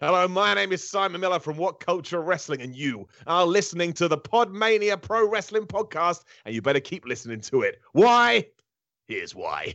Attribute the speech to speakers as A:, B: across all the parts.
A: Hello, my name is Simon Miller from What Culture Wrestling, and you are listening to the Podmania Pro Wrestling Podcast, and you better keep listening to it. Why? Here's why.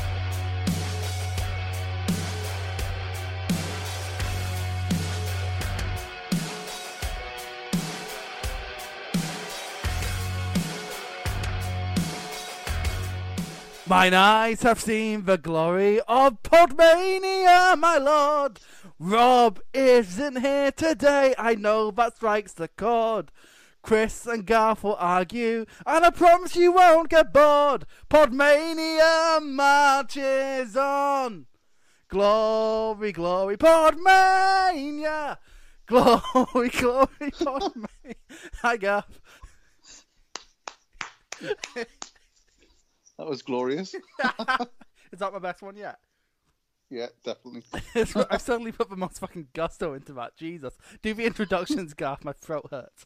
B: Mine eyes have seen the glory of Podmania, my lord. Rob isn't here today. I know that strikes the chord. Chris and Garth will argue, and I promise you won't get bored. Podmania marches on. Glory, glory, Podmania. Glory, glory, Podmania. Hi, Garth.
C: That was glorious.
B: Is that my best one yet?
C: Yeah, definitely.
B: It's- I've suddenly put the most fucking gusto into that. Jesus. Do the introductions, Garth. My throat hurts.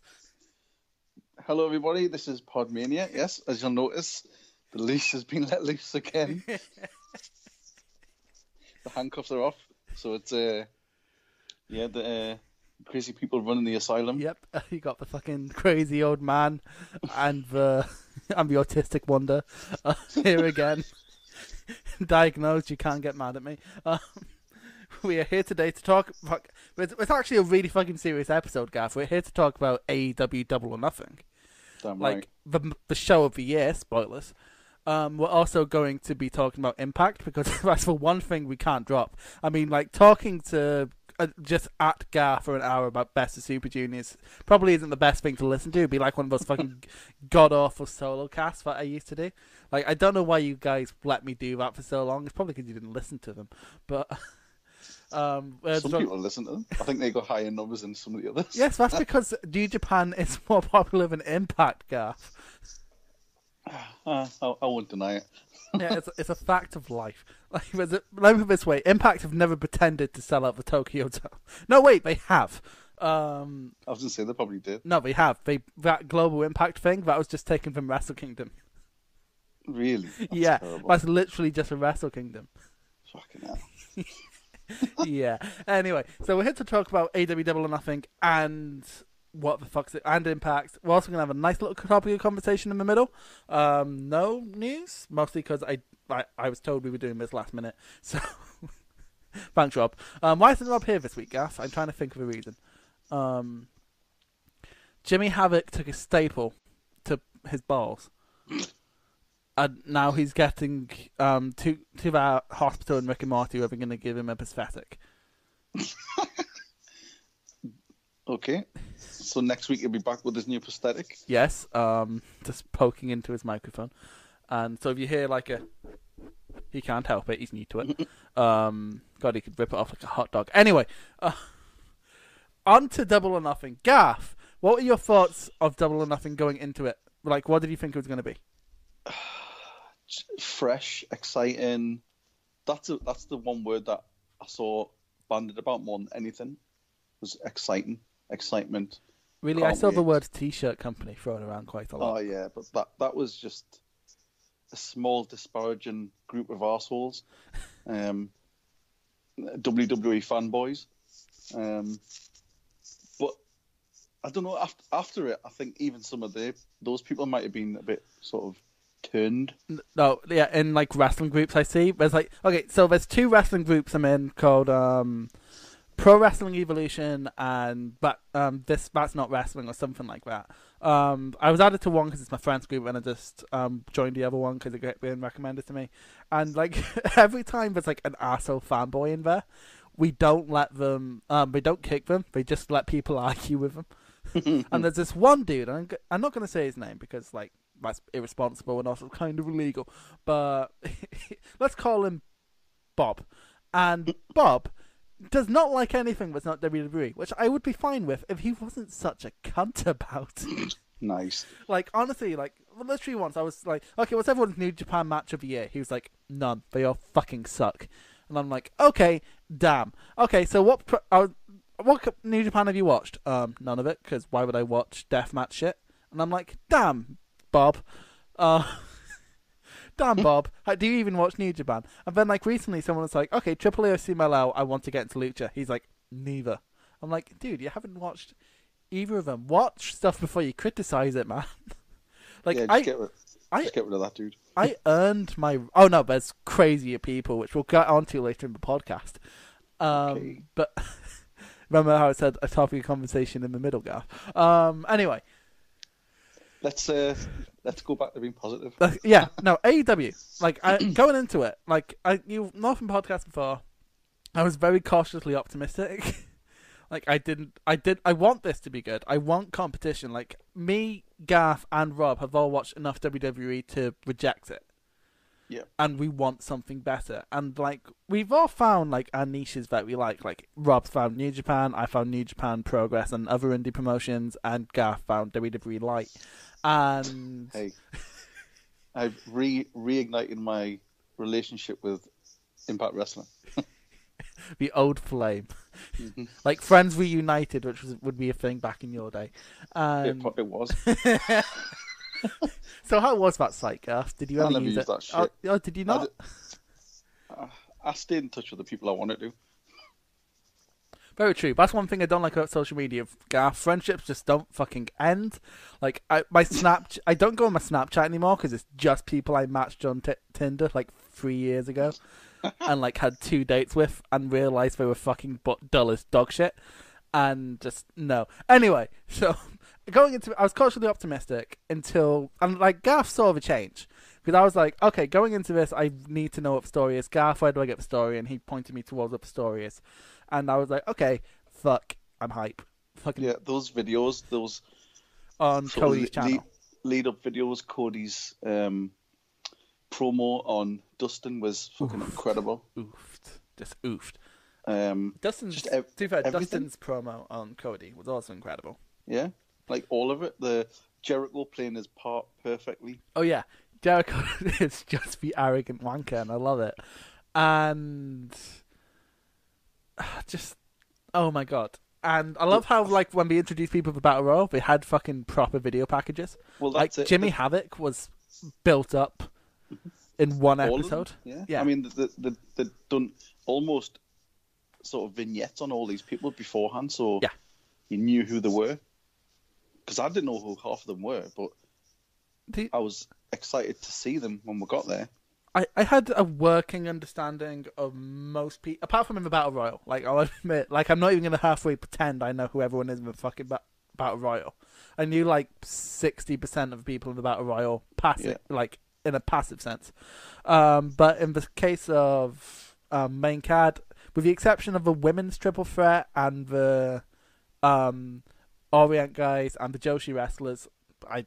C: Hello, everybody. This is Podmania. Yes, as you'll notice, the leash has been let loose again. the handcuffs are off, so it's uh, yeah, the uh, crazy people running the asylum.
B: Yep. You got the fucking crazy old man and the and the autistic wonder uh, here again. Diagnosed. You can't get mad at me. Um, we are here today to talk. Fuck, it's, it's actually a really fucking serious episode, Garth. We're here to talk about AEW Double or Nothing.
C: Damn right.
B: like the the show of the year. Spoilers. Um, we're also going to be talking about Impact because that's the one thing we can't drop. I mean, like talking to uh, just at Gar for an hour about Best of Super Juniors probably isn't the best thing to listen to. It'd be like one of those fucking god awful solo casts that I used to do. Like, I don't know why you guys let me do that for so long. It's probably because you didn't listen to them. But um, we're
C: Some
B: talk-
C: people listen to them. I think they got higher numbers than some of the others.
B: yes, that's because New Japan is more popular than Impact, Garth.
C: Uh, I, I won't deny it.
B: yeah, it's, it's a fact of life. Like, there's a, let me put it this way: Impact have never pretended to sell out the Tokyo Dome. No, wait, they have. Um,
C: I was gonna say they probably did.
B: no, they have. They that global impact thing that was just taken from Wrestle Kingdom.
C: Really? That's
B: yeah,
C: terrible.
B: that's literally just a Wrestle Kingdom.
C: Fucking hell.
B: yeah. Anyway, so we're here to talk about AW Double or Nothing and what the fuck's it and Impact. We're also gonna have a nice little topic of conversation in the middle. Um, no news, mostly because I, I I was told we were doing this last minute. So thanks, Rob. Um, why isn't Rob here this week, Gaff? I'm trying to think of a reason. Um, Jimmy Havoc took a staple to his balls. And now he's getting um to to that hospital in Rick and Morty where they're going to give him a prosthetic.
C: Okay. So next week he'll be back with his new prosthetic.
B: Yes, um, just poking into his microphone. And so if you hear like a, he can't help it. He's new to it. um, God, he could rip it off like a hot dog. Anyway, uh, on to Double or Nothing. Gaff, what were your thoughts of Double or Nothing going into it? Like, what did you think it was going to be?
C: fresh, exciting. That's a, that's the one word that I saw banded about more than anything. Was exciting, excitement.
B: Really, I
C: Can't
B: saw the
C: wait.
B: word "t-shirt company" thrown around quite a lot.
C: Oh yeah, but that that was just a small disparaging group of assholes, um, WWE fanboys. Um, but I don't know. After after it, I think even some of the those people might have been a bit sort of turned.
B: No, yeah, in like wrestling groups I see. There's like okay, so there's two wrestling groups I'm in called um Pro Wrestling Evolution and but um this that's not wrestling or something like that. Um, I was added to one because it's my friend's group, and I just um joined the other one because it got been recommended to me. And like every time there's like an asshole fanboy in there, we don't let them. Um, we don't kick them. They just let people argue with them. And there's this one dude, and I'm, g- I'm not going to say his name because, like, that's irresponsible and also kind of illegal, but let's call him Bob. And Bob does not like anything that's not WWE, E, which I would be fine with if he wasn't such a cunt about.
C: Nice.
B: like honestly, like literally once I was like, okay, what's everyone's New Japan match of the year? He was like, none. They all fucking suck. And I'm like, okay, damn. Okay, so what? Pro- I was, what co- New Japan have you watched? Um, none of it, because why would I watch deathmatch shit? And I'm like, damn, Bob. Uh, damn, Bob. How, do you even watch New Japan? And then like recently, someone was like, okay, Triple A or CMLL, I want to get into lucha. He's like, neither. I'm like, dude, you haven't watched either of them. Watch stuff before you criticize it, man. like
C: Yeah, just,
B: I,
C: get rid,
B: I-
C: just get rid of that dude.
B: I earned my. Oh no, there's crazier people, which we'll get onto later in the podcast. Um,
C: Okay.
B: But remember how I said a topic of conversation in the middle, Gav. Um, anyway,
C: Let's uh, let's go back to being positive.
B: like, yeah, no AEW. Like I, going into it, like I you nothing podcast before. I was very cautiously optimistic. like I didn't, I did, I want this to be good. I want competition. Like me, Gaff, and Rob have all watched enough WWE to reject it.
C: Yeah.
B: and we want something better. And like we've all found like our niches that we like. Like Rob's found New Japan, I found New Japan Progress and other indie promotions, and Garth found WWE Light. And
C: Hey, I've re reignited my relationship with Impact Wrestling.
B: the old flame, like Friends Reunited, which was, would be a thing back in your day.
C: it,
B: Um,
C: pro- it was.
B: so how was that site, Garth? Did you
C: I
B: ever
C: never
B: use
C: used
B: it?
C: that shit.
B: Oh, oh, did you
C: I,
B: not?
C: d- I- I stayed in touch with the people I wanted to.
B: Very true. That's one thing I don't like about social media. Garth, friendships just don't fucking end. Like I, my Snapchat, I don't go on my Snapchat anymore because it's just people I matched on t- Tinder like three years ago, and like had two dates with, and realized they were fucking but dull as dog shit, and just no. Anyway, so going into, I was cautiously optimistic until and like Garth saw the change. Because I was like, okay, going into this, I need to know what the story is. Garth, where do I get the story? And he pointed me towards what the story is and I was like, okay, fuck, I'm hype. Fucking
C: Yeah, those videos, those
B: on
C: sort of
B: Cody's
C: le-
B: channel.
C: le- lead up videos, Cody's um, promo on Dustin was fucking incredible.
B: oofed, just oofed.
C: Um,
B: Dustin's
C: Just ev-
B: to be fair,
C: everything.
B: Dustin's promo on Cody was also incredible.
C: yeah, like all of it. The Jericho playing his part perfectly.
B: Oh yeah, Jericho is just the arrogant wanker, and I love it. And ah, just oh my god. And I love how like when we introduced people for Battle Royal, they had fucking proper video packages.
C: Well,
B: like
C: that's it.
B: Jimmy Havoc was built up in one
C: All of them,
B: episode.
C: Yeah.
B: yeah.
C: I mean, the, the, they've done almost sort of vignettes on all these people beforehand, so
B: Yeah.
C: you knew who they were. Because I didn't know who half of them were, but
B: The-
C: I was excited to see them when we got there.
B: I, I had a working understanding of most people, apart from in the battle royal. Like I'll admit, like I'm not even gonna halfway pretend I know who everyone is in the fucking ba- battle royal. I knew like sixty percent of people in the battle royal, passive, like in a passive sense. Um, but in the case of um, main card, with the exception of the women's triple threat and the um, Orient guys and the Joshi wrestlers, I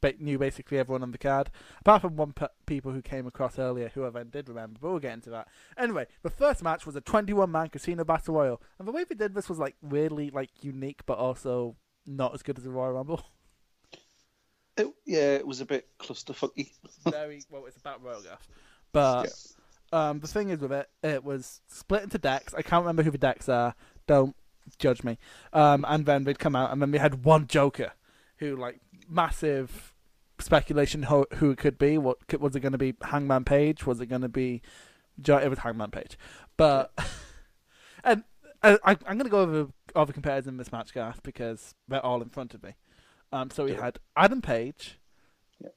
B: ba- knew basically everyone on the card, apart from one pe- people who came across earlier who I then did remember, but we'll get into that. Anyway, the first match was a 21 man casino battle royal, and the way they did this was like weirdly like unique, but also not as good as a Royal Rumble.
C: It, yeah, it was a bit clusterfucky.
B: Very well, it's a battle royal, Gaff. but um, the thing is with it, it was split into decks. I can't remember who the decks are. Don't judge me. Um, and then they'd come out, and then we had one Joker, who like massive speculation who, who it could be. What could, was it going to be? Hangman Page? Was it going to be? Jo- It was Hangman Page, but and uh, I, I'm going to go over over compares in this match, Garth, because they're all in front of me. Um, so we had Adam Page,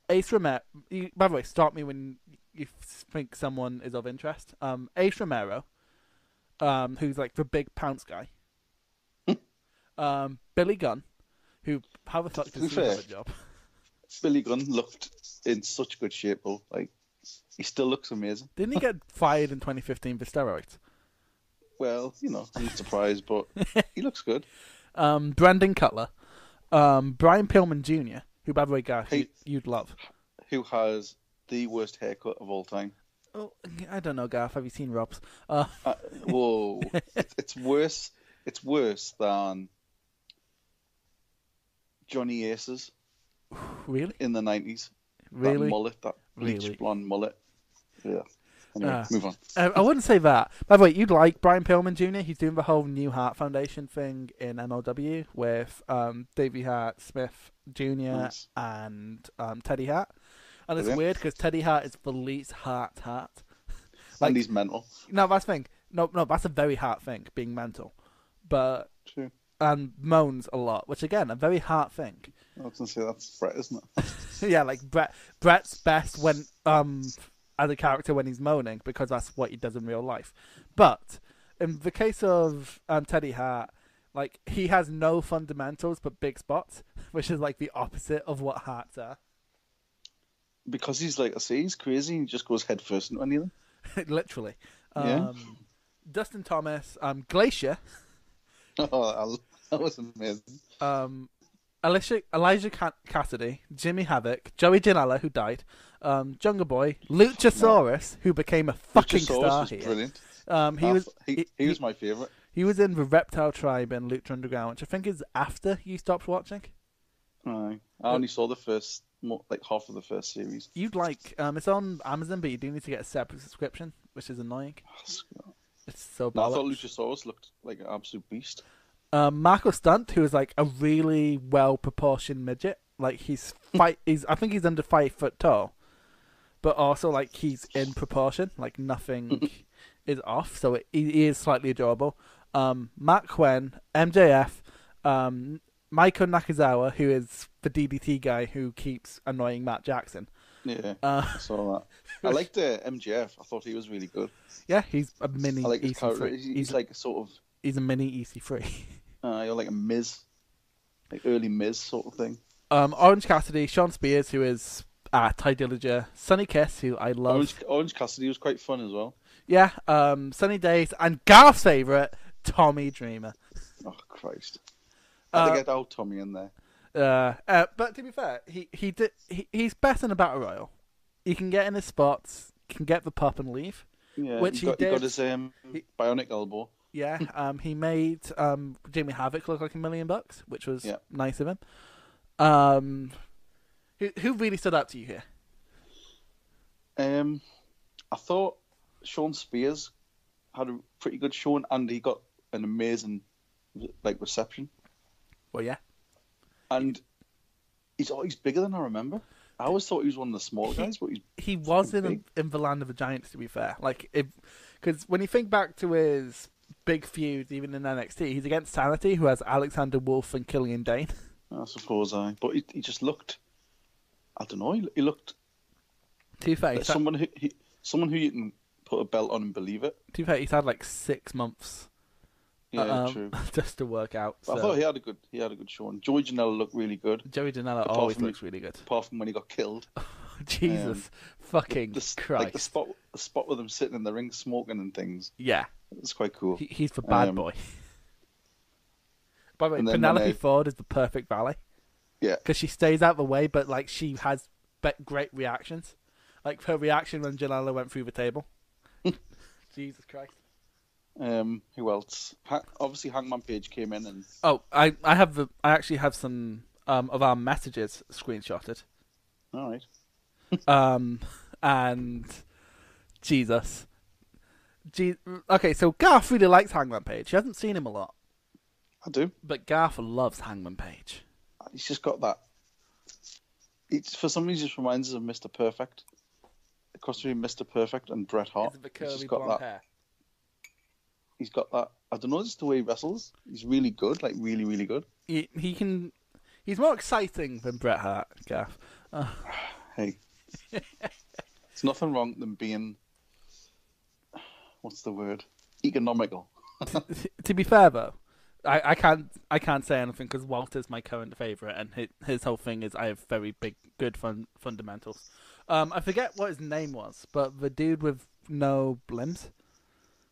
B: Ace Romero. You, by the way, stop me when you think someone is of interest. Um, Ace Romero, um, who's like the big pounce guy. um, Billy Gunn, who how the fuck does he have a
C: Fair.
B: job?
C: Billy Gunn looked in such good shape, though. Like, he still looks amazing.
B: Didn't he get fired in 2015 for steroids?
C: Well, you know, I'm not surprised, but he looks good.
B: Um, Brandon Cutler, um, Brian Pillman Jr., who by the way, Garth, you,
C: Hey.
B: you'd love.
C: Who has the worst haircut of all time?
B: Oh, I don't know, Garth. Have you seen Rob's? Uh,
C: Uh, whoa, it's, it's worse. It's worse than Johnny Aces
B: really?
C: in the nineties. That
B: Really?
C: mullet, that bleached
B: Really?
C: blonde mullet. Yeah. Anyway,
B: Ah.
C: move on.
B: Uh, I wouldn't say that. By the way, you'd like Brian Pillman Jr. He's doing the whole New Heart Foundation thing in MLW with um, Davey Hart Smith Jr.
C: Nice.
B: and um, Teddy Hart. And it's
C: Brilliant.
B: weird because Teddy Hart is the least heart heart.
C: and he's mental.
B: No, that's the thing. No, no, that's a very heart thing, being mental. But
C: True.
B: and moans a lot, which again, a very heart thing.
C: I was gonna say that's Brett, isn't it?
B: yeah, like Brett. Brett's best when um as a character when he's moaning because that's what he does in real life. But in the case of um, Teddy Hart, like he has no fundamentals but big spots, which is like the opposite of what Hart's are.
C: Because he's like I say, he's crazy. He just goes head first into anything.
B: Literally. Um,
C: Yeah.
B: Dustin Thomas, um, Glacier,
C: Oh, that- that was amazing.
B: um, Alicia, Elijah Ca- Cassidy, Jimmy Havoc, Joey Janela, who died, um, Jungle Boy, Luchasaurus, who became a fucking
C: Luchasaurus
B: star
C: was
B: here.
C: brilliant.
B: Um, he
C: I
B: was
C: th- he, he, was my favorite.
B: He was in the Reptile Tribe and Lucha Underground, which I think is after you stopped watching.
C: Aye. I only saw the first, mo- like half of the first series.
B: You'd like um, it's on Amazon, but you do need to get a separate subscription, which is annoying.
C: uh,
B: It's so
C: No, I
B: bad.
C: thought Luchasaurus looked like an absolute beast.
B: um, Marco Stunt, who is like a really well proportioned midget, like he's fight, he's I think he's under five foot tall, but also like he's in proportion, like nothing is off, so it, he, he is slightly adorable. Um, Matt Quinn, MJF, um, Michael Nakazawa, who is the DDT guy who keeps annoying Matt Jackson.
C: Yeah, I saw that. I liked uh, MJF. I thought he was really good.
B: Yeah, he's a mini
C: I like his character.
B: EC3.
C: He's,
B: He's,
C: like a sort of,
B: he's a mini EC3.
C: uh, you're like a Miz, like early Miz sort of thing.
B: Um, Orange Cassidy, Sean Spears, who is uh, Ty Dillinger, Sonny Kiss, who I love.
C: Orange, Orange Cassidy was quite fun as well.
B: Yeah, um, Sunny Days, and Garth's favourite, Tommy Dreamer.
C: Oh Christ! Had
B: Uh,
C: to get old Tommy in there.
B: Uh, uh, but to be fair, he he did he, he's better in a battle royal. He can get in his spots, can get the pop and leave.
C: Yeah,
B: which
C: he
B: he
C: got, he
B: did.
C: got his um, bionic elbow.
B: Yeah, um, he made um, Jimmy Havoc look like a million bucks, which was
C: Yeah.
B: nice of him. Um, who who really stood out to you here?
C: Um, I thought Sean Spears had a pretty good showing, and he got an amazing like reception.
B: Well, yeah,
C: And he's always bigger than I remember. I always thought he was one of the small guys, but he's
B: he was in
C: Big.
B: in the land of the giants. To be fair, like if because when you think back to his big feud, even in NXT, he's against Sanity, who has Alexander Wolf and Killian Dane.
C: I suppose I. But he, he just looked. I don't know. He, he looked
B: Two
C: like
B: Face.
C: someone who he, someone who you can put a belt on and believe it.
B: Two Face. He's had like six months
C: Yeah,
B: um,
C: Oh, true.
B: just to work out.
C: But
B: So.
C: I thought he had a good he had a good showing. Joey Janela looked really good,
B: Joey Janela
C: Apart
B: always
C: from-
B: looks really good.
C: apart from when he got killed.
B: Jesus fucking
C: The, s-
B: Oh, Christ!
C: like the spot the spot with him sitting in the ring smoking and things.
B: yeah,
C: It's quite cool.
B: he, he's the bad
C: Um,
B: boy. By the way,
C: and then uh, when
B: Penelope
C: I-
B: Ford is the perfect valet
C: yeah.
B: because she stays out the way, but like she has be- great reactions. Like her reaction when Janela went through the table. Jesus Christ!
C: Um, who else? Ha- obviously, Hangman Page came in and
B: Oh, I I have the I actually have some um, of our messages screenshotted.
C: all right.
B: um, and Jesus. Je- okay, so Garth really likes Hangman Page. He hasn't seen him a lot,
C: I do.
B: but Garth loves Hangman Page.
C: He's just got that. It's for some reason it just reminds us of Mr. Perfect. The cross between Mr. Perfect and Bret Hart. Oh, He's just got that. He's got that. I don't know, just the way he wrestles. He's really good, like really, really good.
B: He, he can. He's more exciting than Bret Hart, Garth.
C: Hey, it's nothing wrong than being. What's the word? Economical.
B: to be fair though, I, I can't I can't say anything because Walter's my current favorite, and his, his whole thing is I have very big good fun, fundamentals. Um, I forget what his name was, but the dude with no limbs.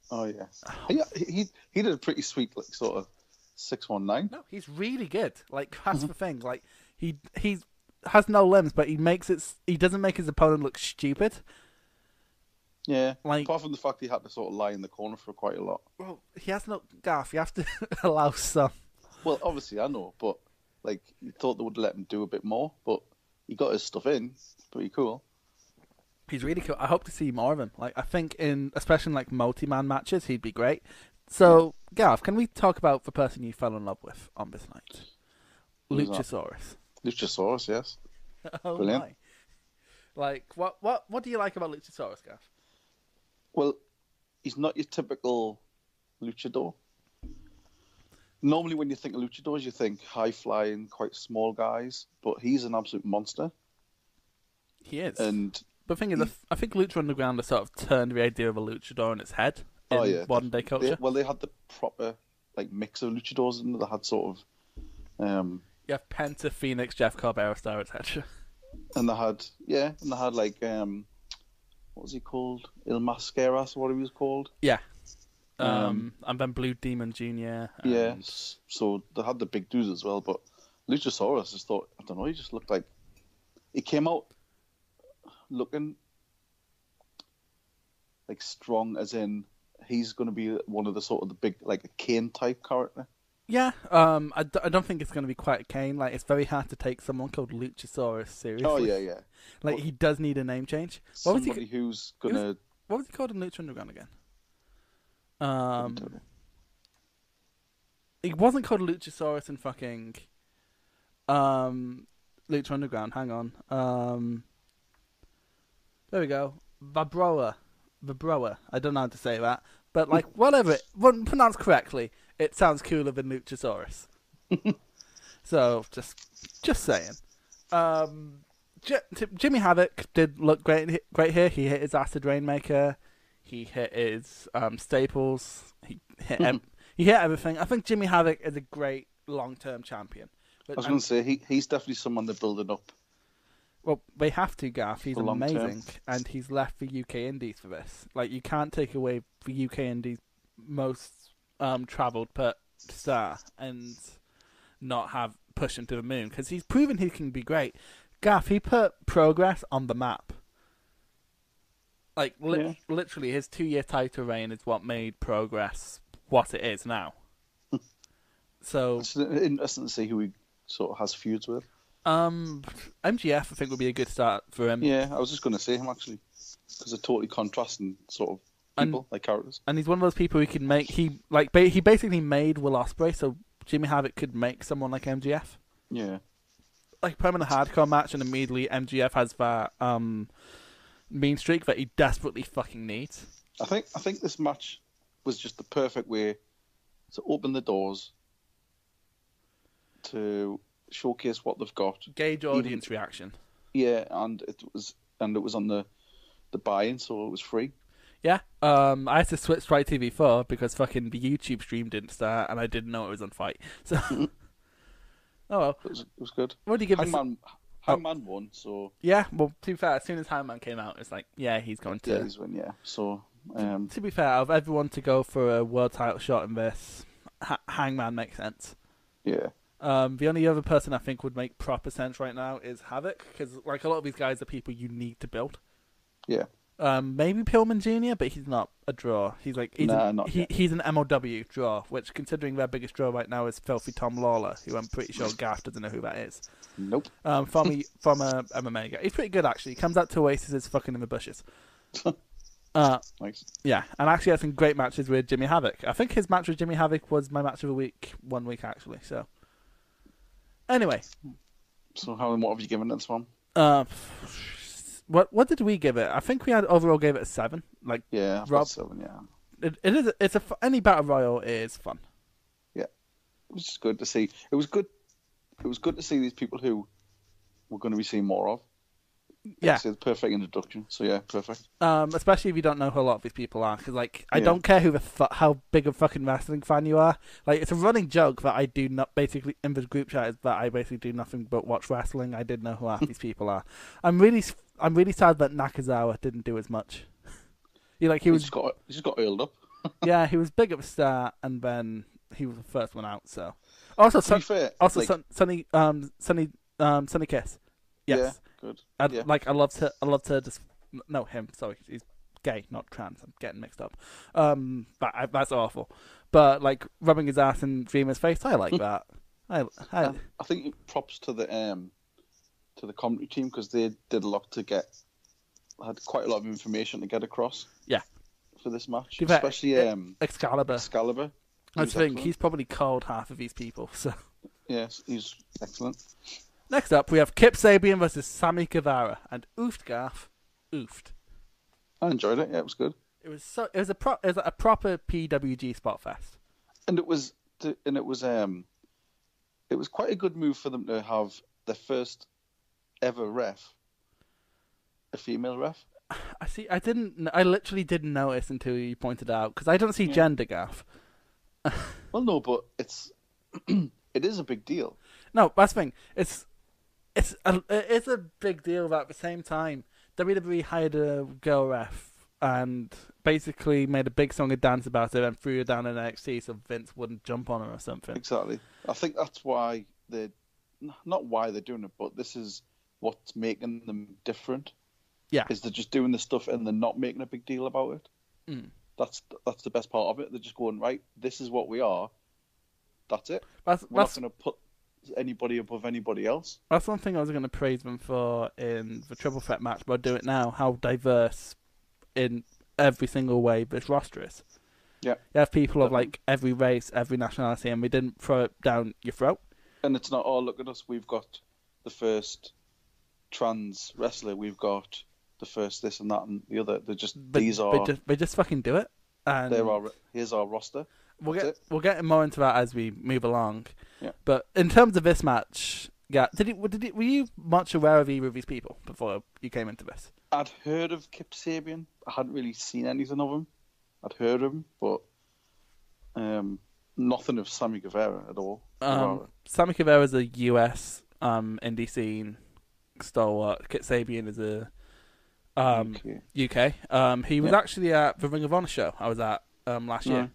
C: Oh yeah. Yeah, he, he he did a pretty sweet like sort of six one nine.
B: No, he's really good. Like that's the thing. Like he he has no limbs, but he makes it. s- He doesn't make his opponent look stupid.
C: Yeah.
B: Like-
C: Apart from the fact he had to sort of lie in the corner for quite a lot.
B: Well, he has no Garth. You have to allow some.
C: Well, obviously I know, but like you thought they would let him do a bit more, but he got his stuff in. Pretty cool.
B: He's really cool. I hope to see more of him. Like I think in especially in like multi-man matches, he'd be great. So Garth, can we talk about the person you fell in love with on this night?
C: Who's that?
B: Luchasaurus.
C: Luchasaurus, yes.
B: Oh
C: Brilliant.
B: my. Like what what what do you like about Luchasaurus, Garth?
C: Well, he's not your typical luchador. Normally, when you think of luchadors, you think high flying, quite small guys, but he's an absolute monster.
B: He is.
C: And
B: But the thing is, I f- I think Lucha Underground has sort of turned the idea of a luchador on its head in
C: oh yeah,
B: modern day
C: They-
B: culture.
C: well, they had the proper like mix of luchadors, and they had sort of, um,
B: You have Penta, Phoenix, Jeff Cobb, Aerostar, etc.
C: and they had yeah, and they had like um, what was he called? Il Mascaras, what he was called.
B: Yeah. Um,
C: Um,
B: and then Blue Demon Jr. And,
C: Yeah. s- So they had the big dudes as well, but Luchasaurus just thought I don't know. He just looked like he came out looking like strong, as in he's going to be one of the sort of the big like a Kane type character.
B: Yeah. Um, I, d- I don't think it's going to be quite Kane. Like, it's very hard to take someone called Luchasaurus seriously.
C: Oh yeah, yeah.
B: Like, he does need a name change. What was, he,
C: Somebody who's
B: was-
C: gonna
B: what was he called in Lucha Underground again? Um, he wasn't called Luchasaurus in fucking um, Lucha Underground. Hang on. Um, there we go. Vibroa. Vibroa. I don't know how to say that. But, like, whatever. It, when pronounced correctly, it sounds cooler than Luchasaurus. so, just just saying. Um, J- T- Jimmy Havoc did look great great here. He hit his acid rainmaker. He hit his um, staples. He hit ev- he hit everything. I think Jimmy Havoc is a great long term champion. But,
C: I was
B: and-
C: going to say he, he's definitely someone they're building up.
B: well, they have to, Garth. He's
C: For long term.
B: amazing, and he's left the UK Indies for this. Like you can't take away the UK Indies most um, travelled per star and not have push him to the moon because he's proven he can be great. Garth, he put progress on the map. Like lit
C: Yeah.
B: literally, his two-year title reign is what made progress what it is now. so
C: It's interesting to see who he sort of has feuds with.
B: um, MGF, I think would be a good start for him.
C: Yeah, I was just going to say him actually because they're totally contrasting sort of
B: And-
C: people like characters.
B: and he's one of those people who can make he like ba- he basically made Will Osprey, so Jimmy Havoc could make someone like MGF
C: Yeah,
B: like put him in a hardcore match, and immediately MGF has that um mean streak that he desperately fucking needs.
C: I think I think this match was just the perfect way to open the doors to showcase what they've got.
B: Gauge audience reaction.
C: Yeah, and it was and it was on the the buy-in, so it was free.
B: Yeah, um, I had to switch to ITV four because fucking the YouTube stream didn't start, and I didn't know it was on fight. So, oh well.
C: It was, it was good.
B: What do you give this?
C: Hangman Hangman won, so
B: Yeah, well, to be fair, as soon as Hangman came out, it's like, yeah, he's going to.
C: yeah, he's won. Yeah, so um,
B: To be fair, out of everyone to go for a world title shot in this, ha- Hangman makes sense.
C: yeah.
B: Um, the only other person I think would make proper sense right now is Havoc, because like a lot of these guys are people you need to build.
C: Yeah.
B: Um, maybe Pillman Jr., but he's not a draw. He's like he's
C: Nah,
B: an,
C: not
B: he,
C: yet.
B: he's an MLW draw, which considering their biggest draw right now is Filthy Tom Lawler, who I'm pretty sure Gaff doesn't know who that is.
C: Nope.
B: Um, from a, from a MMA guy, he's pretty good actually. He comes out to Oasis, is fucking in the bushes. Uh,
C: Nice.
B: yeah, and actually had some great matches with Jimmy Havoc. I think his match with Jimmy Havoc was my match of the week, one week actually. So, anyway,
C: So, how what have you given this one?
B: uh, what what did we give it? I think we had overall gave it a seven. Like
C: Yeah, I've
B: Rob-
C: got seven. Yeah,
B: it, it is, it's a fu- any battle royal is fun.
C: it was just good to see. It was good. It was good to see these people who we're going to be seeing more of.
B: Yeah,
C: So the perfect introduction. So yeah, perfect.
B: um, especially if you don't know who a lot of these people are, because like I
C: Yeah.
B: don't care who the fu- how big a fucking wrestling fan you are. Like it's a running joke that I do not basically in the group chat is that I basically do nothing but watch wrestling. I did know who half these people are. I'm really s- I'm really sad that Nakazawa didn't do as much. He like he
C: He
B: was
C: just got he just got earled up.
B: yeah he was big at the start and then he was the first one out. So also
C: To
B: Sun-
C: be fair,
B: also
C: like,
B: Sun- Sunny um Sunny um Sunny Kiss. Yes.
C: yeah, good.
B: I'd,
C: Yeah.
B: Like I love to, I love to just no him. Sorry, he's gay, not trans. I'm getting mixed up. Um, but I, that's awful. But like rubbing his ass in Dreamer's face, I like that. I, I,
C: I, I think props to the um, to the commentary team because they did a lot to get had quite a lot of information to get across.
B: Yeah.
C: For this match,
B: Give it-
C: especially um,
B: e, Excalibur.
C: Excalibur.
B: I
C: He's
B: think
C: excellent.
B: he's probably called half of these people. So
C: yes, he's excellent.
B: next up, we have Kip Sabian versus Sammy Guevara, and oofed gaff, oofed.
C: I enjoyed it. Yeah, it was good,
B: It was so. It was a pro, it was a proper PWG spot fest.
C: and it was and it was um, it was quite a good move for them to have their first ever ref, a female ref.
B: I see. I didn't. kn- I literally didn't notice until you pointed out because I don't see gender gaff.
C: Well, no, but it's it is a big deal.
B: No, that's the thing. It's it's a, it's a big deal, but at the same time, WWE hired a girl ref and basically made a big song and dance about it and threw her down in NXT so Vince wouldn't jump on her or something.
C: Exactly. I think that's why they, not why they're doing it, but this is what's making them different.
B: Yeah.
C: Is they're just doing the stuff and they're not making a big deal about it.
B: Mm.
C: That's that's the best part of it. They're just going right. This is what we are. That's it.
B: That's
C: We're
B: that's,
C: not going to put anybody above anybody else.
B: that's one thing I was going to praise them for in the triple threat match, but I'll do it now. How diverse in every single way this roster is.
C: Yeah.
B: You have people of like every race, every nationality, and we didn't throw it down your throat.
C: And it's not. Oh, look at us. We've got the first trans wrestler. We've got the first this and that and the other. They're just
B: But,
C: these
B: but
C: are.
B: just, but just fucking do it. And
C: There are. Here's our roster.
B: We'll
C: That's
B: get we'll get more into that as we move along.
C: Yeah.
B: But in terms of this match, yeah, did it? Did it? Were you much aware of either of these people before you came into this?
C: I'd heard of Kip Sabian. I hadn't really seen anything of him. I'd heard of him, but um, nothing of Sammy Guevara at all.
B: Um,
C: Guevara.
B: Sammy Guevara is a US um, indie scene stalwart. Kit Sabian is a um,
C: Okay.
B: UK. Um, he was
C: Yeah.
B: actually at the Ring of Honor show I was at um, last year.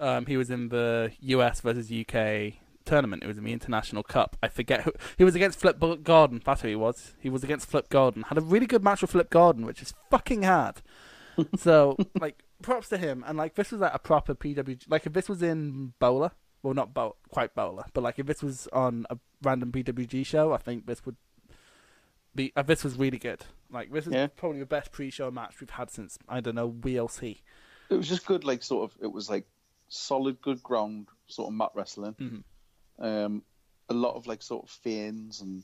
B: Um, he was in the US versus UK tournament. It was in the International Cup. I forget who he was against. Flip Bu- Gordon. That's who he was. He was against Flip Gordon. Had a really good match with Flip Gordon, which is fucking hard. so like, props to him. And like, this was like a proper PWG. Like, if this was in Bowler, well, not bow- quite Bowler, but like if this was on a random PWG show, I think this would be. Uh, this was really good. Like, this is
C: Yeah.
B: probably the best pre-show match we've had since I don't know WLC.
C: It was just good, like sort of. It was like solid, good ground, sort of mat wrestling.
B: Mhm.
C: Um, a lot of like sort of feints and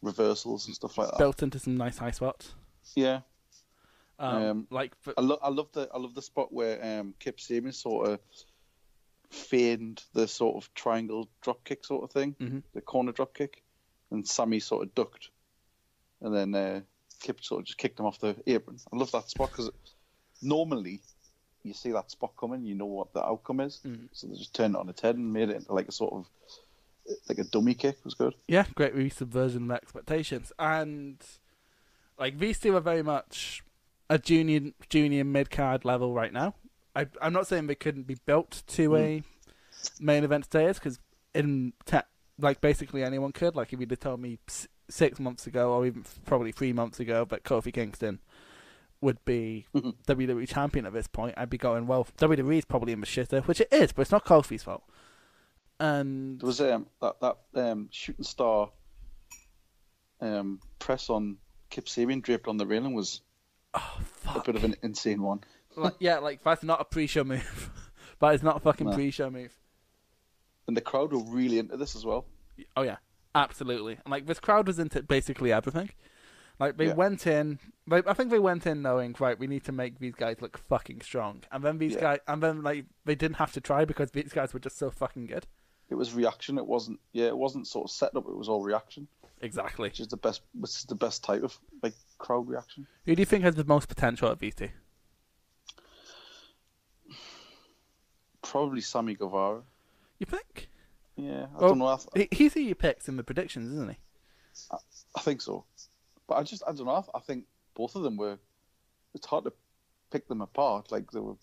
C: reversals and stuff like that.
B: Built into some nice high spots.
C: Yeah,
B: Um,
C: Um,
B: like for,
C: I love. I love the. I love the spot where um, Kip Sabian sort of feigned the sort of triangle drop kick sort of thing,
B: Mhm.
C: the corner drop kick, and Sammy sort of ducked, and then uh, Kip sort of just kicked him off the apron. I love that spot because normally you see that spot coming, you know what the outcome is, so they just turned it on its head and made it into like a sort of like a dummy kick. It was good.
B: yeah, great resubversion of expectations, and like these two are very much a junior junior mid card level right now. I, I'm not saying they couldn't be built to a main event status because in te- like basically anyone could. Like if you'd have told me s- six months ago, or even f- probably three months ago, that Kofi Kingston would be WWE champion at this point, I'd be going, well, WWE's probably in the shitter, which it is, but it's not Kofi's fault. And
C: There was um, that that um, shooting star um, press on Kip Sabian draped on the railing was a bit of an insane one.
B: like, yeah, like that's not a pre-show move. that is not a fucking
C: No.
B: pre-show move.
C: And the crowd were really into this as well.
B: Oh yeah, absolutely. And like this crowd was into basically everything. Like they
C: Yeah.
B: went in, they, I think they went in knowing right, we need to make these guys look fucking strong. And then these
C: Yeah.
B: guys, and then like they didn't have to try because these guys were just so fucking good.
C: It was reaction. It wasn't yeah. It wasn't sort of set up. It was all reaction,
B: Exactly.
C: which is the best. Which is the best type of like crowd reaction.
B: Who do you think has the most potential at VT?
C: Probably Sammy Guevara.
B: You pick?
C: Yeah, I
B: Well,
C: don't know. I, th-
B: He, he's who you picked in the predictions, isn't he?
C: I think so, but I just I don't know. I, th- I think both of them were. It's hard to pick them apart. Like they were,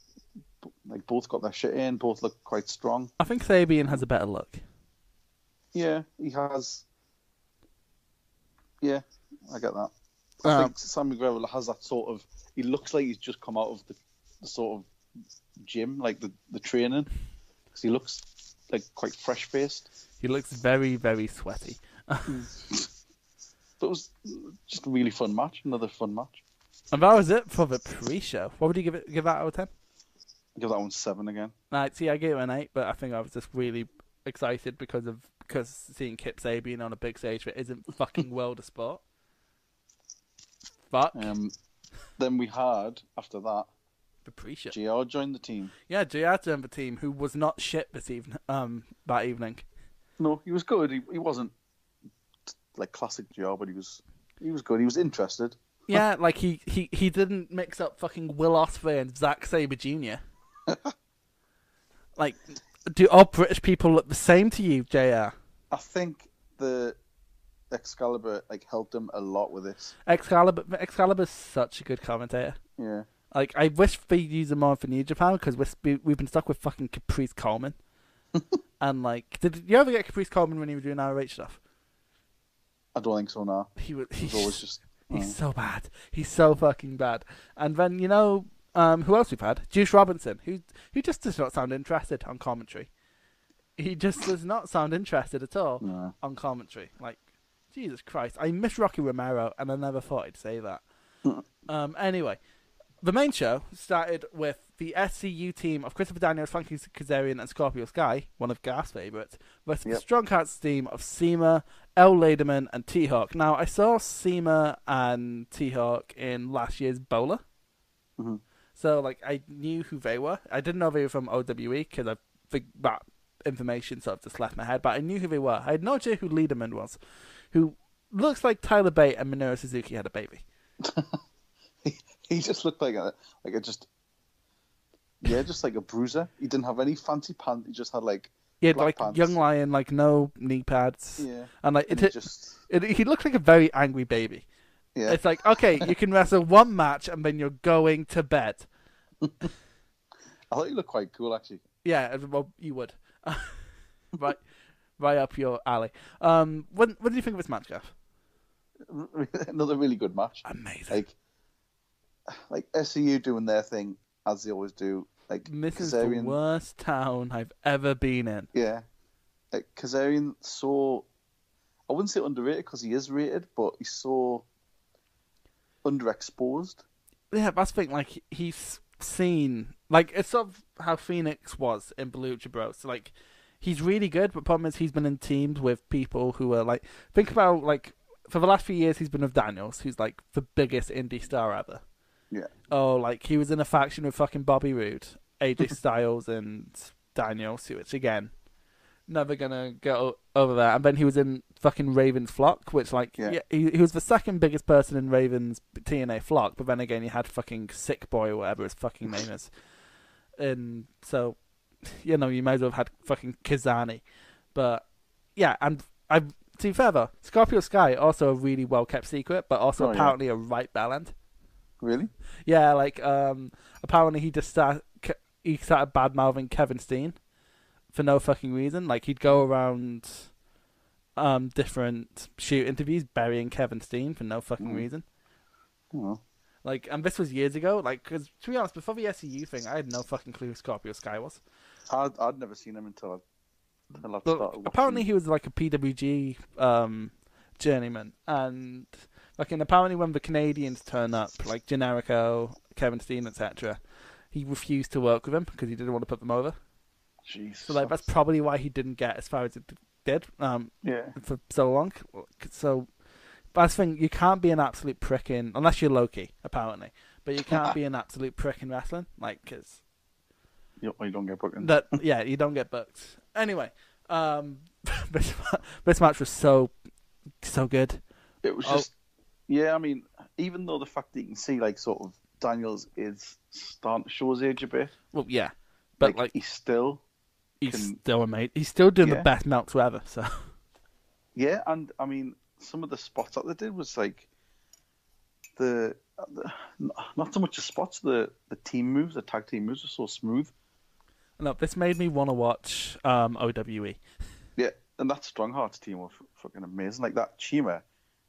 C: like both got their shit in. Both looked quite strong.
B: I think Sabian has a better look.
C: Yeah, he has. Yeah, I get that. I
B: Um,
C: think Sammy Guevara has that sort of. he looks like he's just come out of the, the sort of gym, like the the training, because he looks like quite fresh faced.
B: He looks very, very sweaty.
C: But it was just a really fun match, another fun match.
B: And that was it for the pre-show. What would you give it? Give that out of ten?
C: I give that one seven again.
B: Like, see, I gave it an eight, but I think I was just really excited because of because seeing Kip Sabian on a big stage that isn't fucking world of sport. Fuck
C: Um, then we had after that,
B: the pre-show.
C: Jr. joined the team.
B: Yeah, JR turned the team who was not shit this evening. Um, that evening.
C: No, he was good. He, he wasn't like classic Jr. But he was he was good. He was interested.
B: Yeah, like he, he, he didn't mix up fucking Will Osprey and Zack Saber Jr. like, do all British people look the same to you, Jr?
C: I think the Excalibur like helped him a lot with this.
B: Excalibur Excalibur's such a good commentator.
C: Yeah.
B: Like, I wish they used him more for New Japan because we've been stuck with fucking Caprice Coleman. and like, did you ever get Caprice Coleman when he was doing ROH stuff?
C: I don't think so now.
B: He was
C: He's always just uh-huh.
B: He's so bad. He's so fucking bad. And then you know um, who else we've had? Juice Robinson, who who just does not sound interested on commentary. He just does not sound interested at all
C: No.
B: on commentary. Like Jesus Christ, I miss Rocky Romero, and I never thought I'd say that. um, anyway, the main show started with the SCU team of Christopher Daniels, Frankie Kazarian, and Scorpio Sky, one of Garth's favourites, versus the
C: Yep.
B: Strong Hearts team of Seema, L. Lederman, and T Hawk. Now, I saw Seema and T Hawk in last year's Bowler. So, like, I knew who they were. I didn't know they were from OWE because I think that information sort of just left my head, but I knew who they were. I had no idea who Lederman was, who looks like Tyler Bate and Minoru Suzuki had a baby.
C: he just looked like a like a just yeah, just like a bruiser. He didn't have any fancy pants. He just had like
B: He had
C: black
B: like
C: pants.
B: young lion, like no knee pads,
C: Yeah.
B: and like
C: And
B: it,
C: he
B: it,
C: just
B: he looked like a very angry baby.
C: yeah.
B: It's like okay, you can wrestle one match and then you're going to bed.
C: I thought he looked quite cool actually.
B: Yeah, well, you would, right, right up your alley. Um, what what do you think of this match, Gav?
C: Another really good match.
B: Amazing.
C: Like like SEU doing their thing as they always do. Like
B: this is the
C: Kazarian-
B: worst town I've ever been in.
C: Yeah. Like Kazarian so I wouldn't say underrated because he is rated, but he's so underexposed.
B: yeah, that's the thing. Like he's seen, like it's sort of how Phoenix was in Blue Lucha Bros. Like he's really good, but problem is he's been in teams with people who are like, think about like for the last few years he's been with Daniels, who's like the biggest indie star ever.
C: Yeah.
B: Oh, like he was in a faction with fucking Bobby Roode, AJ Styles, and Daniels, which again, never gonna get o- over that. And then he was in fucking Raven's Flock, which like yeah,
C: Yeah.
B: he, he was the second biggest person in Raven's TNA Flock, but then again he had fucking Sick Boy or whatever his fucking name is, and so you know you might as well have had fucking Kazani, but yeah, and I see further Scorpio Sky also a really well kept secret, but also
C: Oh, yeah.
B: apparently a right ballad.
C: Really?
B: Yeah, like um, apparently he just start Ke- he started bad mouthing Kevin Steen for no fucking reason. Like he'd go around um different shoot interviews burying Kevin Steen for no fucking reason.
C: Oh,
B: Like, and this was years ago. Like, because to be honest, before the SEU thing, I had no fucking clue who Scorpio Sky was.
C: I'd, I'd never seen him until I, until I
B: But
C: started watching.
B: apparently he was like a PWG um, journeyman, and like and apparently when the Canadians turn up, like Generico, Kevin Steen, etc., he refused to work with him because he didn't want to put them over.
C: Jeez.
B: So like that's probably why he didn't get as far as it did um,
C: yeah.
B: for so long. So that's the thing you can't be an absolute prick in unless you're Loki, apparently. But you can't be an absolute prick in wrestling, like 'cause
C: You, you don't get booked in.
B: that yeah, you don't get booked. Anyway, um, this, ma- this match was so so good.
C: It was
B: Oh.
C: just, yeah. I mean, even though the fact that you can see like sort of Daniels is starting to show his age a bit,
B: Well, yeah, but like,
C: he's still,
B: he's
C: can-
B: still amazing. He's still doing the
C: Yeah.
B: best melts ever. So
C: yeah. And I mean, some of the spots that they did was like the, the not so much the spots, the the team moves, the tag team moves were so smooth.
B: no, this made me want to watch um, OWE.
C: Yeah, and that Strong Hearts team were f- fucking amazing. Like that Chima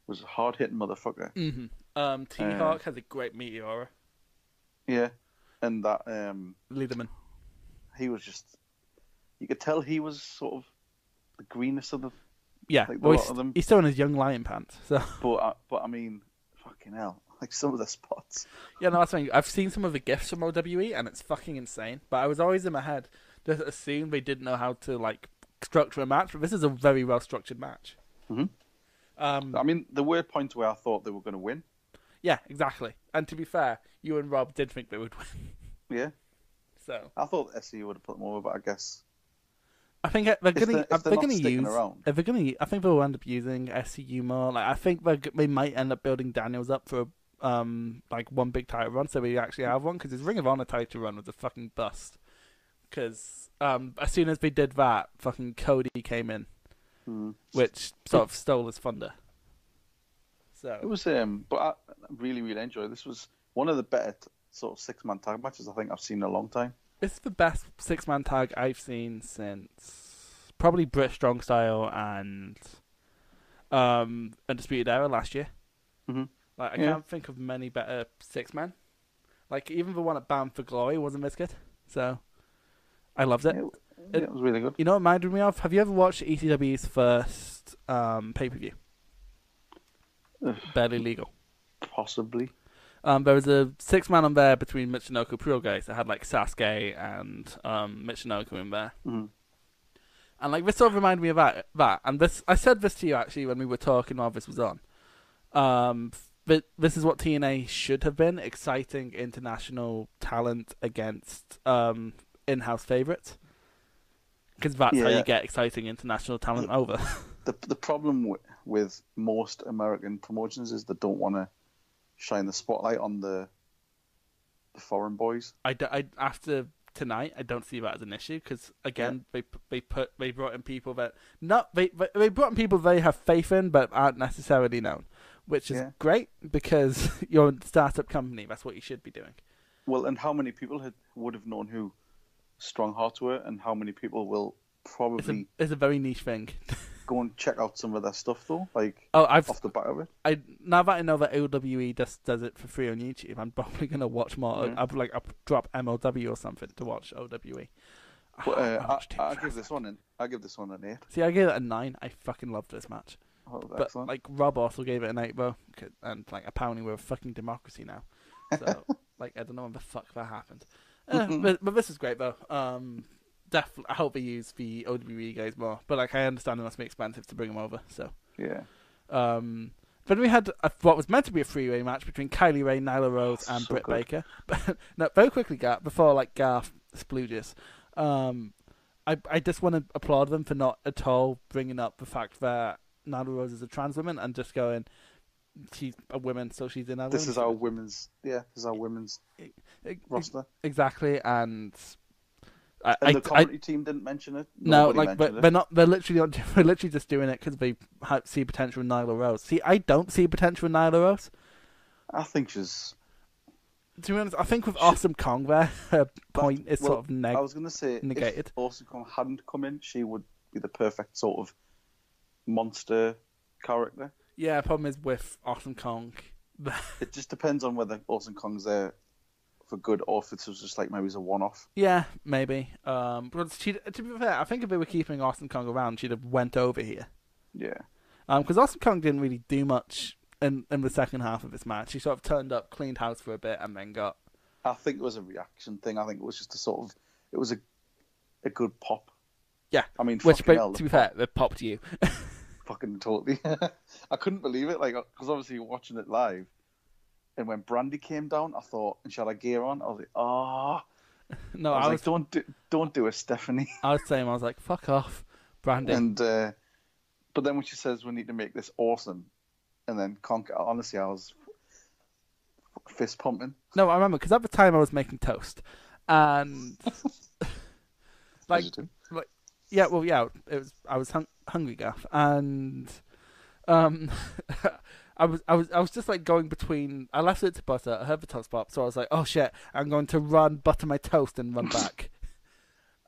C: was a hard hitting motherfucker. Uh.
B: Um, T Hawk has a great meteora.
C: Yeah, and that um,
B: Lederman.
C: he was just. You could tell he was sort of the greenest of the.
B: Yeah,
C: Like the
B: well,
C: lot
B: he's,
C: of them.
B: he's still in his young lion pants. So
C: But I, but I mean, fucking hell! Like some of the spots.
B: yeah, no, that's the thing. I've seen some of the gifs from OWE, and it's fucking insane. But I was always in my head just assumed they didn't know how to like structure a match. But this is a very well structured match. Um,
C: I mean, there were points where I thought they were going to win.
B: yeah, exactly. And to be fair, you and Rob did think they would win.
C: Yeah,
B: So
C: I thought SCU would have put them over, but I guess
B: I think they're going
C: they're-
B: to
C: if
B: they're,
C: they're not
B: going to
C: sticking
B: use
C: around.
B: if they're going to I think they'll end up using SCU more. Like I think they they might end up building Daniels up for um like one big title run, so we actually have one because his Ring of Honor title run was a fucking bust. Because um as soon as they did that, fucking Cody came in,
C: Hmm.
B: which sort of stole his thunder.
C: it
B: So
C: was. Um, but I really, really enjoyed. This was one of the better t- sort of six-man tag matches I think I've seen in a long time.
B: it's the best six man tag I've seen since probably Brit Strong Style and um Undisputed Era last year.
C: Mhm.
B: Like I
C: Yeah.
B: can't think of many better six men. Like even the one at Bound for Glory wasn't this good. So I loved it.
C: Yeah, it- yeah, it was really good.
B: You know what it reminded me of? Have you ever watched ECW's first um, pay per view?
C: Ugh.
B: Barely legal.
C: Possibly.
B: Um, there was a six man on there between Michinoku Pryoge. So it had like Sasuke and um, Michinoku in there.
C: Mhm.
B: And like this sort of reminded me of that, that. And this, I said this to you actually when we were talking while this was on. Um, but this is what TNA should have been: exciting international talent against um, in-house favorites. Because that's how
C: Yeah.
B: you get exciting international talent over.
C: the the problem w- with most American promotions is they don't want to shine the spotlight on the the foreign boys.
B: I, d- I- after tonight, I don't see that as an issue because again, they p- they put they brought in people that not they they- they brought in people they have faith in but aren't necessarily known, which is
C: Yeah.
B: great because you're a startup company. That's what you should be doing.
C: Well, and how many people had, would have known who Strong Hearts were, and how many people will
B: It's a
C: probably
B: it's a very niche thing.
C: go and check out some of their stuff though, like
B: Oh, I've
C: off the back of it.
B: I now that I know that OWE just does it for free on YouTube, I'm probably gonna watch more.
C: Mhm.
B: I'll like I'll drop MLW or something to watch E. OWE.
C: But
B: I
C: uh,
B: watched it
C: I, I
B: for-
C: give this one an I give this one an eight.
B: See, I gave it a nine. I fucking loved this match.
C: Oh, that was
B: But
C: excellent.
B: like Rob also gave it an eight, bro. 'Cause- And like apparently we're a fucking democracy now. So like I don't know when the fuck that happened. Uh, but, but this is great though. Um, definitely I hope they use the OWE guys more. But like I understand it must be expensive to bring them over. So
C: yeah,
B: um, then we had a, what was meant to be a three-way match between Kylie Rae, Nyla Rose, and
C: Oh, So
B: Britt
C: good.
B: Baker. But no, very quickly, Garth, before like Garth splooges, um, I I just want to applaud them for not at all bringing up the fact that Nyla Rose is a trans woman and just going, she's a woman, so she's in our.
C: this
B: women's
C: is our
B: division."
C: women's yeah, this is our women's
B: Ex-
C: roster,
B: exactly, and. I,
C: and
B: I-
C: the
B: I,
C: commentary team didn't mention it.
B: No,
C: Nobody
B: like
C: mentioned
B: but
C: it.
B: they're not. They're literally on, they're literally just doing it because they ha- see potential in Nyla Rose. See, I don't see potential in Nyla Rose.
C: I think she's
B: To be honest, I think with Awesome Kong there, her point is sort of neg.
C: I was going to say,
B: negated.
C: if Awesome Kong hadn't come in, she would be the perfect sort of monster character.
B: Yeah, problem is with Awesome Kong.
C: It just depends on whether Awesome Kong's there for good or if it's just like maybe it's a one-off.
B: yeah, maybe. Um, but she, to be fair, I think if they were keeping Awesome Kong around, she'd have went over here.
C: Yeah,
B: because Awesome Kong didn't really do much in in the second half of this match. She sort of turned up, cleaned house for a bit, and then got
C: I think it was a reaction thing. I think it was just a sort of it was a a good pop.
B: yeah.
C: I mean,
B: which
C: fucking
B: but
C: hell,
B: to
C: the
B: be fair, they popped you.
C: Fucking totally. I couldn't believe it, like because obviously you're watching it live. And when Brandy came down, I thought, and she had her gear on. I was like, ah.
B: no,
C: I was, like, don't do, don't do it, Stephanie.
B: I was saying, I was like, fuck off, Brandon.
C: And uh, but then when she says we need to make this awesome, and then conquer, honestly, I was fist pumping.
B: no, I remember because at the time I was making toast, and like,
C: As you do.
B: like, yeah, well, yeah, it was. I was hung- hungry, Gaff, and um, I was, I was, I was just like going between. I left it to butter. I heard the toast pop, so I was like, oh shit, I'm going to run, butter my toast, and run back.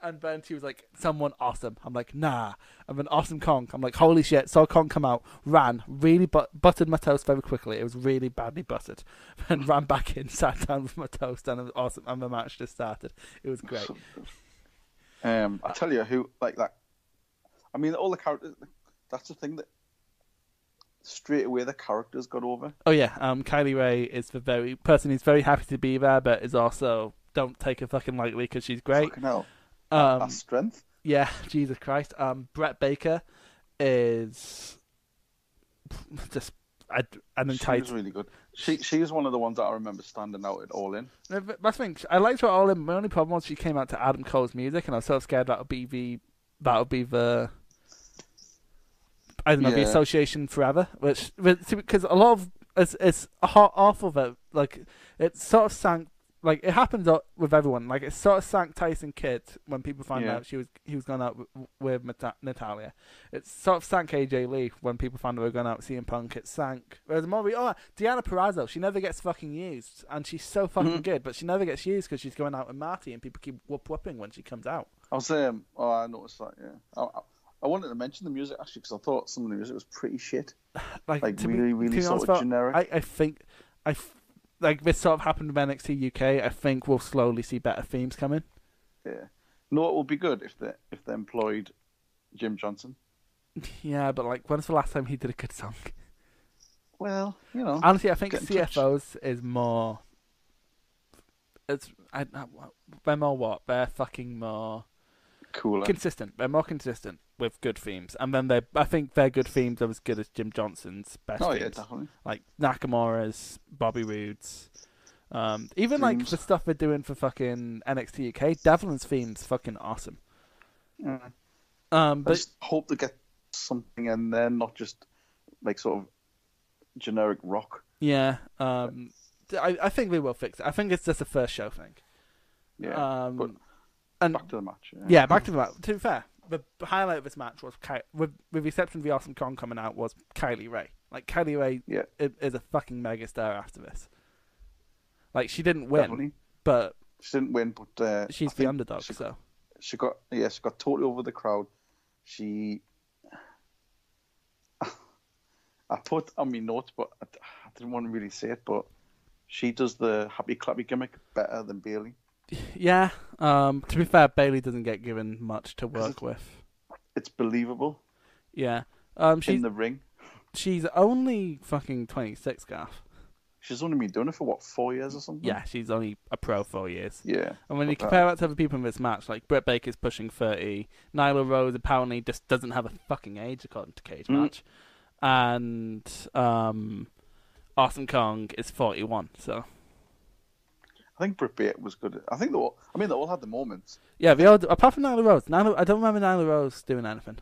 B: And then she was like, someone awesome. I'm like, nah. And then awesome Kong. I'm like, holy shit. Saw Kong come out, ran, really but- buttered my toast very quickly. It was really badly buttered. Then ran back in, sat down with my toast, and it was awesome. And the match just started. It was great.
C: Um, I tell you who like that. I mean, all the characters. That's the thing that straight away the characters got over.
B: Oh, yeah. Um, Kylie Ray is the very person who's very happy to be there, but is also don't take her fucking lightly because she's great.
C: Fucking hell,
B: Um,
C: that's strength.
B: Yeah, Jesus Christ. Um, Brett Baker is just a, an
C: She
B: entitled.
C: was really good. She she was one of the ones that I remember standing out at all in.
B: No, but That's the thing. I liked her all in. My only problem was she came out to Adam Cole's music, and I was so scared that would be the that would be the I don't know the
C: Yeah.
B: association forever. Which because a lot of it's it's ho- awful that like it sort of sank. Like it happens o- with everyone. Like it sort of sank Tyson Kidd when people found
C: Yeah.
B: out she was he was going out w- with Nat- Natalia. It sort of sank AJ Lee when people found out we were going out with CM Punk. It sank. Whereas more, we- oh, Deanna Perrazzo, she never gets fucking used, and she's so fucking good, but she never gets used because she's going out with Marty, and people keep whoop whooping when she comes out.
C: I was um, oh I noticed that yeah. I, I, I wanted to mention the music actually because I thought some of the music was pretty shit.
B: Like,
C: Like,
B: to be-
C: really,
B: to
C: really
B: be
C: sort
B: honest,
C: of
B: though,
C: generic.
B: I, I think, I f- like this sort of happened with NXT UK. I think we'll slowly see better themes come in.
C: Yeah. No, it will be good if they if they employed Jim Johnson.
B: Yeah, but like, when's the last time he did a good song?
C: Well, you know,
B: Honestly, I think
C: Get in touch.
B: CFOs is more. It's I, I, they're more what they're fucking more
C: cooler.
B: consistent. They're more consistent with good themes, and then they I think their good themes are as good as Jim Johnson's best.
C: Oh
B: themes.
C: yeah, definitely.
B: like Nakamura's, Bobby Roode's, um, even like
C: Themes.
B: the stuff they're doing for fucking NXT UK. Devlin's theme's fucking awesome.
C: Yeah.
B: Um,
C: I
B: but
C: just hope they get something in there, not just like sort of generic rock.
B: yeah, um, I I think they will fix it. I think it's just a first show thing.
C: Yeah.
B: Um,
C: but
B: and
C: back to the match.
B: Yeah, back to the match. To be fair, the highlight of this match was Ki- with with the exception of the awesome Kong coming out was Kylie Ray. Like Kylie Ray
C: Yeah.
B: i- is a fucking megastar after this. Like she didn't win,
C: Definitely.
B: but
C: She didn't win, but uh, I
B: she's the
C: think
B: underdog.
C: She,
B: So
C: she got yeah, she got totally over the crowd. She, I put on my notes, but I, I didn't want to really say it. But she does the happy clappy gimmick better than Bailey.
B: yeah. Um, to be fair, Bailey doesn't get given much to work with.
C: It's believable
B: Yeah. Um, she's
C: in the ring.
B: she's only fucking twenty six, Garth.
C: She's only been doing it for what four years or something.
B: Yeah, she's only a pro four years.
C: Hmm. yeah.
B: And when you
C: Not bad.
B: compare that to other people in this match, like Britt Baker's pushing 30, Nyla Rose apparently just doesn't have a fucking age according to Cage
C: Hmm.
B: Match, and um, Awesome Kong is 41. So
C: I think Britt Baker was good. I think they all. I mean, they all had the moments.
B: yeah, the old apart from Nyla Rose, Nyla, I don't remember Nyla Rose doing anything.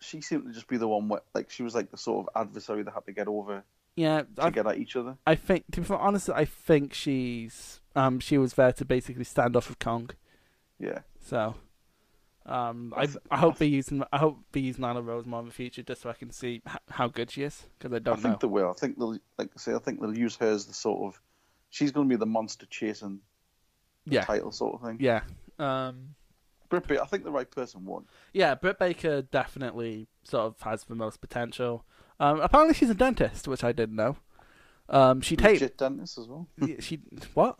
C: She seemed to just be the one where, like, she was like the sort of adversary they had to get over
B: Yeah,
C: to
B: I,
C: get at each other.
B: I think to be honest, I think she's um she was there to basically stand off with Kong.
C: Yeah.
B: So, um, I,
C: th-
B: I hope they use I hope they use Nyla Rose more in the future just so I can see h- how good she is because I
C: I
B: don't
C: think
B: know.
C: they will. I think they'll, like I say, I think they'll use her as the sort of. She's going to be the monster chasing
B: yeah,
C: title sort of thing.
B: yeah. Um,
C: Britt Baker, I think the right person won.
B: yeah, Britt Baker definitely sort of has the most potential. Um, apparently she's a dentist, which I didn't know. Um, she taped.
C: Legit dentist as well.
B: yeah, She what?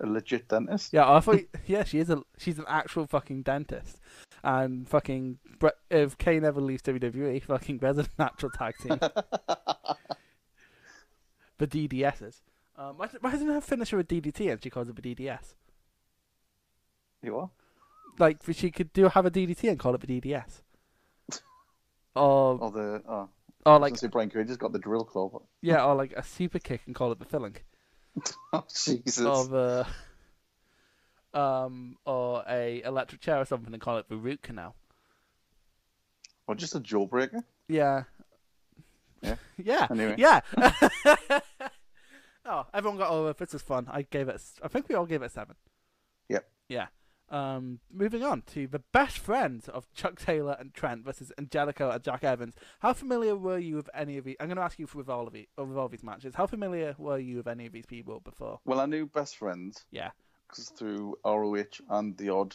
C: A legit dentist.
B: Yeah, I thought. yeah, she is a she's an actual fucking dentist, and fucking Bre- if Kane ever leaves WWE, fucking there's a natural tag team. the DDSs. Um, why, why doesn't her finish her with DDT and she calls it a DDS?
C: You are.
B: Like she could do have a DDT and call it a DDS. Or
C: Or the. Oh,
B: or
C: like, I
B: like
C: was gonna say Brian Cage just got the drill claw. But...
B: yeah, or like a super kick and call it the filling.
C: Oh Jesus.
B: Or the um or a electric chair or something and call it the root canal.
C: Or just a jawbreaker.
B: Yeah.
C: Yeah.
B: Yeah.
C: Anyway.
B: Yeah. oh, everyone got over. This was fun. I gave it. a s- I think we all gave it a seven.
C: Yep.
B: Yeah. Um, moving on to the best friends of Chuck Taylor and Trent versus Angelico and Jack Evans. How familiar were you with any of these? I'm going to ask you for with all of the, with all these matches. How familiar were you with any of these people before?
C: Well, I knew best friends
B: Yeah.
C: 'cause through ROH and the odd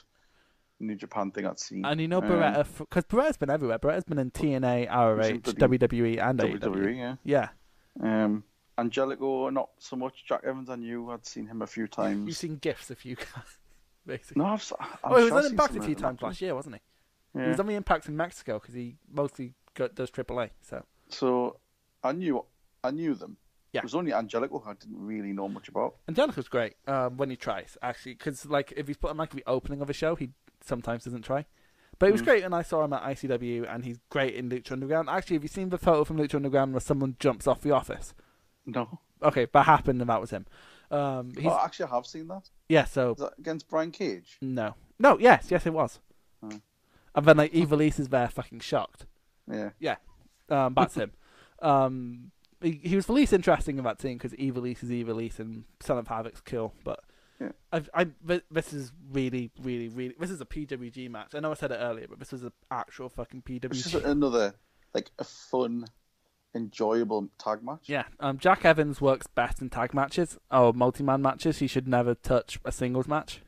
C: New Japan thing I'd seen.
B: And you know
C: Um,
B: Beretta because Beretta's been everywhere. Beretta's been in TNA, ROH,
C: bloody
B: WWE, E and AEW.
C: WWE, yeah.
B: Yeah,
C: E, Um, Angelico, not so much. Jack Evans, I knew. I'd seen him a few times.
B: you've seen gifs if you can, basically.
C: No, I've. s- I'm
B: oh, he
C: sure
B: was
C: I've
B: on
C: seen
B: Impact
C: some
B: a
C: of
B: few
C: them,
B: times
C: actually.
B: last year, wasn't he? He
C: Yeah.
B: was on the Impact in Mexico because he mostly go, does AAA. So
C: So I knew I knew them.
B: Yeah.
C: It was only Angelico who I didn't really know much about.
B: Angelica's great um, when he tries actually because like if he's put on like the opening of a show, he sometimes doesn't try. But
C: Hmm.
B: he was great, and I saw him at ICW, and he's great in Lucha Underground. Actually, have you seen the photo from Lucha Underground where someone jumps off the office?
C: No.
B: Okay, that happened, and that was him. Um, he's,
C: Oh, actually, I have seen that.
B: yeah, so
C: Is that against Brian Cage?
B: No. No, yes, yes it was.
C: Hmm.
B: And then like Evil East is there fucking shocked.
C: Yeah.
B: Yeah. Um, that's him. Um, he, he was the least interesting in that team because Evil East is Evil East and Son of Havoc's cool. But
C: Yeah.
B: I've, I, thi- this is really, really, really, this is a PWG match. I know I said it earlier, but this was an actual fucking
C: It's just
B: PWG.
C: another, like, a fun, enjoyable tag match.
B: Yeah, um, Jack Evans works best in tag matches or multi-man matches. He should never touch a singles match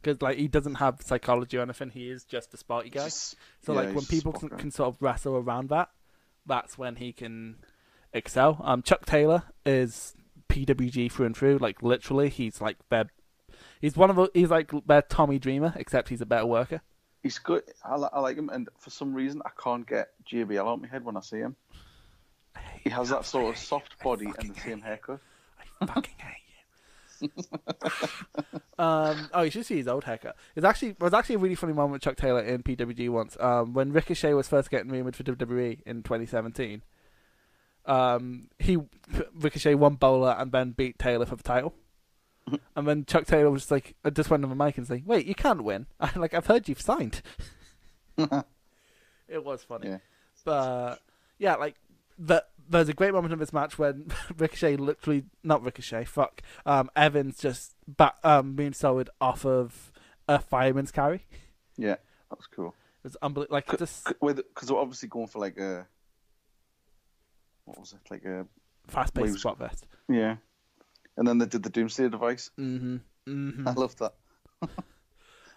B: because like he doesn't have psychology or anything. He is just a sparty guy.
C: Just-
B: So
C: yeah,
B: like when
C: he's
B: people
C: spot
B: can,
C: on.
B: can sort of wrestle around that, that's when he can excel. Um, Chuck Taylor is PWG through and through. Like literally, he's like their, he's one of the, he's like their Tommy Dreamer, except he's a better worker.
C: He's good. I, li- I like him, and for some reason, I can't get JBL out of my head when I see him. He has that sort of soft body and the same haircut.
B: I fucking hate you. um, oh, you should see his old haircut. It's actually it was actually a really funny moment with Chuck Taylor in PWG once. Um, when Ricochet was first getting rumored for WWE E in 2017, um, he Ricochet won Bowler and then beat Taylor for the title. And then Chuck Taylor was just like, I just went on the mic and was like, "Wait, you can't win." I'm like, "I've heard you've signed." it was funny,
C: Yeah.
B: but yeah, like the, there's a great moment in this match when Ricochet literally not Ricochet, fuck, um, Evans just back um, moonsaulted off of a fireman's carry. It
C: Yeah, that was cool.
B: was unbelievable. Like just
C: Because we're obviously going for, like, a. What was it? Like a.
B: fast
C: Well, he
B: paced
C: was-
B: spot vest.
C: Yeah. And then they did the Doomsday device.
B: Mm-hmm. Mm-hmm.
C: I loved that.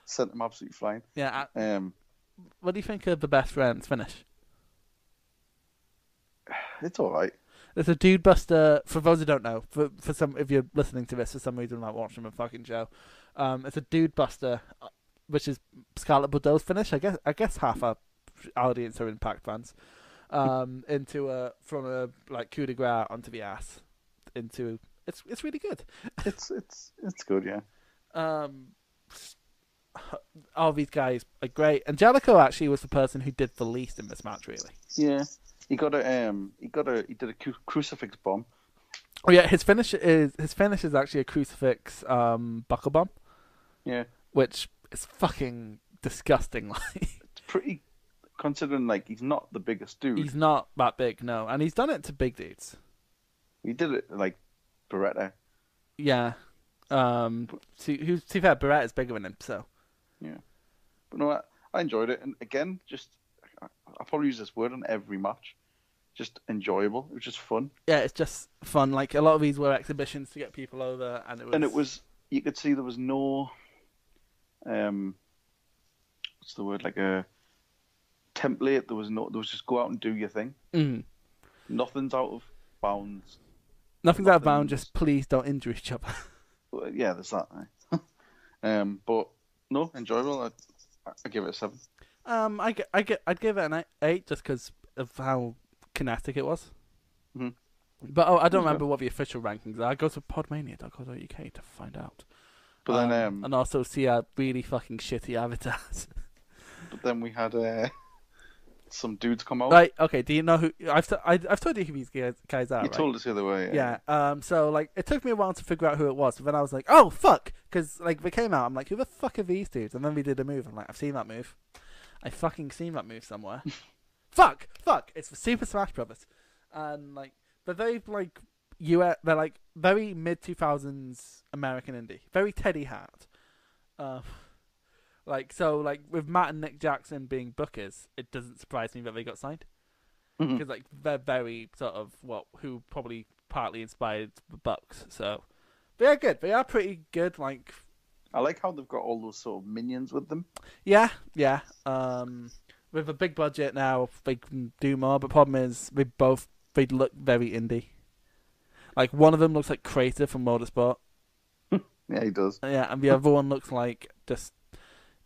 C: Sent him absolutely flying.
B: Yeah. I-
C: Um,
B: What do you think of the best friends finish?
C: it's all right.
B: There's a dude buster. For those who don't know, for for some, if you're listening to this for some reason, like watching a fucking show, um, it's a dude buster, uh, which is Scarlet Bordeaux's finish. I guess I guess half our audience are Impact fans. Um, into a from a like coup de grace onto the ass, into it's it's really good.
C: It's it's it's good. Yeah.
B: Um, all these guys are great. Angelico actually was the person who did the least in this match, really.
C: Yeah. He got a um. He got a. He did a cru- crucifix bomb.
B: Oh yeah, his finish is his finish is actually a crucifix um buckle bomb.
C: Yeah.
B: which is fucking disgusting. Like
C: It's pretty. Considering like he's not the biggest dude.
B: he's not that big, no, and he's done it to big dudes.
C: He did it like Beretta.
B: Yeah, um, to who's to be fair, Barrett is bigger than him, so
C: Yeah. But no, I, I enjoyed it. And again, just I, I probably use this word on every match. Just enjoyable. It was just fun.
B: yeah, it's just fun. Like a lot of these were exhibitions to get people over, and it was
C: and it was you could see there was no um what's the word like a template there was no there was just go out and do your thing
B: Mm.
C: nothing's out of bounds
B: nothing's out of bounds.
C: nothing-
B: Just please don't injure each other.
C: Well, uh, yeah there's that eh? um but no enjoyable i, I give it a seven
B: um, I get, I get, I'd give it an eight- eight just because of how kinetic it was.
C: Mhm.
B: But oh, I don't remember what the official rankings are. Go to podmania.co.uk to find out.
C: but then um,
B: and also see our really fucking shitty avatars.
C: but then we had uh some dudes come out
B: right? Okay. Do you know who I've t- I, have told you who these guys, guys are?
C: you
B: right?
C: told us the other way
B: Yeah. Um. So like, it took me a while to figure out who it was, but then I was like, oh fuck, because like they came out, I'm like, who the fuck are these dudes? And then we did a move. I'm like, I've seen that move. I fucking seen that move somewhere. fuck, fuck. It's the Super Smash Brothers, and like they're very like you. They're like very mid two thousands American indie, very Teddy Hart. Um, like so, like with Matt and Nick Jackson being bookers, it doesn't surprise me that they got signed
C: Mhm.
B: because like they're very sort of what who probably partly inspired the Bucks. So they are good. They are pretty good. Like
C: I like how they've got all those sort of minions with them.
B: Yeah, yeah. Um, with a big budget now, they can do more. But problem is, they both they look very indie. Like one of them looks like Crater from Motorsport.
C: Yeah, he does.
B: Yeah, and the other one looks like just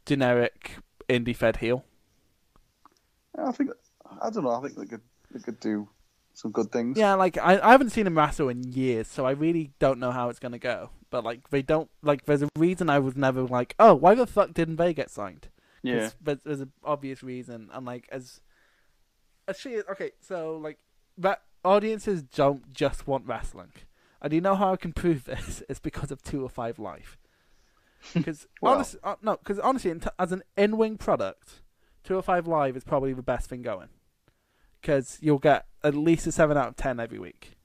B: generic indie fed heel.
C: I think I don't know. I think they could they could do some good things.
B: Yeah, like I, I haven't seen him wrestle in years, so I really don't know how it's gonna go. But like they don't like there's a reason I was never like, oh, why the fuck didn't they get signed? 'Cause
C: yeah.
B: there's, there's an obvious reason, and like as as she is okay, so like that audiences don't just want wrestling, and you know how I can prove this? It's because of two or five life. Because
C: Well.
B: honestly, uh, no, because honestly, in t- as an in-wing product, two or five live is probably the best thing going. Because you'll get at least a seven out of ten every week,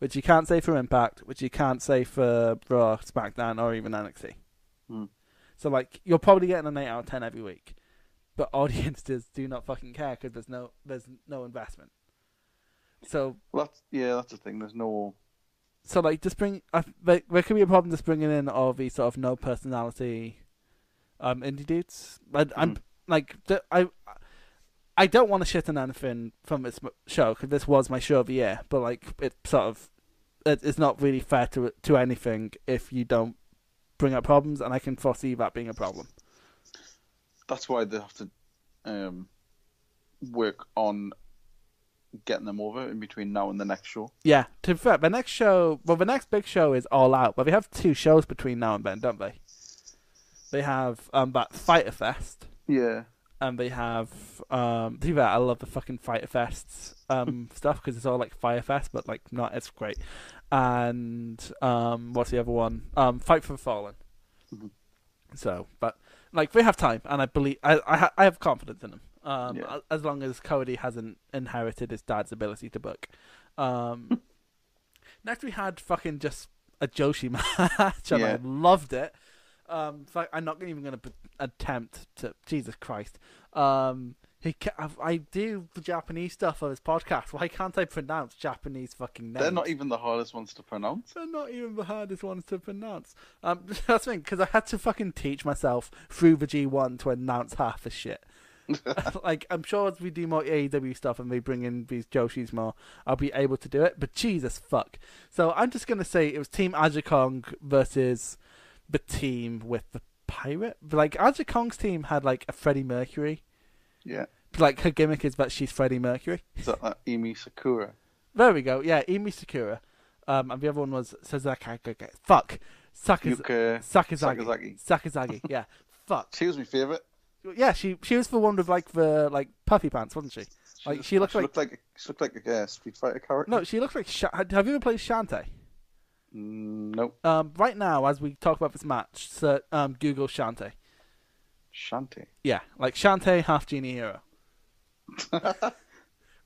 B: which you can't say for Impact, which you can't say for Raw, SmackDown, or even NXT.
C: Hmm.
B: So like, you're probably getting an eight out of ten every week, but audiences do not fucking care because there's no there's no investment. So
C: Well, that's yeah, that's the thing. There's no
B: so like just bring I, th- like, there could be a problem just bringing in all these sort of no personality um indie dudes I, i'm like th- i i don't want to shit on anything from this m- show because this was my show of the year but like it sort of it, it's not really fair to to anything if you don't bring up problems and i can foresee that being a problem
C: that's why they have to um, work on getting them over in between now and the next show.
B: yeah to be fair the next show well the next big show is all out but they have two shows between now and then don't they they have um that fighter fest
C: Yeah,
B: and they have um to be fair, I love the fucking Fighter Fests um stuff because it's all like Fire Fest, but like not it's great. And um what's the other one? Um Fight for the Fallen.
C: Mhm.
B: So, but like we have time, and I believe I I, ha- I have confidence in them. Um,
C: Yeah.
B: a- as long as Cody hasn't inherited his dad's ability to book. Um, next we had fucking just a Joshi match, and I
C: Yeah.
B: loved it. Um, so I'm not even going to attempt to. Jesus Christ. Um, he ca- I, I do the Japanese stuff of his podcast. Why can't I pronounce Japanese fucking names?
C: they're not even the hardest ones to pronounce.
B: They're not even the hardest ones to pronounce. Um, that's the thing, because I had to fucking teach myself through the G1 to announce half the shit. like, I'm sure as we do more AEW stuff and we bring in these Joshis more, I'll be able to do it, but Jesus fuck. So I'm just going to say it was Team Ajikong versus the team with the pirate. Like, Ajikong's team had, like, a Freddie Mercury.
C: Yeah,
B: Like, her gimmick is that she's Freddie Mercury.
C: is that that Emi Sakura?
B: There we go. Yeah, Emi Sakura. Um, and the other one was Sazaki. Fuck. Sakaz-
C: Yuka
B: Sakazaki.
C: Sakazaki.
B: Sakazaki. Yeah. Fuck.
C: She was my favourite.
B: Yeah, she she was the one with like the like puffy pants, wasn't she? Like
C: was-
B: she looked
C: she
B: like
C: looked like a- she looked like a uh, Street Fighter character.
B: no, she looked like. Sha- have you ever played Shantae?
C: Mm, no,
B: Um, right now, as we talk about this match, so, um, Google Shantae.
C: Shanty.
B: Yeah, like Shantae half genie hero.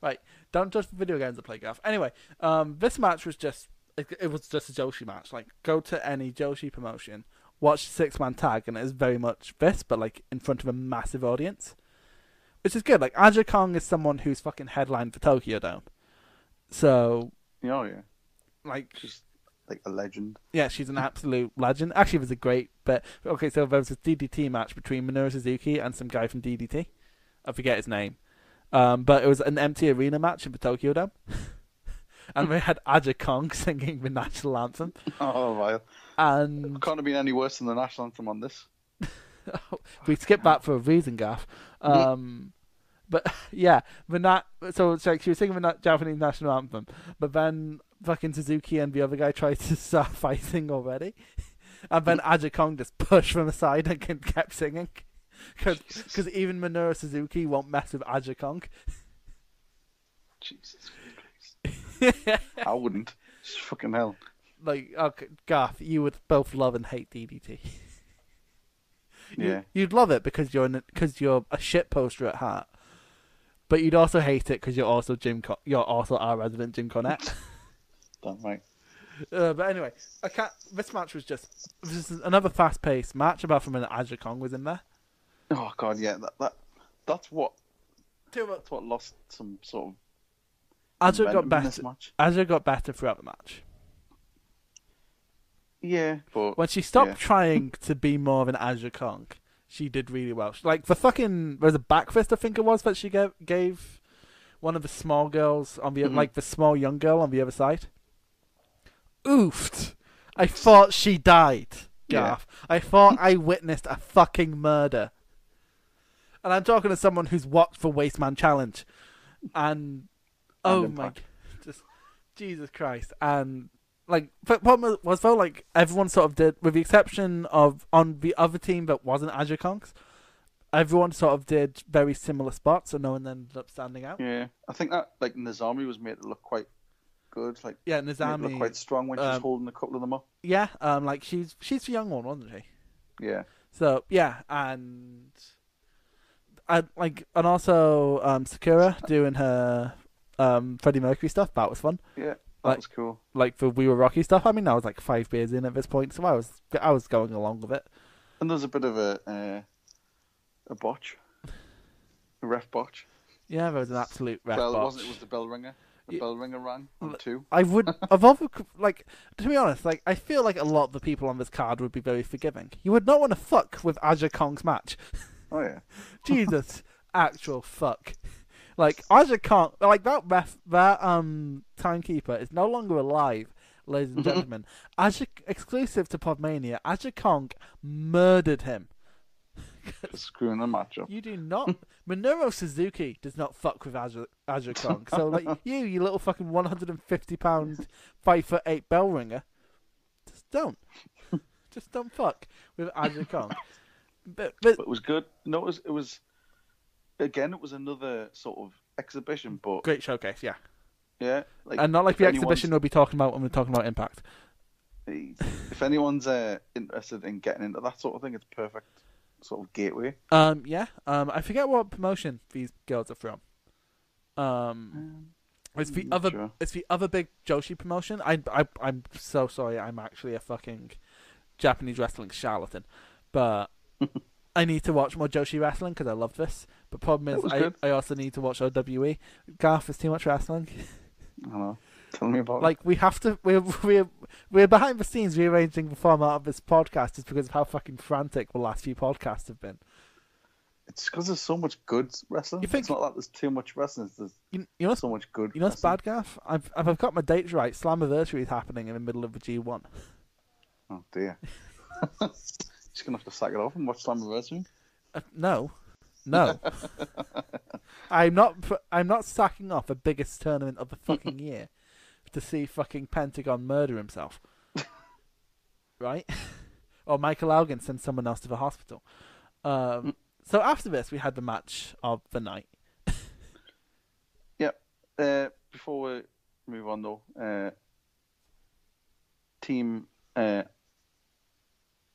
B: right, don't judge the video games I play, Gav. Anyway, um, this match was just it, it was just a Joshi match. Like, go to any Joshi promotion, watch six man tag, and it is very much this, but like in front of a massive audience, which is good. Like, Aja Kong is someone who's fucking headlined for Tokyo Dome, so
C: Oh yeah,
B: like
C: she's like a legend.
B: yeah, she's an absolute legend. Actually, it was a great bet. Okay, so there was this DDT match between Minoru Suzuki and some guy from DDT. I forget his name. Um, but it was an empty arena match in the Tokyo Dome. and we had Aja Kong singing the national anthem.
C: Oh, vile.
B: And
C: Can't have been any worse than the national anthem on this.
B: we skipped that for a reason, Gaff. Um, but yeah, the na- so it's like she was singing the na- Japanese national anthem, but then fucking Suzuki and the other guy tried to start fighting already, and then Aja Kong just pushed from the side and kept singing, because even Minoru Suzuki won't mess with Aja Kong.
C: Jesus Christ. I wouldn't. It's fucking hell.
B: Like, okay, Gaff, you would both love and hate DDT. You-
C: Yeah.
B: You'd love it because you're because you're a shit poster at heart, but you'd also hate it because you're also Jim. Con- you're also our resident Jim Cornette.
C: Damn right.
B: uh, but anyway, I can't. This match was just this is another fast-paced match. About from when Aja Kong was in there.
C: Oh god, yeah. That that that's what
B: Too much.
C: that's what lost some sort of.
B: Aja got
C: momentum in
B: better.
C: This match.
B: Aja got better throughout the match.
C: Yeah, but
B: When she stopped
C: Yeah.
B: trying to be more of an Azure Conk, she did really well. She- Like the fucking there's a back fist I think it was that she gave gave one of the small girls on the
C: Mm-hmm.
B: like the small young girl on the other side. Oofed. I thought she died,
C: Yeah.
B: Garth. I thought I witnessed a fucking murder. And I'm talking to someone who's watched the Wasteman Challenge. And oh my
C: Impact.
B: g- just Jesus Christ. And like but problem was though, like everyone sort of did with the exception of on the other team that wasn't Azure Conks, everyone sort of did very similar spots and no one ended up standing out.
C: yeah, I think that like Nazami was made to look quite good, like
B: Yeah,
C: made to look
B: Nizami.
C: quite strong when she was
B: um,
C: holding a couple of them up.
B: Yeah, um like she's she's the young one, wasn't she?
C: Yeah,
B: So yeah, and I like and also um Sakura doing her um Freddie Mercury stuff, that was fun.
C: yeah, that
B: Like-
C: was cool.
B: Like the We Were Rocky stuff. I mean I was like five beers in at this point, so I was I was going along with it.
C: And there's a bit of a uh, a botch, a ref botch.
B: Yeah, there was an absolute ref
C: well,
B: botch.
C: it wasn't. It was the bell ringer. The
B: Yeah.
C: bell ringer rang on two.
B: I would of all the c- like to be honest, like I feel like a lot of the people on this card would be very forgiving. You would not want to fuck with Aja Kong's match.
C: Oh yeah,
B: Jesus, actual fuck. Like Aja can't like that ref that um timekeeper is no longer alive, ladies and gentlemen. Aja exclusive to Podmania, Aja Kong murdered him.
C: screwing the match up.
B: You do not Minoru Suzuki does not fuck with Aja Aja Kong. So like you, you little fucking one hundred and fifty pound five foot eight bell ringer. Just don't. Just don't fuck with Aja Kong. But, but
C: But it was good. No, it was it was again. It was another sort of exhibition, but
B: great showcase, yeah.
C: yeah, like
B: and not like
C: if
B: the
C: anyone's-
B: exhibition we'll be talking about when we're talking about Impact.
C: if anyone's uh, interested in getting into that sort of thing, it's perfect sort of gateway.
B: Um, yeah. Um, I forget what promotion these girls are from. Um, it's the
C: not
B: other.
C: sure.
B: It's the other big Joshi promotion. I, I, I'm so sorry. I'm actually a fucking Japanese wrestling charlatan, but I need to watch more Joshi wrestling because I love this. But problem
C: That
B: is,
C: was
B: I,
C: good.
B: I also need to watch OWE. Garth is too much wrestling.
C: I don't know. Tell me about
B: Like we have to, we're we're we're behind the scenes rearranging the format of this podcast just because of how fucking frantic the last few podcasts have been.
C: it. It's because there's so much good wrestling.
B: You think-
C: It's not like there's too much wrestling. it's There's
B: You, you know,
C: so much good.
B: you know, it's
C: wrestling.
B: bad, Gaff. I've if I've got my dates right. Slammiversary is happening in the middle of the G one.
C: Oh dear. Just gonna have to sack it off and watch Slammiversary.
B: Uh, no, no. I'm not. pr- I'm not sacking off the biggest tournament of the fucking year to see fucking Pentagon murder himself, right? or Michael Elgin send someone else to the hospital.
C: Mm.
B: Um, so after this, we had the match of the night.
C: Yeah. Uh, before we move on though, uh, Team uh,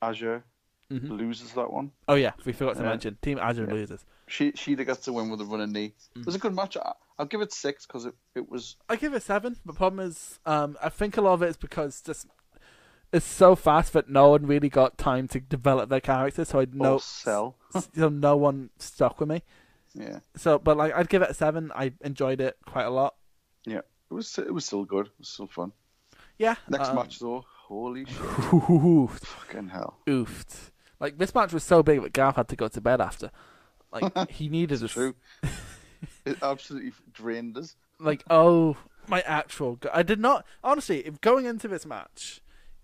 C: Azure
B: Mm-hmm.
C: loses that one.
B: Oh yeah, we forgot to
C: Yeah.
B: mention Team Azure losers.
C: She she gets to win with a running knee.
B: Mm-hmm.
C: It was a good match. I, I'll give it six because it, it was
B: I give it seven. The problem is, um, I think a lot of it is because just it's so fast that no one really got time to develop their character. So I
C: no
B: no,
C: sell.
B: so no one stuck with me.
C: Yeah,
B: So, but like, I'd give it a seven. I enjoyed it quite a lot.
C: yeah. It was it was still good. It was still fun.
B: Yeah.
C: Next
B: um,
C: match though, holy shit,
B: Oofed.
C: fucking hell.
B: Oofed. Like this match was so big that Garth had to go to bed after. Like he needed a s-
C: True. it absolutely drained us.
B: like oh my actual go- I did not honestly if going into this match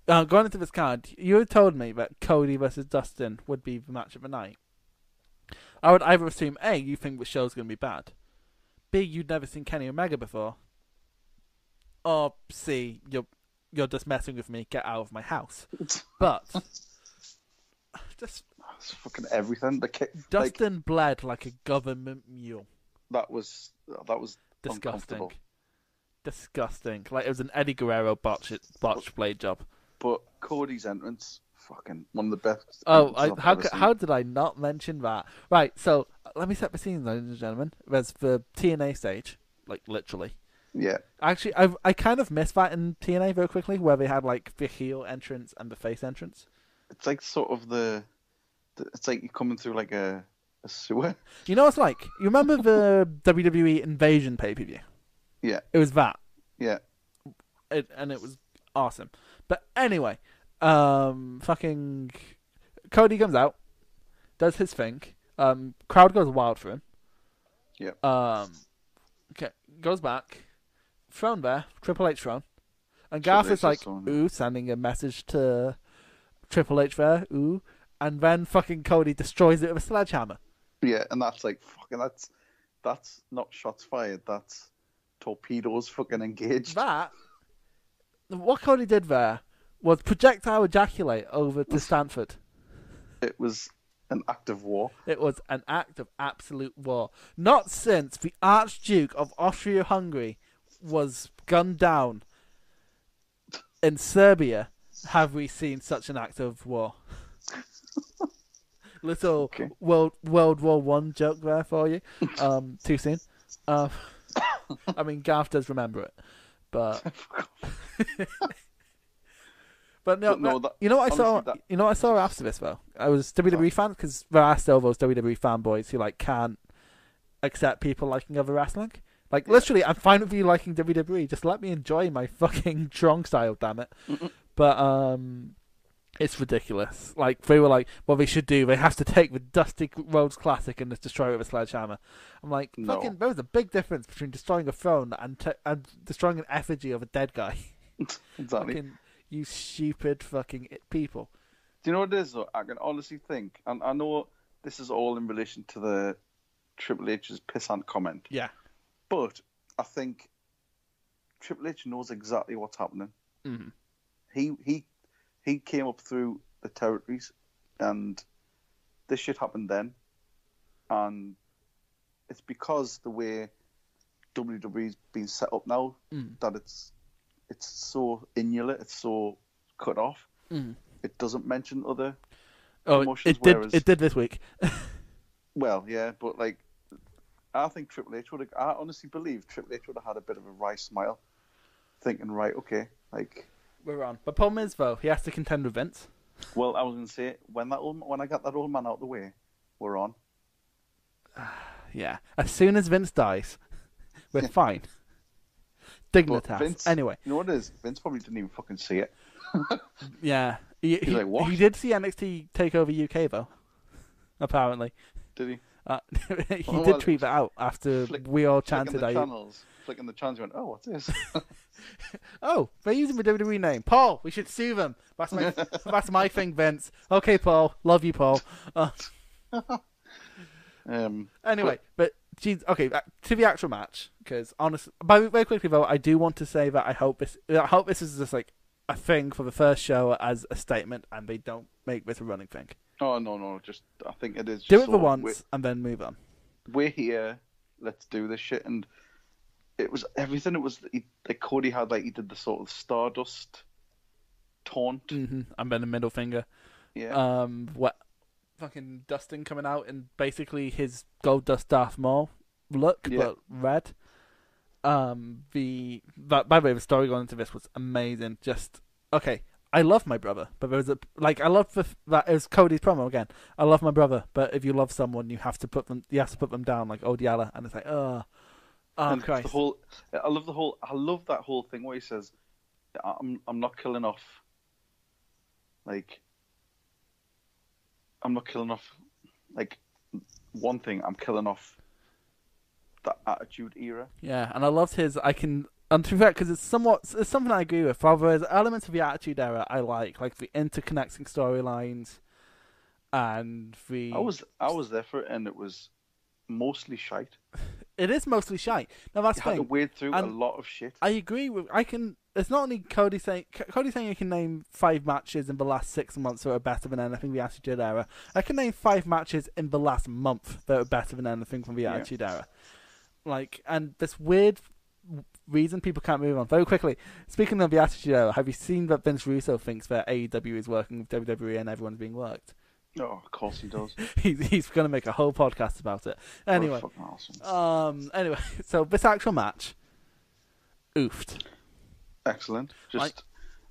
B: uh, going into this card you had told me that Cody versus Dustin would be the match of the night I would either assume A you think the show's going to be bad B you'd never seen Kenny Omega before or C you're you're just messing with me get out of my house but just
C: It's fucking everything. The kick, like,
B: Dustin bled like a government mule
C: that was that was
B: disgusting
C: uncomfortable.
B: disgusting like it was an Eddie Guerrero botch botch blade job
C: But Cody's entrance, fucking one of the best.
B: Oh,
C: entrances
B: I,
C: I've
B: how
C: ever
B: c-
C: seen.
B: how did I not mention that? Right, so uh, let me set the scene, ladies and gentlemen. There's the TNA stage, like literally.
C: Yeah,
B: Actually, I I kind of missed that in TNA very quickly, where they had like the heel entrance and the face entrance.
C: it's like sort of the, the it's like you're coming through like a, a sewer.
B: You know what it's like? You remember the WWE Invasion pay per view?
C: Yeah,
B: It was that,
C: yeah.
B: it, and it was awesome. But anyway, Um, fucking Cody comes out, does his thing. Um, crowd goes wild for him.
C: Yep.
B: Um, okay, goes back, thrown there, Triple H thrown, and Garth
C: Triple H
B: is like,
C: is thrown, yeah.
B: ooh, sending a message to Triple H there, ooh, and then fucking Cody destroys it with a sledgehammer.
C: Yeah, and that's like fucking that's that's not shots fired. That's torpedoes fucking engaged.
B: That what Cody did there was projectile ejaculate over to Stanford.
C: It was an act of war.
B: It was an act of absolute war. Not since the Archduke of Austria Hungary was gunned down in Serbia have we seen such an act of war. Little
C: Okay.
B: World World War One joke there for you. Um, too soon. Um, I mean, Garth does remember it, but but no,
C: But no,
B: no,
C: that-
B: you know what I saw.
C: honestly, that-
B: You know what I saw after this though. I was WWE fan because there are still those WWE fanboys who like can't accept people liking other wrestling. Like literally, I'm fine with you liking WWE. Just let me enjoy my fucking drunk style, damn it. But um, it's ridiculous. Like they were like, what they should do, they have to take the Dusty Rhodes Classic and just destroy it with a sledgehammer. I'm like,
C: No.
B: fucking, there was a big difference between destroying a throne and te- and destroying an effigy of a dead guy.
C: Exactly.
B: fucking, you stupid fucking i- people.
C: Do you know what it is though? I can honestly think, and I know this is all in relation to the Triple H's pissant comment,
B: Yeah.
C: but I think Triple H knows exactly what's happening.
B: Mhm.
C: He he he came up through the territories, and this shit happened then, and it's because the way WWE's been set up now
B: Mm.
C: that it's it's so insular, it's so cut off.
B: Mm.
C: It doesn't mention other
B: Oh, it,
C: Emotions,
B: it did.
C: whereas-
B: It did this week.
C: Well, yeah, but like, I think Triple H would. have I honestly believe Triple H would have had a bit of a wry smile, thinking, right, okay, like,
B: We're on. But problem is though, he has to contend with Vince.
C: well, I was gonna say when that old, when I got that old man out of the way, we're on.
B: Yeah. As soon as Vince dies, we're fine. Dignitas. anyway.
C: you know what it is? Vince probably didn't even fucking see it.
B: Yeah. He, he,
C: like, "What?"
B: he did see NXT take over UK though. Apparently,
C: Did he?
B: uh, he
C: Well,
B: did
C: well,
B: tweet that out after
C: flick-
B: we all
C: Flicking
B: chanted.
C: the
B: out,
C: channels, flicking the channels, he went, oh, what's this?
B: Oh, they're using the WWE name, Paul. We should sue them. That's my that's my thing, Vince. Okay, Paul. Love you, Paul. Uh,
C: um,
B: Anyway, but geez, okay, back to the actual match because honestly, by very quickly though, I do want to say that I hope this, I hope this is just like a thing for the first show as a statement, and they don't make this a running thing.
C: oh no, no, just I think it is. Just
B: Do it for
C: sort of
B: once
C: wi-
B: and then move on.
C: we're here, let's do this shit. And it was everything. It was he, like Cody had like he did the sort of Stardust taunt.
B: Mm-hmm. And then the middle finger.
C: Yeah,
B: Um, what? Fucking Dustin coming out in basically his gold dust Darth Maul look,
C: Yeah.
B: but red. Um, the but by the way, the story going into this was amazing. Just okay, I love my brother, but there was a like I love the that it was Cody's promo again. I love my brother, but if you love someone, you have to put them you have to put them down like Odiala, and it's like oh, oh
C: and it's
B: Christ,
C: the whole. I love the whole. I love that whole thing where he says, "I'm I'm not killing off." Like, I'm not killing off. Like, one thing I'm killing off. That attitude era.
B: Yeah, and I loved his. I can and to that because it's somewhat it's something I agree with. Rather, there's elements of the Attitude Era I like, like the interconnecting storylines, and the
C: I was I was there for it, and it was mostly shite.
B: it is mostly shite. Now that's
C: You
B: the
C: had to
B: thing.
C: wade through a
B: And-
C: lot of shit.
B: I agree with. I can. It's not only Cody saying C- Cody saying he can name five matches in the last six months that are better than anything the Attitude Era. I can name five matches in the last month that are better than anything from the
C: Yeah.
B: Attitude Era. Like, and this weird w- reason people can't move on very quickly. Speaking of the Attitude Era, have you seen that Vince Russo thinks that AEW is working with WWE and everyone's being worked?
C: Oh, of course he does.
B: He's he's going to make a whole podcast about it. Anyway,
C: Fucking awesome.
B: um, anyway, so this actual match, oofed.
C: Excellent. Just,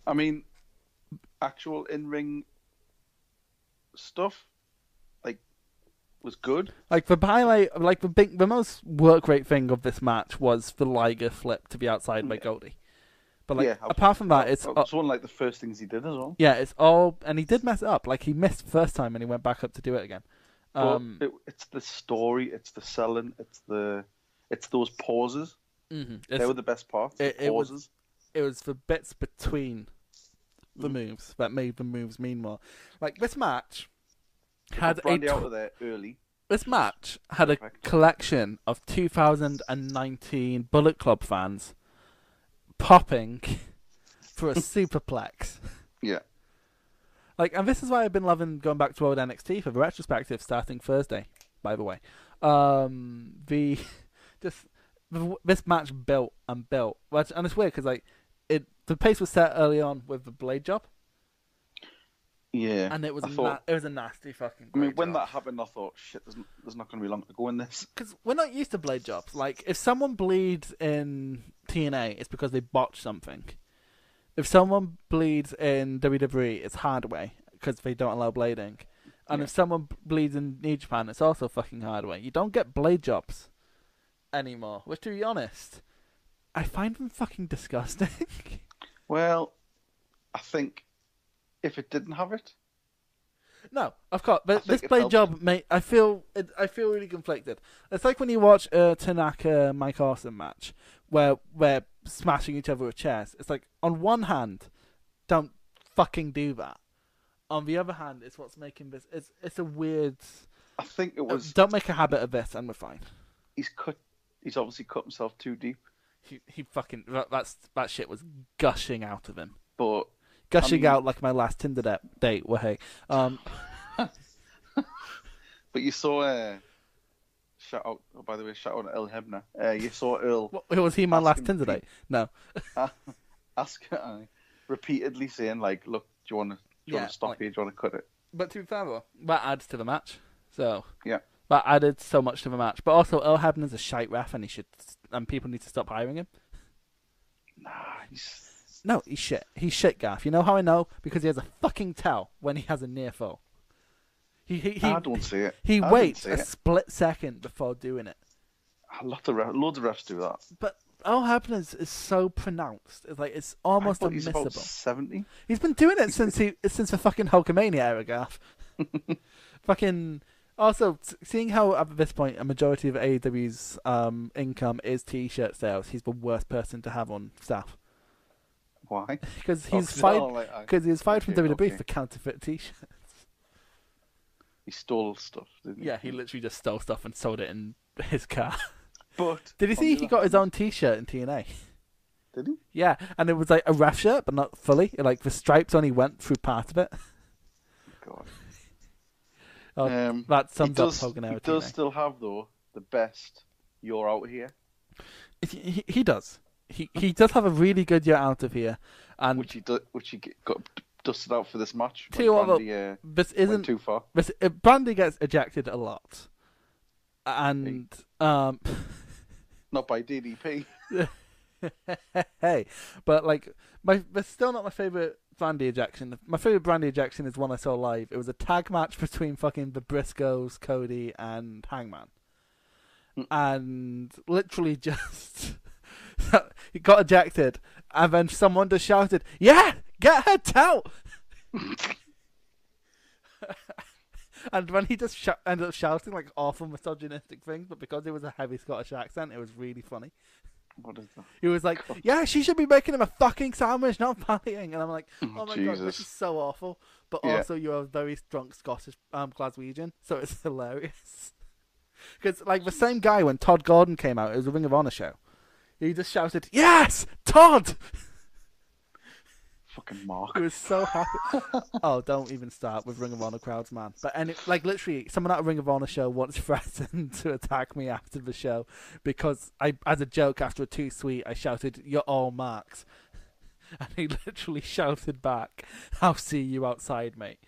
C: I mean, actual in ring stuff, like, was good.
B: Like the highlight, like the big, the most work rate thing of this match was the Liger flip to the outside by Goldie. But like
C: Yeah, I-
B: apart from that, it's
C: That
B: uh,
C: was one of like the first things he did as well.
B: yeah, it's all and he did mess it up. Like he missed the first time and he went back up to do it again.
C: But
B: Um,
C: it, it's the story, it's the selling, it's the it's those pauses.
B: mhm.
C: They
B: It's-
C: were the best part. the
B: it- it was-
C: pauses.
B: it was the bits between the moves that made the moves mean more. Like this match had
C: Got
B: a
C: Brandy out of there early.
B: this match had a
C: Perfect.
B: collection of 2019 Bullet Club fans popping for a superplex.
C: Yeah.
B: Like, and this is why I've been loving going back to old NXT for the retrospective starting Thursday. By the way, um, the just the, this match built and built, Which- and it's weird because like it the pace was set early on with the blade job,
C: Yeah.
B: and it was
C: I
B: a
C: thought-
B: na- it was a nasty fucking.
C: I mean,
B: blade
C: when
B: job.
C: that happened, I thought, shit, there's, n- there's not going to be long to go in this.
B: because we're not used to blade jobs. Like if someone bleeds in TNA, it's because they botched something. If someone bleeds in WWE, it's hard way because they don't allow blading. And if someone b- bleeds in New Japan, it's also fucking hard way. You don't get blade jobs anymore. Which, to be honest, I find them fucking disgusting.
C: Well, I think if it didn't have it,
B: No, of course. But
C: think
B: this
C: it
B: blade
C: helped.
B: job, mate, I feel it, I feel really conflicted. It's like when you watch a Tanaka Mike Awesome match where we're smashing each other with chairs. It's like on one hand, don't fucking do that. On the other hand, it's what's making this. It's it's a weird.
C: I think it was
B: Uh, Don't make a habit of this, and we're fine.
C: he's cut. He's obviously cut himself too deep,
B: He he fucking that that's, that shit was gushing out of him,
C: but
B: gushing
C: mean-
B: out like my last Tinder da- date. Well, hey, um,
C: but you saw. Uh, shout out! Oh, by the way, shout out to Earl Hebner. Uh, you saw Earl
B: what, was he my last
C: Asking
B: Tinder date? No.
C: ask uh, repeatedly saying like, "Look, do you want to do you
B: Yeah,
C: want to stop
B: like-
C: here? Do you want to cut it?"
B: But to be fair, though, that adds to the match. So
C: Yeah,
B: that added so much to the match. But also, El Hebner's a shite ref, and he should and people need to stop hiring him.
C: he's
B: No, he's shit. He's shit, Gaff. You know how I know? Because he has a fucking towel when he has a near fall. He he he,
C: I don't see it.
B: he
C: I don't
B: waits
C: see
B: a
C: it.
B: split second before doing it.
C: A lot of ref, loads of refs do that.
B: But El Hebner's is so pronounced. It's like it's almost
C: I thought he's about
B: unmissable.
C: seventy.
B: He's been doing it since he since the fucking Hulkamania era, Gaff. fucking. Also, s- seeing how at this point a majority of AEW's um, income is T-shirt sales, he's the worst person to have on staff
C: Why?
B: because
C: Oh,
B: he's
C: 'cause-
B: fired
C: oh, right, aye.
B: because he was fired
C: Okay,
B: from WWE
C: okay.
B: for counterfeit T-shirts.
C: He stole stuff, didn't he?
B: Yeah, he literally just stole stuff and sold it in his car.
C: But
B: Did you
C: on the
B: see he
C: other
B: got his
C: hand-
B: own T-shirt in TNA?
C: Did he?
B: Yeah, and it was like a ref shirt, but not fully. Like the stripes only went through part of it.
C: God.
B: Oh,
C: Um,
B: that
C: He
B: sums
C: does,
B: up Hulkamania.
C: he does still have though the best. You're out here,
B: He, he- he does. He he does have a really good year out of here, and
C: which he do, which he get- got dusted out for this match.
B: Tell you what, though,
C: when Brandy, uh,
B: this
C: went
B: isn't.
C: too far.
B: This, uh, Brandy gets ejected a lot, and um,
C: Not by DDP.
B: hey, but like my that's still not my favorite Brandy ejection. My favorite Brandy ejection is one I saw live. It was a tag match between fucking the Briscoes, Cody, and Hangman, and literally just he got ejected, and then someone just shouted, "Yeah, get her out!" And when he just sh- ended up shouting like awful misogynistic things, but because it was a heavy Scottish accent, it was really funny.
C: What is that?
B: He was like, "Yeah, she should be making him a fucking sandwich, not partying." And I'm like, "Oh my god, this
C: Jesus.
B: is so awful." But
C: Yeah.
B: also, you're a very drunk Scottish um, Glaswegian, so it's hilarious. Because like the same guy when Todd Gordon came out, it was a Ring of Honor show. He just shouted, "Yes, Todd!"
C: Fucking Mark.
B: He was so happy. oh, don't even start with Ring of Honor crowds, man. But and it, like literally, someone at a Ring of Honor show once threatened to attack me after the show because I, as a joke, after a two sweet, I shouted, "You're all marks," and he literally shouted back, "I'll see you outside, mate."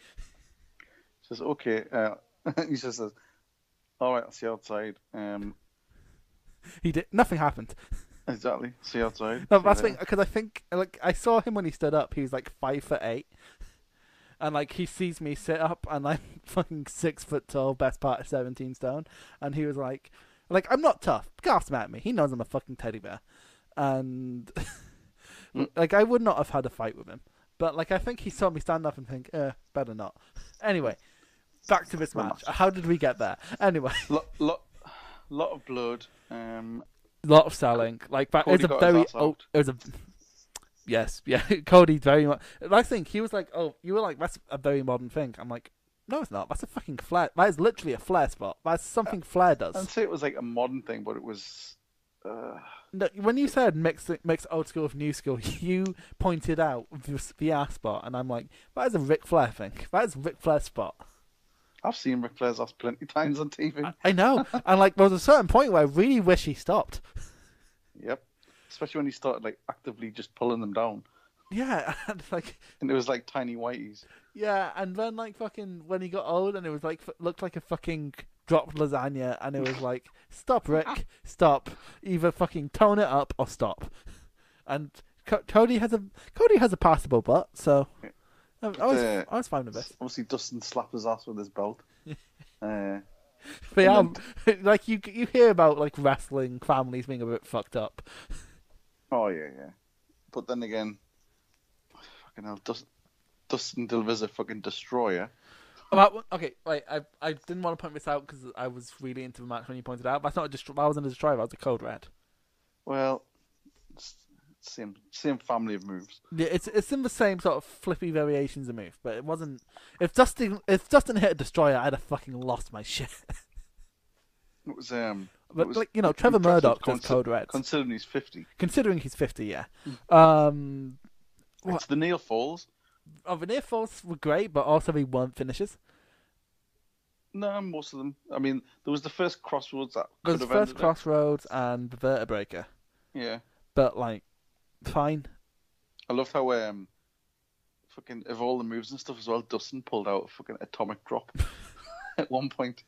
C: says, okay. Uh, he just says, all right, I'll see you outside. Um,
B: He did nothing happened.
C: exactly. See you outside.
B: No,
C: See you
B: that's
C: later."
B: because I think like I saw him when he stood up. He was like five foot eight, and like he sees me sit up, and I'm fucking six foot tall, best part of seventeen stone, and he was like, like I'm not tough. Gaff's mad at me. He knows I'm a fucking teddy bear, and Like I would not have had a fight with him, but like I think he saw me stand up and think, eh, better not. Anyway, back to this match. How did we get there? Anyway,
C: Lot, lot, lot of blood. Um,
B: lot of selling. Like back, it was
C: Cody
B: a
C: got his
B: very
C: ass
B: oh,
C: out.
B: it was a yes, yeah. Cody very much. I think he was like, oh, you were like that's a very modern thing. I'm like, no, it's not. That's a fucking flare. That is literally a flare spot. That's something flare
C: I'd
B: does.
C: say it was like a modern thing, but it was. Uh,
B: No, when you said mix mix old school with new school, you pointed out the, the ass spot, and I'm like, that is a Ric Flair thing. That is Ric Flair spot.
C: I've seen Ric Flair's ass plenty times on TV.
B: I know, and like there was a certain point where I really wish he stopped.
C: Yep. Especially when he started like actively just pulling them down,
B: Yeah, and like
C: and it was like tiny whiteys.
B: Yeah, and then like fucking when he got old, and it was like f- looked like a fucking dropped lasagna, and it was like, stop, Rick, stop. Either fucking tone it up or stop. And Co- Cody has a Cody has a passable butt, so I, I was
C: Uh,
B: I was fine with this.
C: Obviously, Dustin slapped his ass with his belt. uh,
B: But yeah, I'm- like you you hear about like wrestling families being a bit fucked up.
C: oh yeah, yeah. But then again, fucking hell, Dust, Dustin delivers a fucking destroyer.
B: About one- okay, wait, I I didn't want to point this out because I was really into the match when you pointed out. But that's not a dist- I wasn't a destroyer. I was a code red.
C: Well, it's same same family of moves.
B: Yeah, it's it's in the same sort of flippy variations of move, but it wasn't. If Dustin if Dustin hit a destroyer, I'd have fucking lost my shit.
C: It was um.
B: But,
C: it was
B: like, you know, Trevor
C: impressive
B: Murdoch does Code Reds.
C: Considering he's fifty,
B: Considering he's fifty, yeah.
C: Mm.
B: Um,
C: it's the nail falls.
B: oh, the near falls were great, but also the one finishes.
C: No, most of them. I mean, there was the first crossroads that
B: There was
C: could have
B: first
C: ended it.
B: crossroads and the vertebraker,
C: Yeah,
B: but like, fine.
C: I loved how um, fucking of all the moves and stuff as well, Dustin pulled out a fucking atomic drop at one point.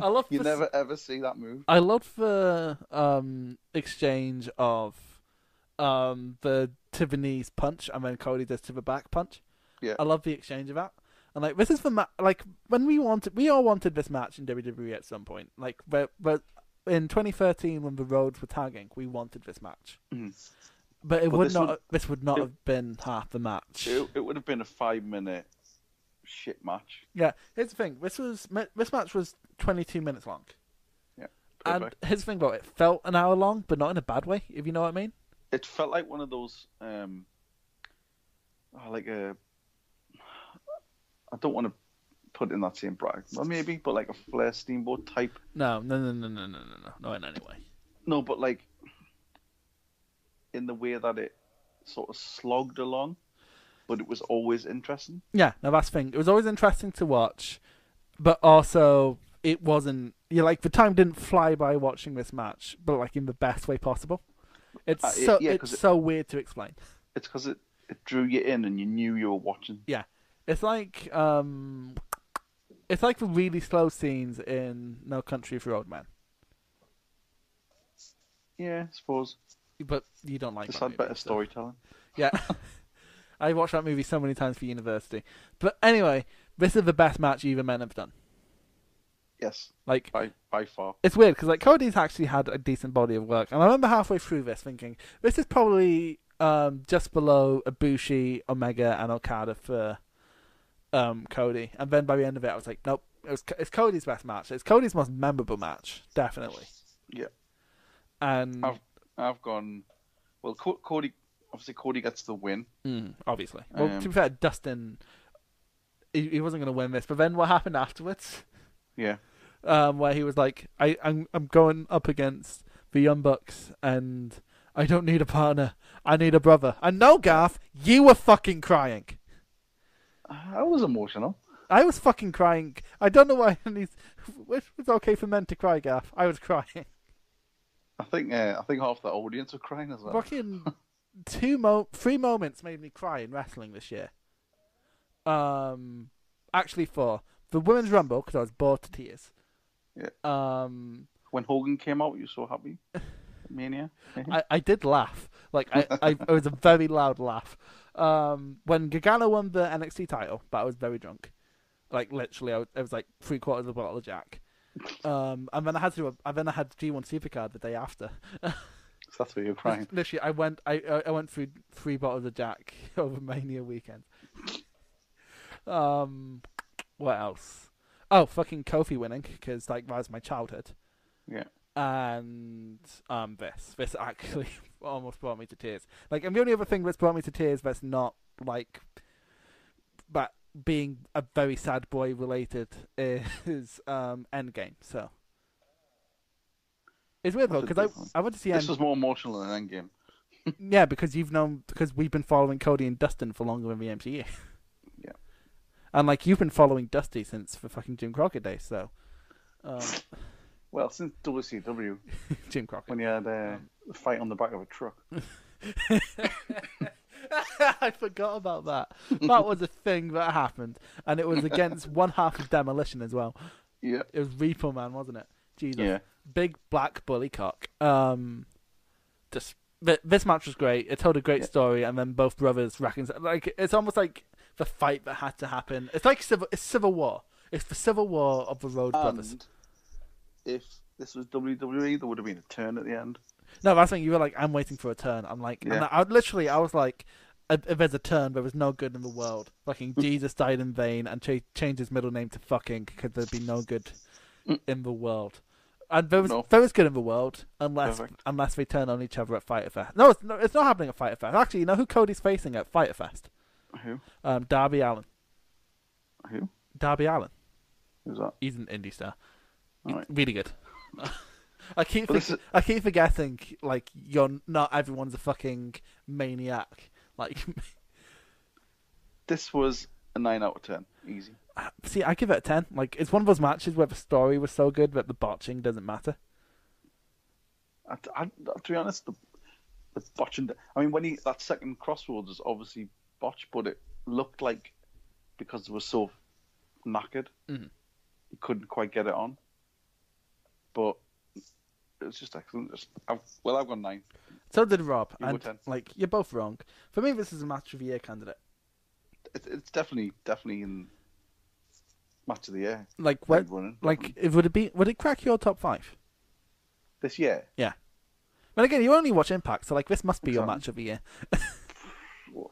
B: I love
C: You
B: the,
C: never ever see that move.
B: I love the um exchange of um the Tiffany's punch and then Cody does to the back punch.
C: Yeah.
B: I love the exchange of that. And like this is the ma- like when we wanted we all wanted this match in WWE at some point. Like but but in 2013 when the roads were tagging, we wanted this match.
C: Mhm.
B: But it
C: But
B: would
C: this
B: not
C: would-
B: this would not
C: it-
B: have been half the match.
C: It, it would have been a five minute shit match.
B: Yeah, here's the thing. This was this match was 22 minutes long.
C: Yeah,
B: And
C: perfect.
B: here's the thing about it. it felt an hour long, but not in a bad way, if you know what I mean.
C: It felt like one of those, um, oh, like a. I don't want to put it in that same bracket, well, maybe, but like a Flair Steamboat type.
B: No, no, no, no, no, no, no, no, not in any way.
C: No, but like in the way that it sort of slogged along, but it was always interesting.
B: Yeah, no, that's the thing. It was always interesting to watch, but also it wasn't. You like the time didn't fly by watching this match, but like in the best way possible. It's
C: Uh, it-
B: so
C: yeah, 'cause
B: it's
C: it-
B: so weird to explain.
C: It's because it, it drew you in and you knew you were watching.
B: Yeah, it's like um, it's like the really slow scenes in No Country for Old Men,
C: Yeah, I suppose.
B: but you don't like.
C: This
B: that
C: had
B: movie,
C: better
B: so-
C: storytelling.
B: Yeah. I watched that movie so many times for university. But anyway, this is the best match either men have done.
C: Yes,
B: Like
C: by by far.
B: it's weird because like Cody's actually had a decent body of work, and I remember halfway through this thinking this is probably um, just below Ibushi, Omega, and Okada for um, Cody, and then by the end of it, I was like, nope, it was, it's Cody's best match. It's Cody's most memorable match, definitely.
C: Yeah,
B: And
C: I've I've gone. Well, Co- Cody obviously Cody gets the win.
B: Mm, obviously, well,
C: Um,
B: to be fair, Dustin, he, he wasn't going to win this, but then what happened afterwards?
C: Yeah,
B: um, where he was like, I, I'm, I'm going up against the Young Bucks and I don't need a partner. I need a brother. And no, Garth, you were fucking crying.
C: I was emotional.
B: I was fucking crying. I don't know why. and he's- It's okay for men to cry, Garth. I was crying.
C: I think uh, I think half the audience were crying as well.
B: Fucking two mo, three moments made me cry in wrestling this year. Um, actually, four. The Women's Rumble because I was bored to tears.
C: Yeah.
B: Um,
C: When Hogan came out, you were so happy. Mania.
B: I, I did laugh. Like I, I, it was a very loud laugh. Um, when Gargano won the NXT title, but I was very drunk. Like literally, I was, it was like three quarters of a bottle of Jack. Um, and then I had to, and then I had G1 Supercard the day after.
C: That's where you're crying.
B: Literally, I went I I- I went through three bottles of Jack over Mania weekend. Um, what else? Oh, fucking Kofi winning because like that was my childhood,
C: Yeah.
B: and um, this this actually almost brought me to tears. Like, and the only other thing that's brought me to tears that's not like that being a very sad boy related is um Endgame. So it's weird though
C: That's a
B: because
C: good one.
B: I I went to see
C: This
B: Endgame.
C: was more emotional than Endgame.
B: Yeah, because you've known because we've been following Cody and Dustin for longer than the MCU.
C: Yeah.
B: And like you've been following Dusty since the fucking Jim Crockett days, so um,
C: Well, since WCW,
B: Jim Crockett.
C: when you had uh, a fight on the back of a truck.
B: I forgot about that. That was a thing that happened, and it was against one half of Demolition as well.
C: Yeah.
B: It was Repo Man, wasn't it? Jesus.
C: Yeah.
B: Big black bully cock. Um, just th- this match was great. It told a great
C: Yeah.
B: story, and then both brothers reconcile. Like it's almost like the fight that had to happen. It's like civil. It's civil war. It's the civil war of the
C: Um,
B: Road Brothers.
C: And if this was WWE, there would have been a turn at the end.
B: No, that's when you were like, I'm waiting for a turn. I'm like, and
C: Yeah.
B: I, I literally, I was like, if if there's a turn, there is no good in the world. Fucking
C: Mm.
B: Jesus died in vain and cha- changed his middle name to fucking because there'd be no good in the world. And there was
C: Mm. No.
B: there is good in the world unless
C: Perfect.
B: unless they turn on each other at Fighter Fest. No, it's no, it's not happening at Fighter Fest. Actually, you know who Cody's facing at Fighter Fest?
C: Who?
B: Um, Darby Allen.
C: Who?
B: Darby Allen.
C: Who's that?
B: He's an indie star.
C: Alright.
B: Really good. I keep
C: But this
B: think- I keep forgetting like you're not everyone's a fucking maniac. Like,
C: This was a 9 out of 10. Easy.
B: see, I give it a ten. Like, it's one of those matches where the story was so good that the botching doesn't matter.
C: I, I, to be honest, the, the botching. I mean, when he that second crossroads is obviously botched, but it looked like because it was so knackered,
B: Mhm.
C: he couldn't quite get it on. But it was just excellent. Just, I've, well, I've got nine.
B: So did Rob,
C: You were
B: and
C: 10.
B: like you're both wrong. For me, this is a match of the year candidate.
C: It, it's definitely definitely in match of the year.
B: Like, what?
C: Red running,
B: Like,
C: definitely.
B: it would it be? Would it crack your top five?
C: this year.
B: Yeah. But again, you only watch Impact, so like this must be your
C: Exactly.
B: match of the year. well,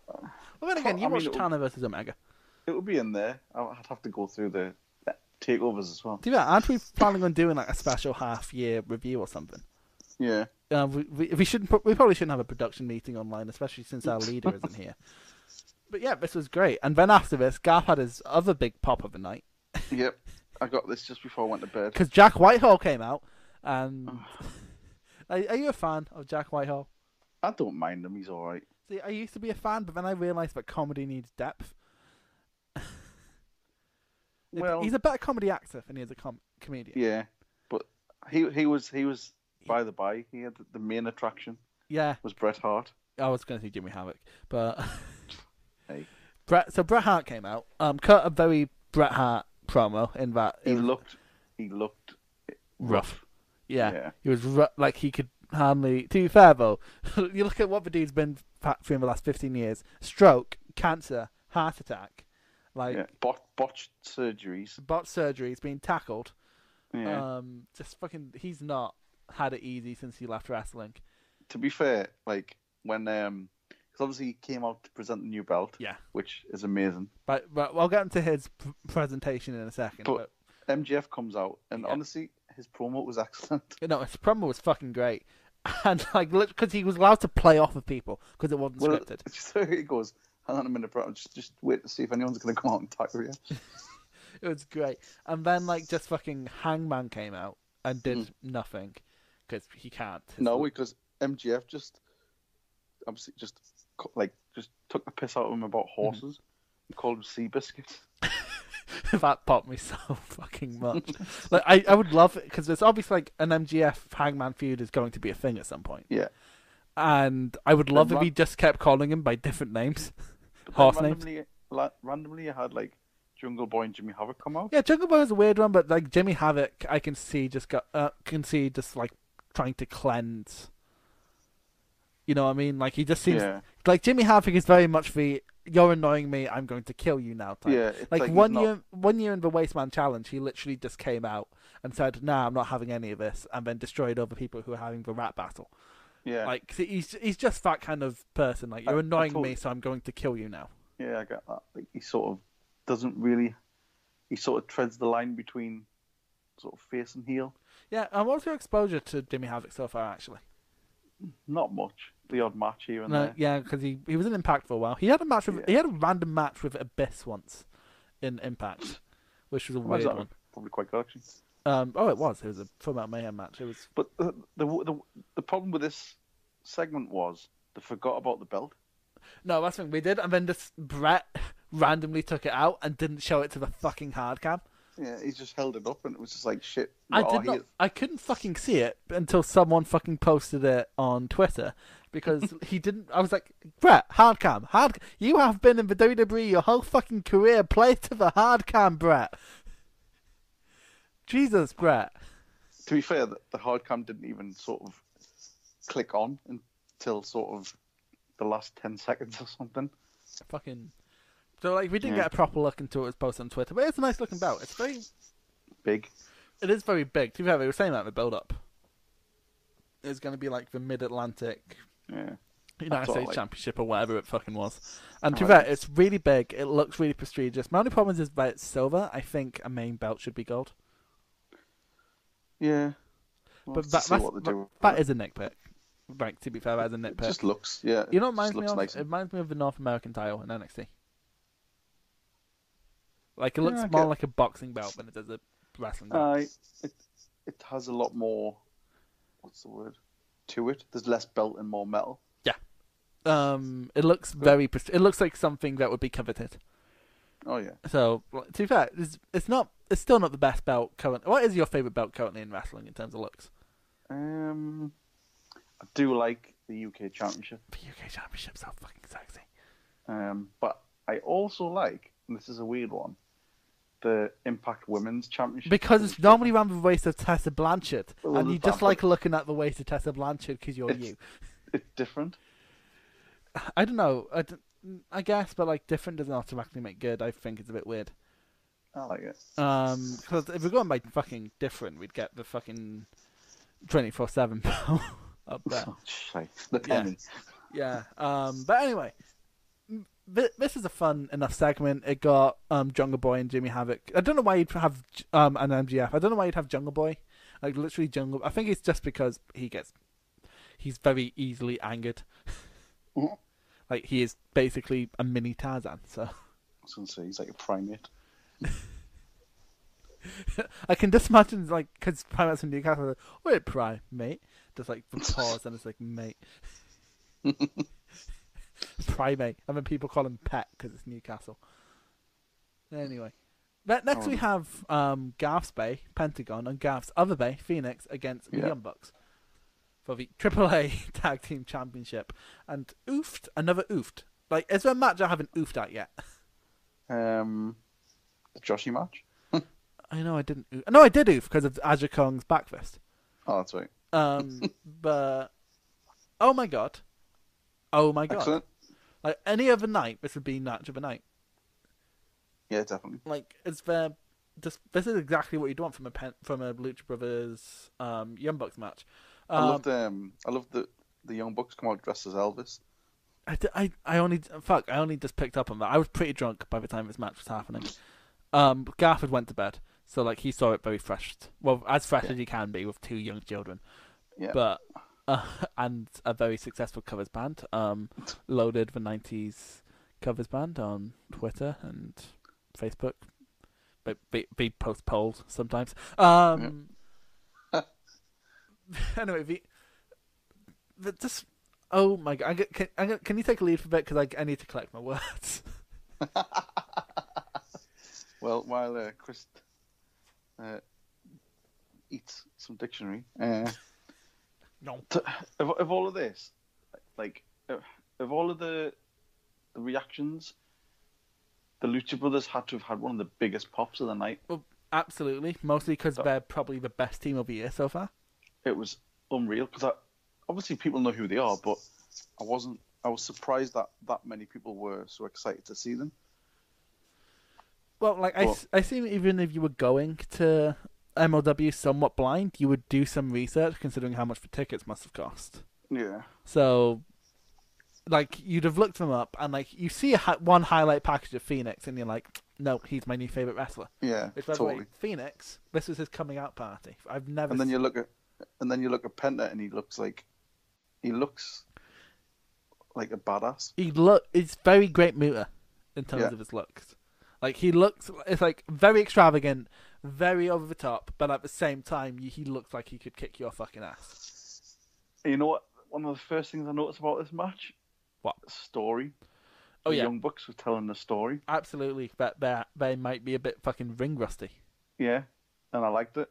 B: then again,
C: I
B: you
C: mean,
B: watch
C: it would-
B: Tana versus Omega.
C: It would be in there. I- I'd have to go through the the takeovers as well.
B: Do that? Aren't we planning on doing like a special half year review or something?
C: Yeah.
B: Uh, we, we we shouldn't pro- we probably shouldn't have a production meeting online, especially since our leader isn't here. But yeah, this was great. And then after this, Garth had his other big pop of the night
C: Yep. I got this just before I went to bed.
B: because Jack Whitehall came out. And are, are you a fan of Jack Whitehall?
C: I don't mind him. He's all right.
B: See, I used to be a fan, but then I realised that comedy needs depth. If-
C: Well,
B: he's a better comedy actor than he is a com- comedian.
C: yeah, but he he was he was by the by. He had the, the main attraction
B: yeah,
C: was Bret Hart.
B: I was going to say Jimmy Havoc, but
C: Hey.
B: Bret. So Bret Hart came out. Um, cut a very Bret Hart promo in that.
C: He
B: it was
C: looked he looked
B: rough. Yeah.
C: Yeah.
B: He was ru- like he could hardly. To be fair though, you look at what the dude's been fa- through in the last fifteen years: stroke, cancer, heart attack, like
C: yeah, bot, botched surgeries.
B: bot surgery. He's been tackled.
C: Yeah.
B: Um, just fucking. He's not had it easy since he left wrestling.
C: to be fair, like when um, because obviously he came out to present the new belt.
B: Yeah.
C: which is amazing.
B: But, but I'll get into his pr- presentation in a second.
C: But-
B: but-
C: MGF comes out, and
B: Yeah.
C: honestly, his promo was excellent.
B: No, his promo was fucking great, and like because he was allowed to play off of people because it wasn't
C: Well,
B: scripted.
C: so he goes. Hang on a minute, bro. Just, just wait to see if anyone's going to come out and tackle you.
B: It was great, and then like just fucking Hangman came out and did
C: Mm.
B: nothing because he can't.
C: No, because MGF just obviously just co- like just took the piss out of him about
B: Mm-hmm.
C: horses and called him sea biscuits.
B: that popped me so fucking much. like I, I would love it because there's obviously like an MGF Hangman feud is going to be a thing at some point,
C: Yeah.
B: and I would love
C: Then
B: if he
C: Ra-
B: just kept calling him by different names, horse names.
C: randomly, la- randomly, I had like Jungle Boy and Jimmy Havoc come out.
B: Yeah, Jungle Boy is a weird one, but like Jimmy Havoc, I can see just got uh, can see just like trying to cleanse. You know what I mean? Like he just seems
C: Yeah.
B: like Jimmy Havoc is very much the "You're annoying me, I'm going to kill you now" type.
C: Yeah, it's
B: like,
C: like he's
B: one
C: not-
B: year, one year in the Wasteman Challenge, he literally just came out and said, "Nah, I'm not having any of this," and then destroyed other people who were having the rap battle.
C: Yeah,
B: Like 'cause he's he's just that kind of person. Like you're
C: I
B: annoying me,
C: totally-
B: so I'm going to kill you now.
C: yeah, I get that. Like, he sort of doesn't really. He sort of treads the line between sort of face and heel.
B: Yeah, and what's your exposure to Jimmy Havoc so far? Actually,
C: Not much. The odd match here and
B: no,
C: there.
B: yeah, because he he was in Impact for a while. He had a match with he had a random match with Abyss once in Impact, which was a
C: Why is
B: weird
C: that?
B: one.
C: Probably quite good actually.
B: Um, oh, it was. It was a Full Metal Mayhem match. It was
C: But the, the the the problem with this segment was they forgot about the belt.
B: no, that's what we did, and then just Brett randomly took it out and didn't show it to the fucking hard cam.
C: Yeah, he just held it up and it was just like shit.
B: I
C: oh,
B: did not.
C: here-
B: I couldn't fucking see it until someone fucking posted it on Twitter because he didn't. I was like, Brett, hard cam, hard. c- You have been in the WWE your whole fucking career. Play to the hard cam, Brett. Jesus, Brett.
C: To be fair, the, the hard cam didn't even sort of click on until sort of the last ten seconds or something.
B: Fucking. So like, we didn't
C: Yeah.
B: get a proper look until it was posted on Twitter, but it's a nice looking belt. It's very.
C: Big.
B: It is very big. To be fair, we were saying that in the build up. It's going to be like the Mid Atlantic
C: Yeah.
B: United
C: That's what I
B: States
C: like.
B: Championship or whatever it fucking was. And to
C: I
B: be fair,
C: like
B: it's really big. It looks really prestigious. My only problem is that it's silver. I think a main belt should be gold.
C: Yeah. We'll
B: But
C: have to
B: that,
C: see
B: that's,
C: what they do.
B: that is a nitpick. Like, to be fair, that's a
C: It
B: nitpick.
C: just looks. Yeah.
B: you know what reminds
C: it just
B: me
C: looks
B: of?
C: nice
B: It
C: and-
B: reminds me of the North American title in NXT. Like, it looks
C: I
B: more
C: get-
B: like a boxing belt than it does a wrestling belt.
C: Aye, Uh, it it has a lot more. What's the word? To it. There's less belt and more metal.
B: um, it looks very. Prest- it looks like something that would be coveted.
C: Oh yeah.
B: So, like, to be fair, it's, it's not. It's still not the best belt current. What is your favorite belt currently in wrestling in terms of looks?
C: Um, I do like the UK Championship,
B: The UK Championship's so fucking sexy.
C: um, but I also like, and this is a weird one, the Impact Women's Championship
B: Because it's normally around the waist of Tessa Blanchard,
C: Well,
B: and you
C: it's
B: just
C: that,
B: like
C: but-
B: looking at the waist of Tessa Blanchard because you're
C: It's-
B: you.
C: It's different.
B: I don't know. I, don't- I guess, but like different doesn't automatically make good. I think it's a bit weird.
C: I like it.
B: Um, because if we're going by fucking different, we'd get the fucking twenty four seven up there.
C: Oh, shite. the penny.
B: Yeah. Um. But anyway, m- thi- this is a fun enough segment. It got um Jungle Boy and Jimmy Havoc. I don't know why you'd have J- um an MGF. I don't know why you'd have Jungle Boy. Like literally Jungle. I think it's just because he gets he's very easily angered.
C: Mhm.
B: like he is basically a mini Tarzan. So
C: I was gonna say he's like a primate.
B: I can just imagine like because Primate's from Newcastle. Like, Wait, Prime, mate. Just like the pause and it's like mate. Primate, and then people call him Pet because it's Newcastle. Anyway, but next we have um, Garth's Bay, Pentagon, and Garth's other bay, Phoenix, against the
C: Yeah.
B: Young Bucks for the AAA Tag Team Championship. And oofed, another oofed. Like, is there a match I haven't oofed at yet?
C: Um, the Joshy match.
B: I know I didn't. Oof. No, I did oof because of Azure Kong's back fist.
C: Oh, that's right.
B: Um, but oh my god, oh my god!
C: Excellent.
B: Like any other night, this would be match of a night.
C: Yeah, definitely.
B: Like it's there. Just this is exactly what you'd want from a pen, from a Lucha Brothers um Young Bucks match. Um,
C: I loved um, I loved the the young bucks come out dressed as Elvis.
B: I, d- I, I only fuck. I only just picked up on that. I was pretty drunk by the time this match was happening. Um, Garth had went to bed, so like he saw it very fresh. Well, as fresh as you can be with two young children.
C: Yeah.
B: But uh, and a very successful covers band. Um, loaded the '90s covers band on Twitter and Facebook. They they, they post polls sometimes. Um. anyway, the, the just oh my god! I get, can, I get, can you take a lead for a bit because I, I need to collect my words.
C: Well, while uh, Chris uh, eats some dictionary, uh,
B: No.
C: t- of, of all of this, like uh, of all of the the reactions, the Lucha Brothers had to have had one of the biggest pops of the night.
B: Well, absolutely, mostly because they're probably the best team of the year so far.
C: It was unreal because obviously people know who they are, but I wasn't. I was surprised that that many people were so excited to see them.
B: Well, like I, s- I assume even if you were going to MLW somewhat blind, you would do some research considering how much the tickets must have cost.
C: Yeah.
B: So, like, you'd have looked them up, and like, you see a hi- one highlight package of Phoenix, and you're like, no, he's my new favorite wrestler.
C: Yeah.
B: Which, by the
C: Totally.
B: way, Phoenix, this was his coming out party. I've never.
C: And then
B: s-
C: you look at and then you look at Penta and he looks like he looks like a badass.
B: he look. He's very great Muta in terms
C: Yeah.
B: of his looks. Like he looks, it's like very extravagant, very over the top, but at the same time, you, he looks like he could kick your fucking ass.
C: And you know what? One of the first things I noticed about this match,
B: What?
C: story?
B: Oh
C: the
B: yeah,
C: Young Bucks were telling the story.
B: absolutely. But they they might be a bit fucking ring rusty.
C: Yeah, and I liked it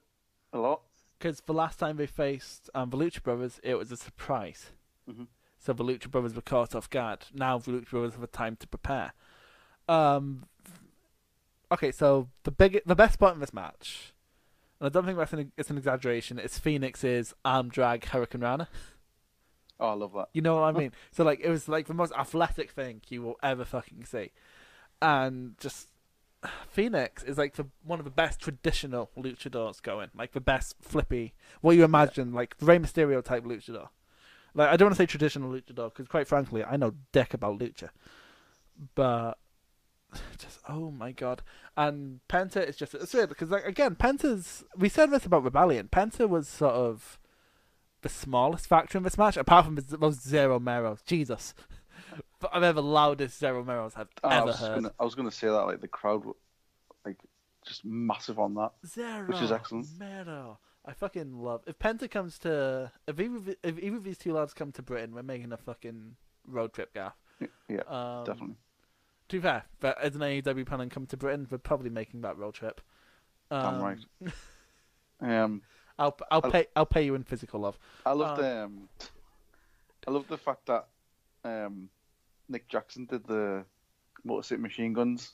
C: a lot.
B: because the last time they faced um, the Lucha Brothers, it was a surprise.
C: Mhm.
B: So the Lucha Brothers were caught off guard. Now the Lucha Brothers have a time to prepare. Um, okay, so the big, the best part in this match, and I don't think that's an, it's an exaggeration. It's Phoenix's arm drag Hurricane Rana.
C: Oh, I love that.
B: You know what I mean? so like it was like the most athletic thing you will ever fucking see, and just Phoenix is like the one of the best traditional luchadors going, like the best flippy. What you imagine, like Rey Mysterio type luchador. Like I don't want to say traditional luchador because quite frankly I know dick about lucha, but just oh my god. And Penta is just it's weird because like again Penta's we said this about Rebellion. Penta was sort of the smallest factor in this match, apart from the most zero meros. Jesus. But I've ever loudest zero meros I've
C: Oh, I
B: ever
C: was just
B: heard.
C: gonna, I was gonna say that like the crowd, were, like just massive on that.
B: Zero.
C: Which is excellent.
B: Metal. I fucking love. If Penta comes to, if either, of- if either of these two lads come to Britain, we're making a fucking road trip, Gaff.
C: Yeah,
B: Um,
C: definitely.
B: To be fair, but as an E AEW panel come to Britain, we're probably making that road trip.
C: Damn
B: Um,
C: right. Um,
B: I'll I'll
C: I'll-
B: pay I'll pay you in physical love.
C: I loved um, I loved the fact that um, Nick Jackson did the motor city machine guns.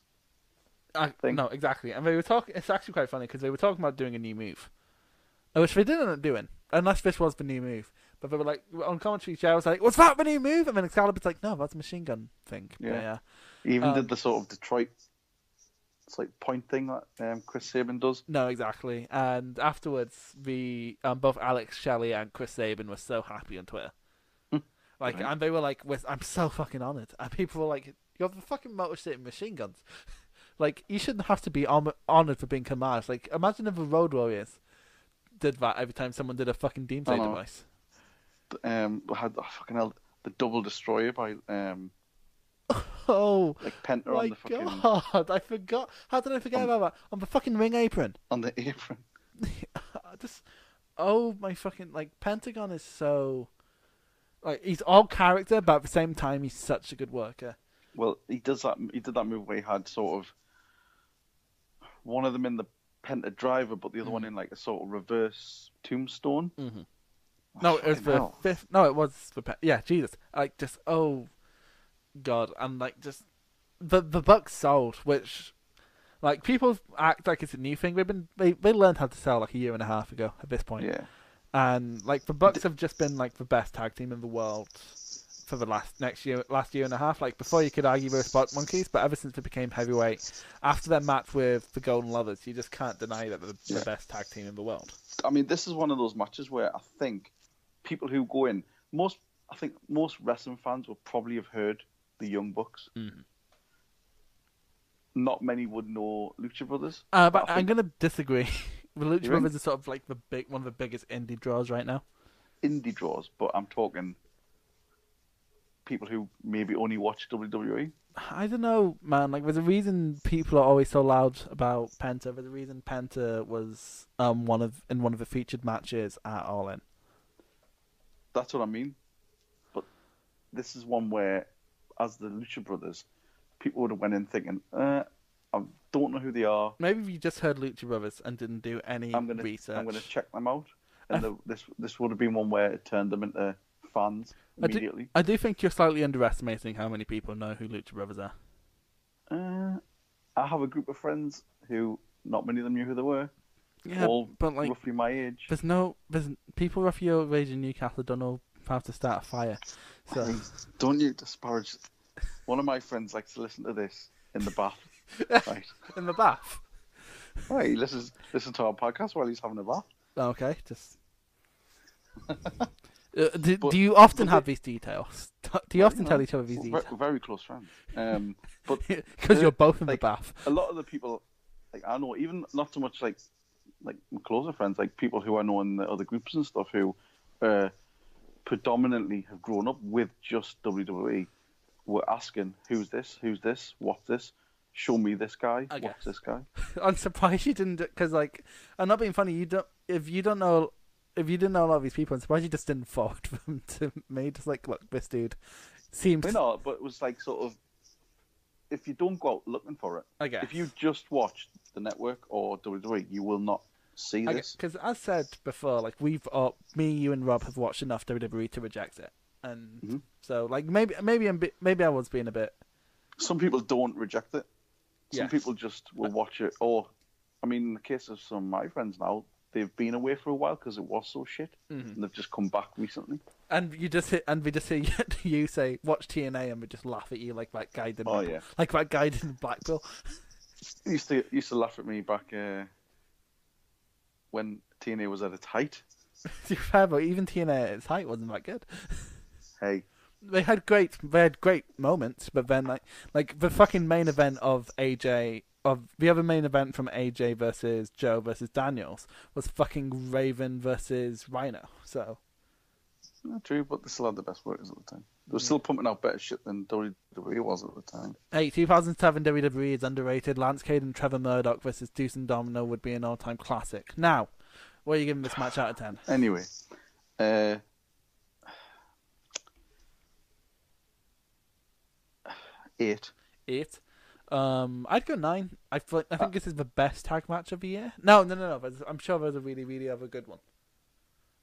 B: I,
C: thing.
B: no, exactly. And they were talking. It's actually quite funny because they were talking about doing a new move, uh, which they didn't end up doing, unless this was the new move. But they were like on commentary. Jay was like, "Was that the new move?" And then Excalibur's like, "No, that's a machine gun thing." But
C: Yeah.
B: yeah.
C: He even
B: Um,
C: did the sort of Detroit, it's like point thing that um, Chris Sabin does.
B: No, exactly. And afterwards, the um, both Alex Shelley and Chris Sabin were so happy on Twitter.
C: Hmm.
B: like, and they were like, "We're- "I'm so fucking honored." And people were like, "You have the fucking Motor City Machine Guns." like, you shouldn't have to be hon- honored for being commanders. Like, imagine if the Road Warriors did that every time someone did a fucking Doomsday
C: I know.
B: device.
C: Um, had oh, fucking hell, the double destroyer by um,
B: Oh
C: like Penta on
B: my
C: the fucking
B: god! I forgot. How did I forget about that? On the fucking ring apron.
C: on the apron.
B: I just uh, oh my fucking like Pentagon is so like he's all character, but at the same time he's such a good worker.
C: Well, he does that. He did that move where he had sort of one of them in the Penta driver, but the other
B: Mm.
C: one in like a sort of reverse tombstone.
B: Mhm. No, it was
C: Oh, Fucking
B: the
C: hell.
B: fifth. No, it was the pe- yeah Jesus. Like just oh god, and like just the the Bucks sold, which like people act like it's a new thing. They've been they they learned how to sell like a year and a half ago at this point.
C: Yeah,
B: and like the Bucks have just been like the best tag team in the world for the last next year, last year and a half. Like before, you could argue they were spot monkeys, but ever since they became heavyweight, after their match with the Golden Lovers, you just can't deny that they're the
C: Yeah.
B: best tag team in the world.
C: I mean, this is one of those matches where I think people who go in most, I think most wrestling fans will probably have heard the Young Bucks. Not many would know Lucha Brothers.
B: Uh, but
C: I
B: I'm
C: think
B: gonna disagree. the Lucha
C: You think?
B: Brothers are sort of like the big one of the biggest indie draws right now.
C: indie draws, but I'm talking people who maybe only watch E. WWE.
B: I don't know, man. Like, there's a reason people are always so loud about Penta. There's a reason Penta was um one of in one of the featured matches at All In.
C: That's what I mean. But this is one where, as the Lucha Brothers, people would have went in thinking, uh, I don't know who they are.
B: Maybe if you just heard Lucha Brothers and didn't do any
C: I'm gonna
B: research.
C: I'm gonna check them out. And the, this this would have been one where it turned them into fans
B: I do,
C: immediately.
B: I do think you're slightly underestimating how many people know who Lucha Brothers are.
C: Uh, I have a group of friends who not many of them knew who they were.
B: Yeah,
C: all
B: but like,
C: roughly my age.
B: there's no, there's people roughly your age in Newcastle don't know how to start a fire. So
C: Don't you disparage. One of my friends likes to listen to this in the bath. right,
B: in the bath.
C: right. He listens listen to our podcast while he's having a bath.
B: Okay, just. Oh, Uh, do,
C: But-
B: do you often
C: but
B: have these details? Do you often tell each other these
C: Uh, Ve-
B: details?
C: Very, close friends. Um, but
B: Because you're both in
C: like,
B: the bath.
C: a lot of the people, like I know, even not so much like like my closer friends, like people who I know in the other groups and stuff, who uh, predominantly have grown up with just WWE, were asking, "Who's this? Who's this? What's this? Show me this guy.
B: I guess.
C: What's this guy?"
B: I'm surprised you didn't, because like, I'm not being funny. You don't if you don't know if you didn't know a lot of these people. I'm surprised you just didn't forward them to me. Just like, look, this dude seems.
C: You know, but it was like sort of if you don't go out looking for it,
B: I guess.
C: if you just watch the network or WWE, you will not see this.
B: Because as said before, like we've all, me, you, and Rob have watched enough WWE to reject it, and
C: Mm-hmm.
B: so like maybe maybe I'm bi- maybe I was being a bit
C: Some people don't reject it. Some
B: Yeah.
C: people just will watch it. Or, I mean, in the case of some of my friends now, they've been away for a while because it was so shit, and they've just come back recently.
B: and you just hit and we just hear you say watch TNA and we just laugh at you like that guy did. in-
C: Oh, yeah.
B: like that guy did in Blackpool.
C: They used to used to laugh at me back uh, when TNA was at its height.
B: to be fair, but even TNA at its height wasn't that good.
C: Hey,
B: They had great they had great moments, but then like like the fucking main event of AJ of the other main event from AJ versus Joe versus Daniels was fucking Raven versus Rhino. So
C: not true, but they still had the best workers at the time. They were still pumping out better shit than WWE was at the time.
B: Hey, 2007 WWE E is underrated. Lance Cade and Trevor Murdoch versus Deuce and Domino would be an all-time classic. Now, what are you giving this match out of 10?
C: Anyway, uh, eight.
B: Eight. Um, I'd go nine. I feel, I think
C: Uh,
B: this is the best tag match of the year. No, no, no, no. there's- I'm sure there's a really, really other good one.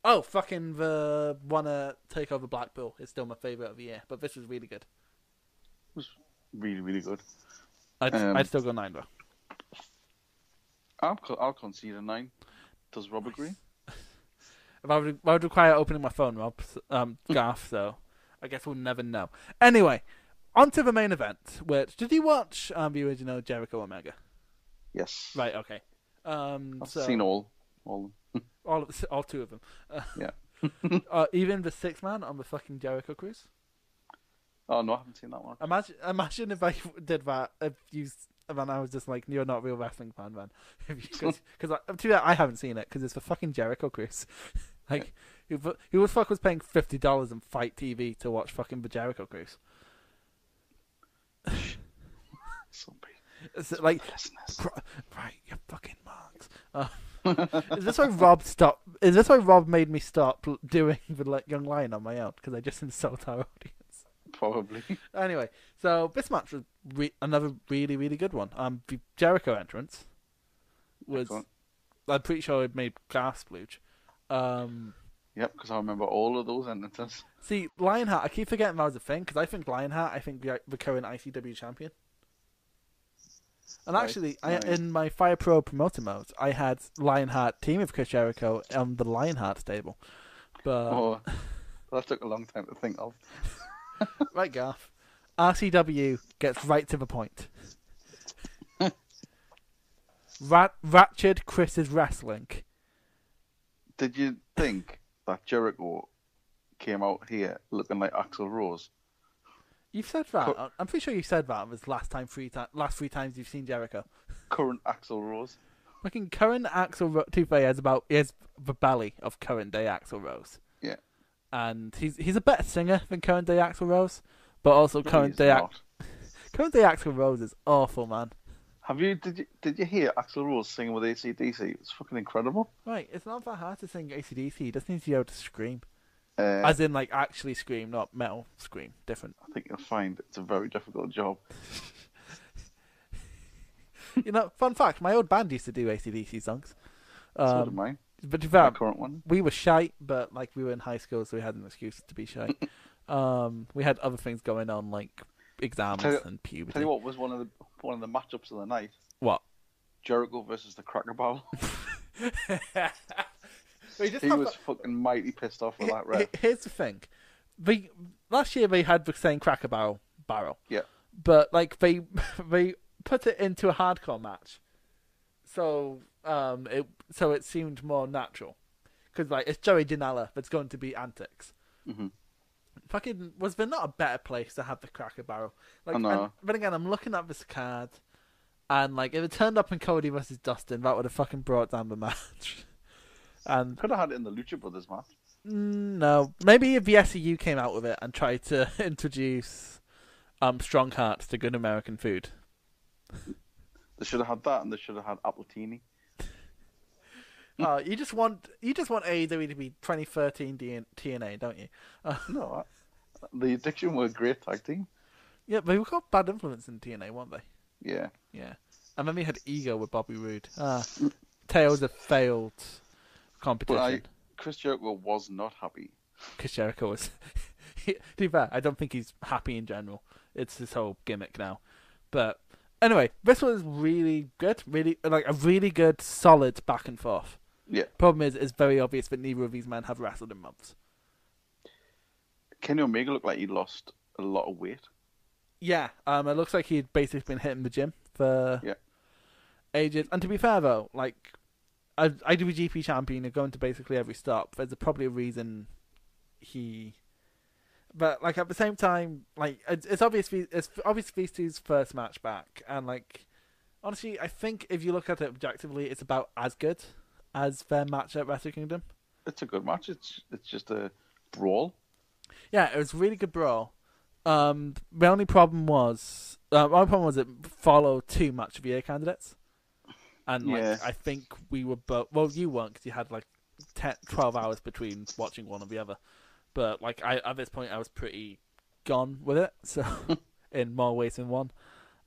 B: Oh, fucking the one uh, take over Blackpool is still my favorite of the year, but this is really good.
C: was really, really good.
B: I'd,
C: Um,
B: I'd still go nine though.
C: I'll, co- I'll concede a nine. Does Rob agree?
B: If I would, I would require opening my phone, Rob, s- um, Garth. So I guess we'll never know. Anyway, on to the main event. Which did you watch? Um, the original Jericho Omega.
C: Yes.
B: Right. Okay. Um,
C: I've
B: so
C: seen all. all of them.
B: all of, all two of them.
C: yeah.
B: Uh, even the six man on the fucking Jericho cruise.
C: Oh, no, I haven't seen that one.
B: Imagine, imagine if I did that. If you, s- and then I was just like, you're not a real wrestling fan, man. Because, to that, I haven't seen it because it's the fucking Jericho cruise. like, who, fu- who the fuck was paying fifty dollars on Fight TV to watch fucking the Jericho cruise?
C: Some people-
B: Is it like,
C: listeners.
B: Bro- right, you fucking marks. Uh, is this why Rob stop? Is this why Rob made me stop l- doing the like, young lion on my own because I just insult our audience?
C: Probably.
B: Anyway, so this match was re- another really, really good one. Um, the Jericho entrance was.
C: Excellent.
B: I'm pretty sure it made gas blooch. Um,
C: Yep, because I remember all of those entrances.
B: see, Lionheart. I keep forgetting that was a thing because I think Lionheart. I think the, the current ICW champion. And
C: Right,
B: actually,
C: right.
B: I, in my Fire Pro promoter mode, I had Lionheart team of Chris Jericho on the Lionheart stable. But
C: Oh, that took a long time to think of.
B: right, Garth, RCW gets right to the point. Rat- Ratchet Chris is wrestling.
C: Did you think that Jericho came out here looking like Axel Rose?
B: You've said that.
C: Co-
B: I'm pretty sure you said that was last time three ti- last three times you've seen Jericho.
C: Current Axel Rose?
B: Fucking current Axel Ro- Tufe is about is the belly of current day Axel Rose,
C: Yeah.
B: and he's he's a better singer than current day Axel Rose, but also current
C: He's
B: day Ac-
C: not.
B: current day Axel Rose is awful, man.
C: Have you did you did you hear Axel Rose singing with ACDC? It was fucking incredible.
B: Right, it's not that hard to sing ACDC. He just needs to be able to scream,
C: Uh,
B: as in like actually scream, not metal scream. Different.
C: I think you'll find it's a very difficult job.
B: you know, fun fact: my old band used to do ACDC songs,
C: so do mine.
B: but to be
C: My
B: fair,
C: current one.
B: we were shy, but like we were in high school, so we had an excuse to be shy. um, we had other things going on, like exams
C: Tell you-
B: and puberty.
C: Tell you what was one of the one of the matchups of the night:
B: What?
C: Jericho versus the Cracker Barrel.
B: We just
C: he
B: have
C: was
B: that-
C: fucking mighty pissed off with that
B: he-
C: ref.
B: Here's the thing: the last year they had the same cracker barrel barrel,
C: Yeah,
B: but like they they put it into a hardcore match, so um, it so it seemed more natural because like it's Joey Janela that's going to be antics. Fucking was there not a better place to have the Cracker Barrel? Like,
C: I know.
B: and- but again, I'm looking at this card, and like if it turned up in Cody versus Dustin, that would have fucking brought down the match. And
C: Could have had it in the Lucha Brothers match.
B: no, maybe if the SEU came out with it and tried to introduce um strong hearts to good American food.
C: They should have had that, and they should have had Appletini.
B: Uh, you just want you just want AEW to be 2013 D- TNA, don't you? Uh,
C: No, I- the Addiction were a great tag team.
B: Yeah, they were called Bad Influence in TNA, weren't they?
C: Yeah,
B: Yeah. And then we had Ego with Bobby Roode. Ah, Tails of failed
C: but I,
B: competition.
C: Chris Jericho was not happy.
B: Chris Jericho was. to be fair, I don't think he's happy in general. It's this whole gimmick now. But anyway, this was really good. Really, like a really good, solid back and forth.
C: Yeah,
B: Problem is, it's very obvious that neither of these men have wrestled in months.
C: Kenny Omega looked like he lost a lot of weight.
B: Yeah, um, it looks like he'd basically been hitting the gym for
C: Yeah.
B: ages. And to be fair though, like I IWGP champion are going to basically every stop. There's probably a reason he, but like at the same time, like it's, it's obvious the- it's obvious these two's first match back, and like honestly, I think if you look at it objectively, it's about as good as their match at Wrestle Kingdom.
C: It's a good match. It's it's just a brawl.
B: Yeah, it was a really good brawl. Um, the only problem was, uh, my problem was it followed too much of your candidates, and like
C: Yeah.
B: I think we were both. Well, you weren't because you had like 10, 12 hours between watching one or the other. But like I at this point, I was pretty gone with it, so in more ways than one,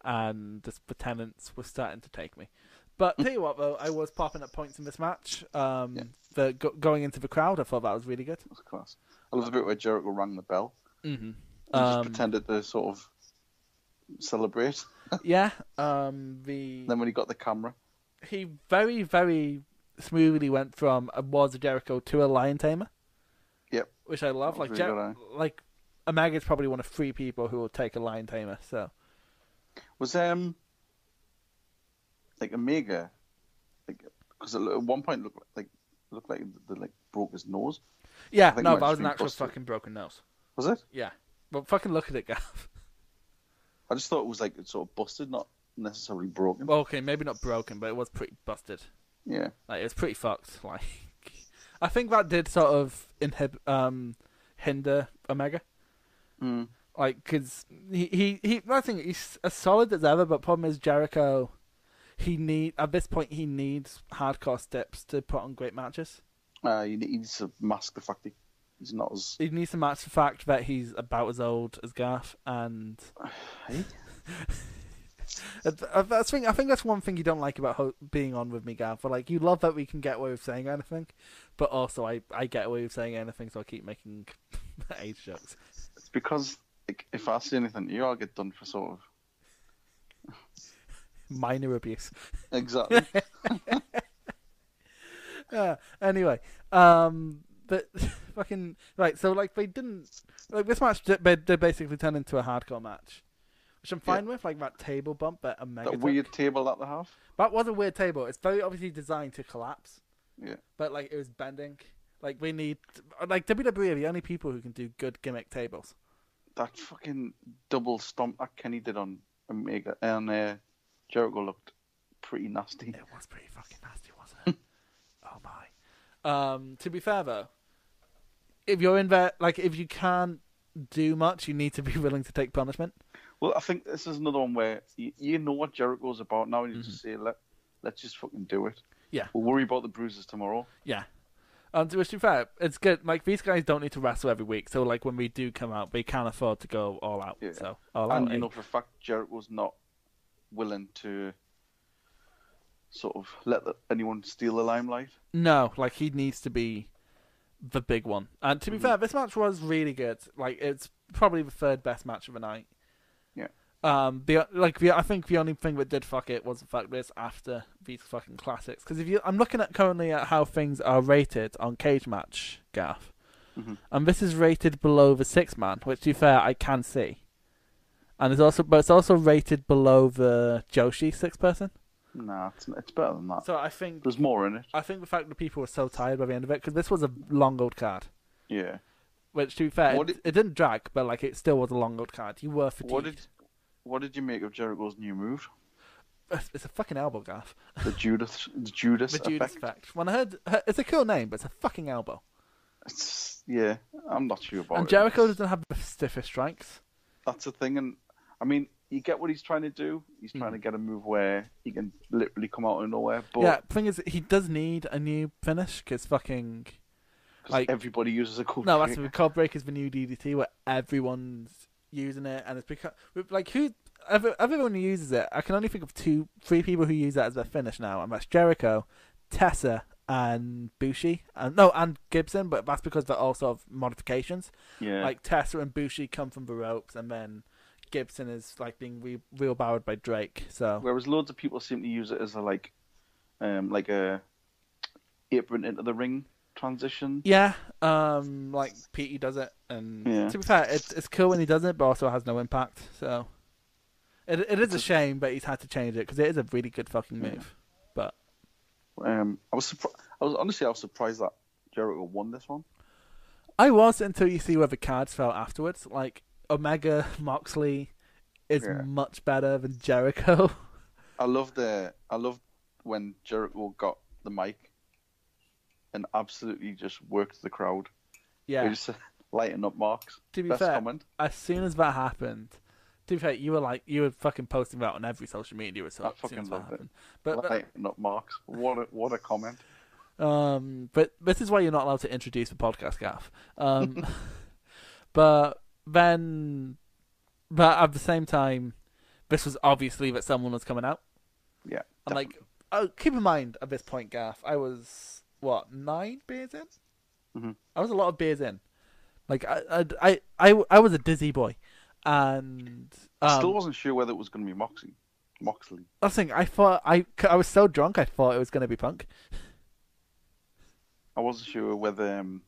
B: and just the tenants were starting to take me. But tell you what, though, I was popping up points in this match. Um, the go- going into the crowd, I thought that was really good.
C: It was class. I love the bit where Jericho rang the bell
B: Mm-hmm.
C: and just pretended to sort of celebrate.
B: Yeah. Um. The
C: then when he got the camera,
B: he very very smoothly went from a Wars of Jericho to a Lion Tamer,
C: yep,
B: which I love.
C: That was
B: Like
C: really
B: Jer-
C: good,
B: like Omaga's probably one of three people who will take a Lion Tamer. So
C: was um like Omega, like because at one point looked like looked like the like broke his nose.
B: yeah,
C: think
B: no,
C: mine's
B: but I was an
C: been
B: actual
C: busted.
B: fucking broken nose.
C: Was it?
B: Yeah, but fucking look at it, Gav.
C: I just thought it was like it's sort of busted, not necessarily broken.
B: Well, okay, maybe not broken, but it was pretty busted.
C: yeah,
B: Like it was pretty fucked. Like I think that did sort of inhib um hinder Omega.
C: Mm.
B: Like because he he he that thing he's as solid as ever, but problem is Jericho. He need at this point he needs hardcore steps to put on great matches.
C: uh, he needs to mask the fact that he's not as.
B: He needs to match the fact that he's about as old as Garth, and
C: Hey?
B: I, I think I think uh, that's one thing you don't like about ho- being on with me, Garth. But like you love that we can get away with saying anything, but also I I get away with saying anything, so I keep making age jokes.
C: It's because like if I say anything to you, I'll get done for sort of
B: Minor abuse.
C: exactly.
B: Yeah. Anyway, um, but fucking right. So like they didn't like this match. di- They, they basically turned into a hardcore match, which I'm fine with. Like that table bump, but a mega
C: that weird table that they have.
B: That was a weird table. It's very obviously designed to collapse,
C: Yeah,
B: but like it was bending. Like we need like WWE are the only people who can do good gimmick tables.
C: that fucking double stomp that Kenny did on Omega and uh, Jericho looked pretty nasty.
B: It was pretty fucking nasty, wasn't it? oh my. Um, to be fair though, if you're in there, like if you can't do much, you need to be willing to take punishment.
C: Well, I think this is another one where you, you know what Jericho's about now, and you just say let let's just fucking do it.
B: Mm-hmm. Yeah.
C: We'll worry about the bruises tomorrow.
B: Yeah. Um, to which to be fair, it's good. Like these guys don't need to wrestle every week, so like when we do come out, they can afford to go all out.
C: Yeah.
B: So all
C: and
B: out.
C: you
B: eh?
C: know for a fact Jericho's not willing to sort of let the, anyone steal the limelight.
B: No, like he needs to be the big one. And to be fair, this match was really good. Like it's probably the third best match of the night.
C: Yeah.
B: Um, the like the, I think the only thing that did fuck it was the fact that it's after these fucking classics. Because if you, I'm looking at currently at how things are rated on Cage Match, Gaff, and this is rated below the six man, which to be fair I can see, and it's also but it's also rated below the Joshi six person.
C: Nah, it's, it's better than that.
B: So I think
C: There's more in it.
B: I think the fact that people were so tired by the end of it because this was a long old card.
C: Yeah.
B: Which, to be fair,
C: What
B: it,
C: did-
B: it didn't drag, but like it still was a long old card. You were fatigued.
C: What did what did you make of Jericho's new move?
B: It's it's a fucking elbow gaff.
C: The Judas the Judas
B: The
C: effect.
B: Judas effect. When I heard, it's a cool name, but it's a fucking elbow.
C: It's, yeah, I'm not sure about
B: And
C: it.
B: Jericho doesn't have the stiffest strikes.
C: That's the thing, and I mean, you get what he's trying to do. He's trying to get a move where he can literally come out of nowhere, but
B: Mm. yeah, thing is, he does need a new finish because fucking
C: 'cause
B: like-
C: everybody uses a cool.
B: No, that's
C: trick.
B: the Cold Breaker's the new DDT where everyone's using it, and it's because like who ever everyone who uses it. I can only think of two, three people who use that as their finish now, and that's Jericho, Tessa, and Bushi. And no, and Gibson, but that's because they're all sort of modifications.
C: yeah.
B: Like Tessa and Bushi come from the ropes, and then Gibson is like being re- wheelbarrowed by Drake. So
C: Whereas loads of people seem to use it as a like, um, like a apron into the ring transition.
B: yeah, um, like Petey does it, and
C: Yeah.
B: to be fair, it's it's cool when he does it, but also has no impact. So it it is a shame, but he's had to change it because it is a really good fucking move. But
C: Um, I was surprised. I was honestly I was surprised that Jericho won this one.
B: I was until you see where the cards fell afterwards. Like Omega Moxley is
C: Yeah.
B: much better than Jericho.
C: I love the I love when Jericho got the mic and absolutely just worked the crowd.
B: yeah.
C: He just lighting up marks.
B: to be
C: Best
B: fair,
C: comment.
B: as soon as that happened, to be fair, you were like you were fucking posting that on every social media. as well, As soon
C: fucking
B: as that
C: loved it.
B: happened. But, but
C: Lighting up marks. What a, what a comment.
B: Um, but this is why you're not allowed to introduce the podcast, Gaff. Um, but then, but at the same time, this was obviously that someone was coming out.
C: Yeah.
B: And like, oh, keep in mind at this point, Gaff, I was what nine beers in.
C: Mhm.
B: I was a lot of beers in. Like I, I'd- I, I, I, was a dizzy boy, and
C: I
B: um,
C: still wasn't sure whether it was going to be Moxley. Moxley.
B: that's the thing. I thought I, I was so drunk, I thought it was gonna be Punk.
C: I wasn't sure whether um,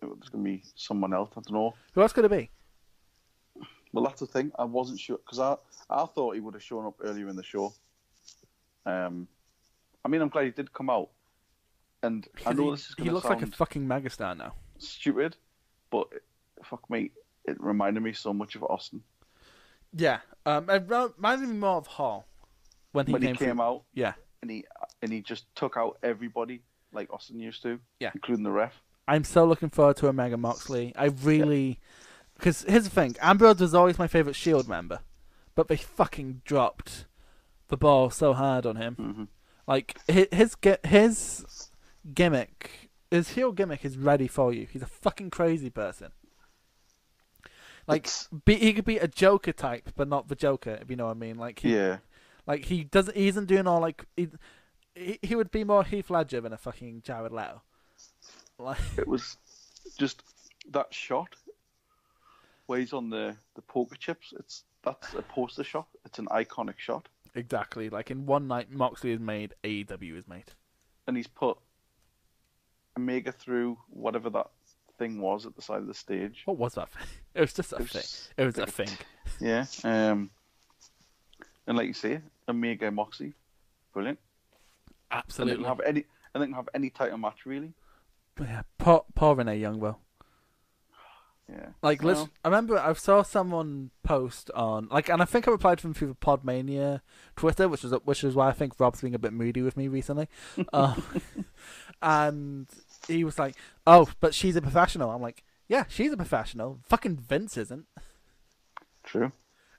C: it was going to be someone else. I don't know.
B: Who else could it be?
C: Well, that's the thing. I wasn't sure because I I thought he would have shown up earlier in the show. Um, I mean, I'm glad he did come out. And I know
B: he,
C: this is
B: he
C: going to
B: looks
C: sound
B: like a fucking megastar now.
C: stupid, but fuck me, it reminded me so much of Austin
B: Yeah, um, it re- reminded me more of Hall when he
C: when
B: came,
C: he came
B: from-
C: out
B: Yeah,
C: and he and he just took out everybody like Austin used to,
B: Yeah.
C: including the ref.
B: I'm so looking forward to Omega Moxley. I really, because here's the thing: Ambrose was always my favorite Shield E member, but they fucking dropped the ball so hard on him.
C: Mm-hmm.
B: Like his his, gi- his gimmick, his heel gimmick is ready for you. He's a fucking crazy person. Like
C: It's-
B: be, he could be a Joker type, but not the Joker, if you know what I mean. Like he,
C: Yeah,
B: Like he doesn't. He isn't doing all like he. He, he would be more Heath Ledger than a fucking Jared Leto. Like
C: it was just that shot where he's on the the poker chips. It's that's a poster shot. It's an iconic shot,
B: exactly. Like in one night, Moxley is made. AEW is made.
C: and he's put Omega through whatever that thing was at the side of the stage.
B: What was that? Thing? It was just a
C: It was
B: thing.
C: just
B: It was a
C: like a
B: thing.
C: Yeah, um, and like you say, Omega and Moxie, brilliant. And they
B: Absolutely.
C: didn't have any. And they didn't have any title match really.
B: Yeah. Poor, poor Renee Young though.
C: Yeah.
B: Like, let's.
C: No.
B: I remember I saw someone post on like, and I think I replied to them through the Podmania Twitter, which is which is why I think Rob's being a bit moody with me recently. um, and he was like, "Oh, but she's a professional." I'm like, "Yeah, she's a professional. Fucking Vince isn't."
C: True.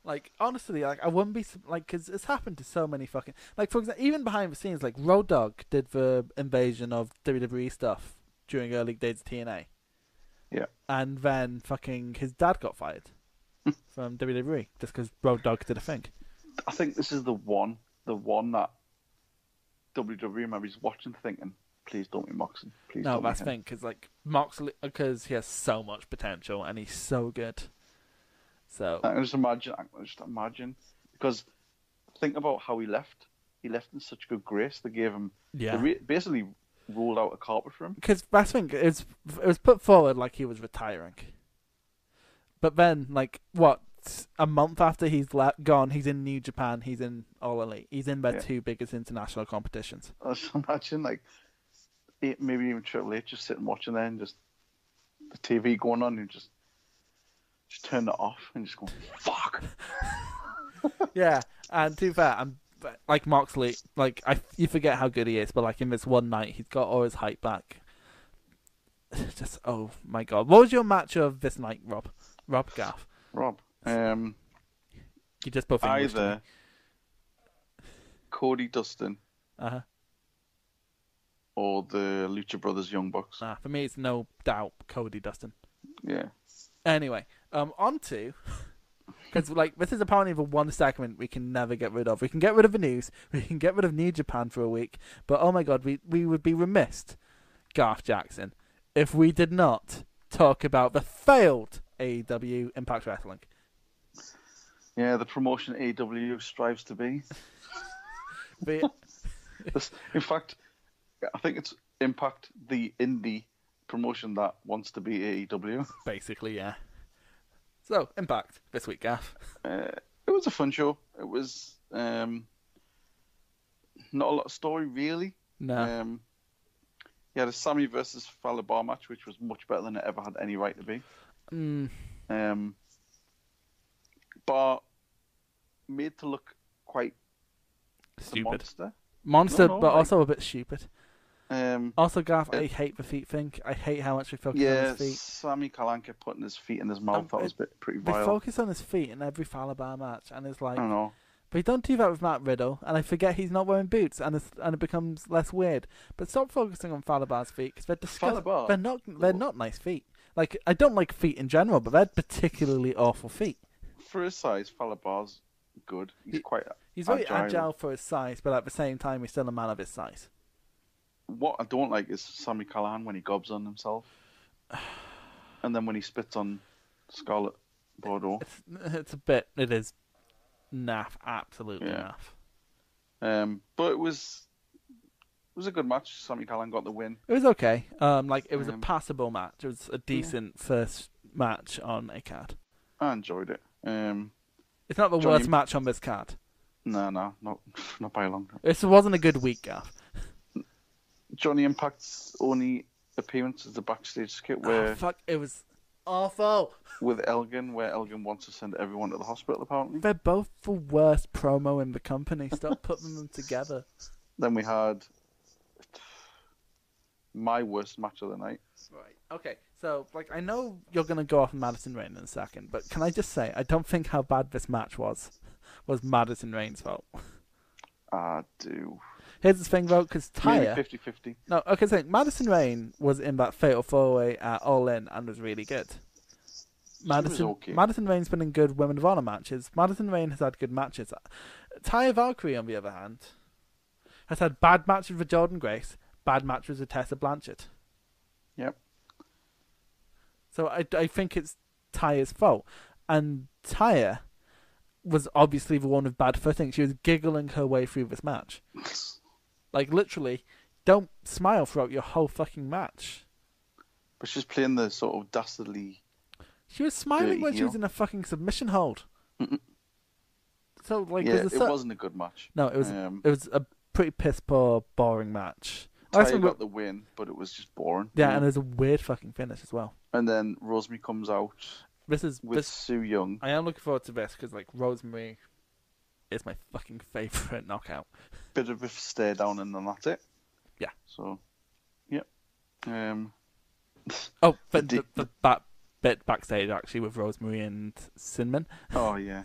B: Like, honestly, like I wouldn't be su- like, because it's happened to so many fucking like, for example, even behind the scenes, like Road Dog did the invasion of WWE stuff during early days of TNA
C: Yeah.
B: and then fucking his dad got fired from WWE just because Road Dogg did a thing.
C: I think this is the one, the one that WWE members watching, thinking, "Please don't be Moxley. Please
B: No,
C: don't." be
B: that's the
C: him."
B: thing because like Moxley, because he has so much potential and he's so good. So
C: I can just imagine. I can just imagine because think about how he left. He left in such good grace. They gave him.
B: Yeah.
C: They re- basically rolled out a carpet for him.
B: because that's the thing it was it was put forward like he was retiring, but then like what a month after he's la- gone, he's in New Japan, he's in All Elite, he's in their
C: Yeah.
B: two biggest international competitions.
C: e, I just imagine like, eight, maybe even Triple H just sitting watching there and just the TV going on and just just turn it off and just go fuck.
B: Yeah, and to be fair, I'm like Moxley. Like I, you forget how good he is, but like in this one night, he's got all his hype back. Just oh my god, what was your match of this night, Rob? Rob Gaff,
C: Rob, um,
B: you just both Englished me.
C: either Cody Dustin
B: Uh-huh.
C: or the Lucha Brothers Young Bucks.
B: Nah, for me, it's no doubt Cody Dustin.
C: Yeah.
B: Anyway, um, on to because like this is apparently the one segment we can never get rid of. We can get rid of the news. We can get rid of New Japan for a week. But oh my god, we we would be remiss, Garth Jackson, if we did not talk about the failed AEW Impact Wrestling.
C: Yeah, the promotion AW strives to be.
B: The,
C: This- In fact, I think it's Impact the indie promotion that wants to be E AEW.
B: basically, yeah. So Impact this week, Gaff.
C: Uh, it was a fun show. It was um, not a lot of story really.
B: No,
C: Um, you had a Sammy versus Fowler Bar match, which was much better than it ever had any right to be.
B: Mm,
C: Um, Bar made to look quite a
D: Stupid.
C: monster.
B: monster,
C: no,
B: but
C: I-
B: also a bit stupid.
C: Um,
B: Also, Gaff, I
C: Uh,
B: hate the feet thing. I hate how much we focus
C: yeah,
B: on his feet.
C: Sammy Kalanka putting his feet in his mouth
B: Um,
C: that was a
B: it-
C: bit pretty
B: They
C: vile.
B: focus on his feet in every Falabar match, and it's
C: I
B: like,
C: don't know.
B: but you don't do that with Matt Riddle, and I forget he's not wearing boots, and it's, and it becomes less weird. But stop focusing on Falabar's feet because they're disgusting.
C: Falabar?
B: They're not they're
C: Wha-
B: not nice feet. Like I don't like feet in general, but they're particularly awful feet.
C: For his size, Fowler Bar's good. He's quite.
B: He's very
C: agile.
B: agile, for his size, but at the same time, he's still a man of his size.
C: What I don't like is Sammy Callahan when he gobs on himself, and then when he spits on Scarlet Bordeaux.
B: It's it's a bit it is naff, absolutely
C: Yeah.
B: naff.
C: Um, but it was it was a good match. Sammy Callahan got the win.
B: It was okay. Um, like it was a
C: Um,
B: passable match. It was a decent first match on a card.
C: I enjoyed it. Um,
B: It's not the
C: Johnny-
B: worst match on this card.
C: no, no, not not by a long. time.
B: This wasn't a good week, Gaff.
C: Johnny Impact's only appearance is the backstage skit
B: Oh,
C: where
B: fuck, it was awful.
C: with Elgin, where Elgin wants to send everyone to the hospital. Apparently,
B: They're both the worst promo in the company. Stop putting them together.
C: then we had my worst match of the night.
B: Right. Okay. So, like, I know you're gonna go off on Madison Rain in a second, but can I just say I don't think how bad this match was was Madison Rain's fault.
C: I Ah, do.
B: Here's the thing though, because
C: Maybe
B: Tyre
C: 50-50.
B: No, okay, so Madison Rain was in that Fatal Four Way at All In and was really good. Madison
C: okay.
B: Madison Rain's been in good Women of Honor matches. Madison Rain has had good matches. Tyra Valkyrie, on the other hand, has had bad matches with Jordan Grace, bad matches with Tessa Blanchard.
C: Yep.
B: So I, I think it's Tyra's fault. And Tyra was obviously the one with bad footing. She was giggling her way through this match. Like, literally, don't smile throughout your whole fucking match.
C: But she's playing the sort of dastardly.
B: She was smiling
C: Dirty
B: when she was
C: heel.
B: in a fucking submission hold. so like,
C: yeah,
B: there's a
C: it
B: cer-
C: wasn't a good match.
B: No, it was.
C: Um,
B: it was a pretty piss poor, boring match. Oh, I
C: Tyre
B: just remember-
C: got the win, but it was just boring.
B: yeah, and there's a weird fucking finish as well.
C: And then Rosemary comes out
B: This is
C: with
B: this.
C: Sue Young.
B: I am looking forward to this because like Rosemary is my fucking favorite knockout.
C: Bit of a stare down, and then that's it.
B: Yeah.
C: So, yep. Um,
B: Oh, but
C: The
B: the,
C: D-
B: the, that bit backstage actually with Rosemary and Cinnamon.
C: oh yeah.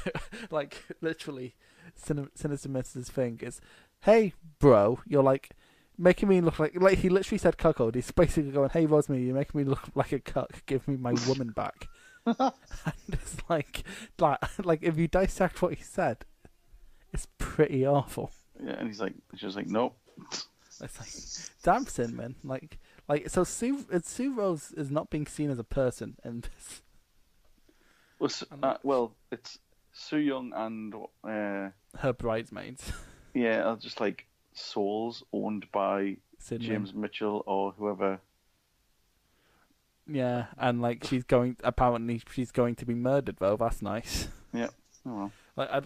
B: like literally Sin- sinister Mrs. thing is hey bro you're like making me look like like he literally said cuckold he's basically going hey Rosemary you're making me look like a cuck give me my woman back and it's like like like if you dissect what he said it's pretty awful
C: yeah. And he's like, she was like, nope.
B: it's like damn Cinnamon like like so Sue it's Sue Rose is not being seen as a person in this
C: Well, Su-
B: I'm
C: uh,
B: not-
C: well, it's Sue Young and uh,
B: her bridesmaids
C: yeah, are just like souls owned by
B: Cinnamon.
C: James Mitchell or whoever.
B: Yeah, and like she's going. Apparently, she's going to be murdered. Though that's nice.
C: Yeah. Oh, well.
B: Like, I'd,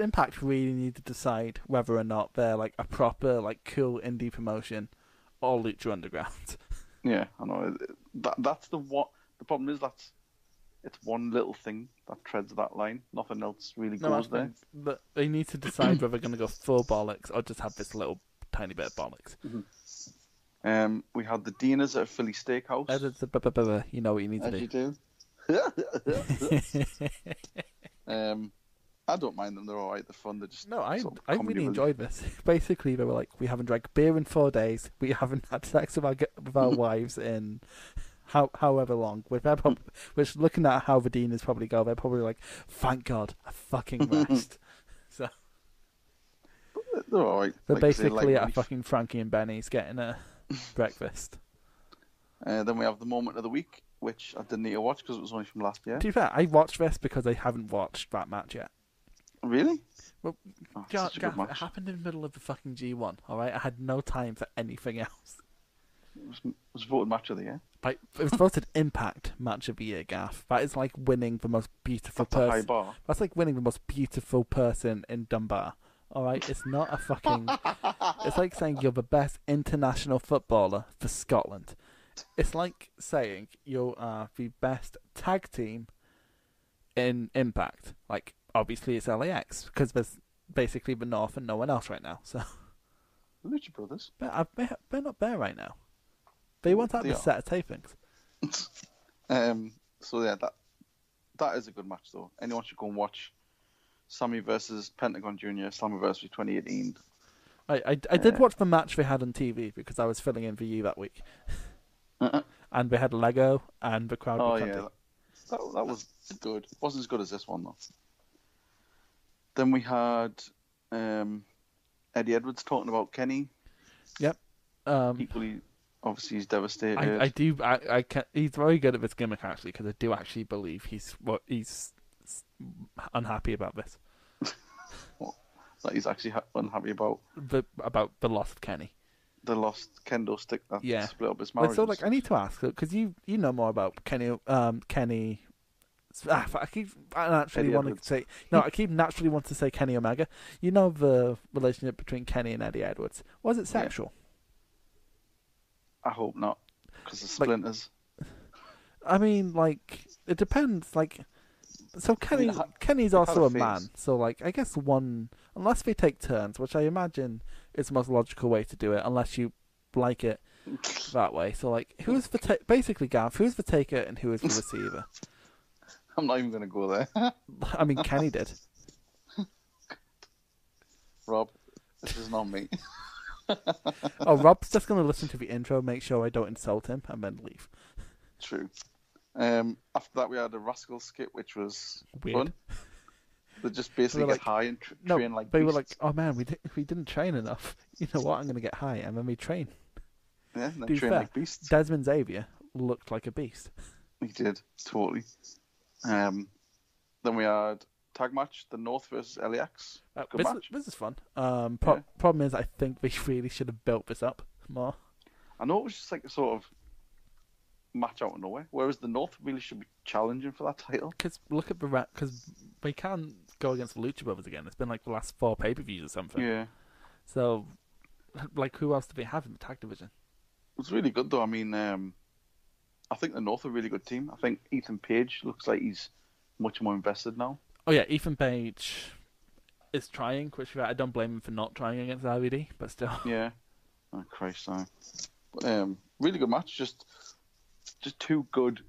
B: Impact really need to decide whether or not they're like a proper, like cool indie promotion, or Lucha Underground.
C: Yeah, I know. That that's the what the problem is. That's it's one little thing that treads that line. Nothing else really
B: No, that's
C: goes there.
B: fine. But they need to decide whether they're going to go full bollocks or just have this little tiny bit of bollocks.
C: Mm. Um, we had the Dinas at Philly Steakhouse.
B: Uh, bu- bu- bu- bu- You know what you need to
C: as you
B: do.
C: do. um, I don't mind them. They're all right. They're fun. They're just
B: No, I
C: sort of
B: I
C: comedy
B: really
C: relief.
B: enjoyed this. Basically, they were like, we haven't drank beer in four days. We haven't had sex with our g- with our wives in how however long. Which, they're prob- which looking at how the dean is probably go, they're probably like, thank God, a fucking rest. so
C: They're all right.
B: they're
C: Like I say,
B: basically at
C: light
B: a
C: relief.
B: fucking Frankie and Benny's getting a breakfast.
C: Uh, then we have the moment of the week, which I didn't need to watch because it was only from last year.
B: To be fair, I watched this because I haven't watched that match yet.
C: Really?
B: Well,
C: Oh,
B: Gar-
C: such a good
B: Gaff, it
C: match.
B: happened in the middle of the fucking G1, alright? I had no time for anything else.
C: It was, it was voted match of the year.
B: Like, it was voted Impact Match of the Year, Gaff. That is like winning the most beautiful
C: That's a high
B: person.
C: bar.
B: That's like winning the most beautiful person in Dunbar. Alright? It's not a fucking. it's like saying you're the best international footballer for Scotland. It's like saying you are the best tag team in Impact. Like, obviously it's LAX because there's basically the North and no one else right now. So,
C: The Lucha Brothers.
B: but I, they're- they're not there right now. They want out
C: They
B: the
C: are.
B: set of tapings.
C: Um, so yeah, that that is a good match though. Anyone should go and watch Sammy versus Pentagon Junior Slammiversary 2018.
B: I, I, I did watch the match they had on TV because I was filling in for you that week. and we had Lego and the crowd.
C: Uh-uh. Oh
B: were
C: yeah,
B: cunty.
C: that, that that was good. wasn't as good as this one though. Then we had um, Eddie Edwards talking about Kenny.
B: Yep. Um,
C: Equally, obviously he's devastated.
B: I, I do. I, I can. He's very good at this gimmick actually because I do actually believe he's what he's s- unhappy about this,
C: that he's actually ha- unhappy about
B: the, about the loss of Kenny.
C: the lost kendo stick that
B: Yeah.
C: split up his
B: But
C: marriage.
B: so like, I need to ask because you you know more about Kenny. Um, Kenny. Ah, fuck, I keep I naturally
C: Eddie
B: want to
C: Edwards.
B: say no. I keep naturally want to say Kenny Omega. You know the relationship between Kenny and Eddie Edwards. Was it sexual?
C: I hope not, because the
B: Like-
C: splinters.
B: I mean, like it depends. Like, so Kenny
C: ha-
B: Kenny's
C: had
B: also
C: a
B: a
C: phase.
B: man. So like, I guess one unless they take turns, which I imagine is the most logical way to do it, unless you like it that way. So like, who's the ta- basically Gav? Who's the taker and who is the receiver?
C: I'm not even going to go there.
B: I mean, Kenny did.
C: Rob, this is not me.
B: Oh, Rob's just gonna listen to the intro, make sure I don't insult him, and then leave.
C: True. Um, after that, we had a rascal skit, which was
B: Weird.
C: fun. They just basically
B: They were like-
C: get high and tr-
B: No,
C: train like
B: they were like,
C: beasts.
B: "Oh man, we di- we didn't train enough. You know what? I'm gonna get high, and then we train."
C: yeah, and
B: to
C: then
B: be
C: train
B: fair,
C: like beasts.
B: Desmond Xavier looked like a beast.
C: He did totally. Um, then we had tag match: the North versus LAX.
B: Uh,
C: Good
B: this,
C: match.
B: this is fun. Um, pro-
C: Yeah.
B: Problem is, I think we really should have built this up more.
C: I know it was just like a sort of match out of nowhere. Whereas the North really should be challenging for that title.
B: Because look at the rat. Because we can go against the Lucha Brothers again. It's been like the last four pay per views or something.
C: Yeah,
B: So, like, who else do we have in the tag division?
C: it's really good though. I mean, um, I think the North are a really good team. I think Ethan Page looks like he's much more invested now.
B: Oh yeah, Ethan Page is trying. Which I don't blame him for not trying against RVD, but still.
C: Yeah. Oh Christ, no. But, um, really good match. Just, just two good,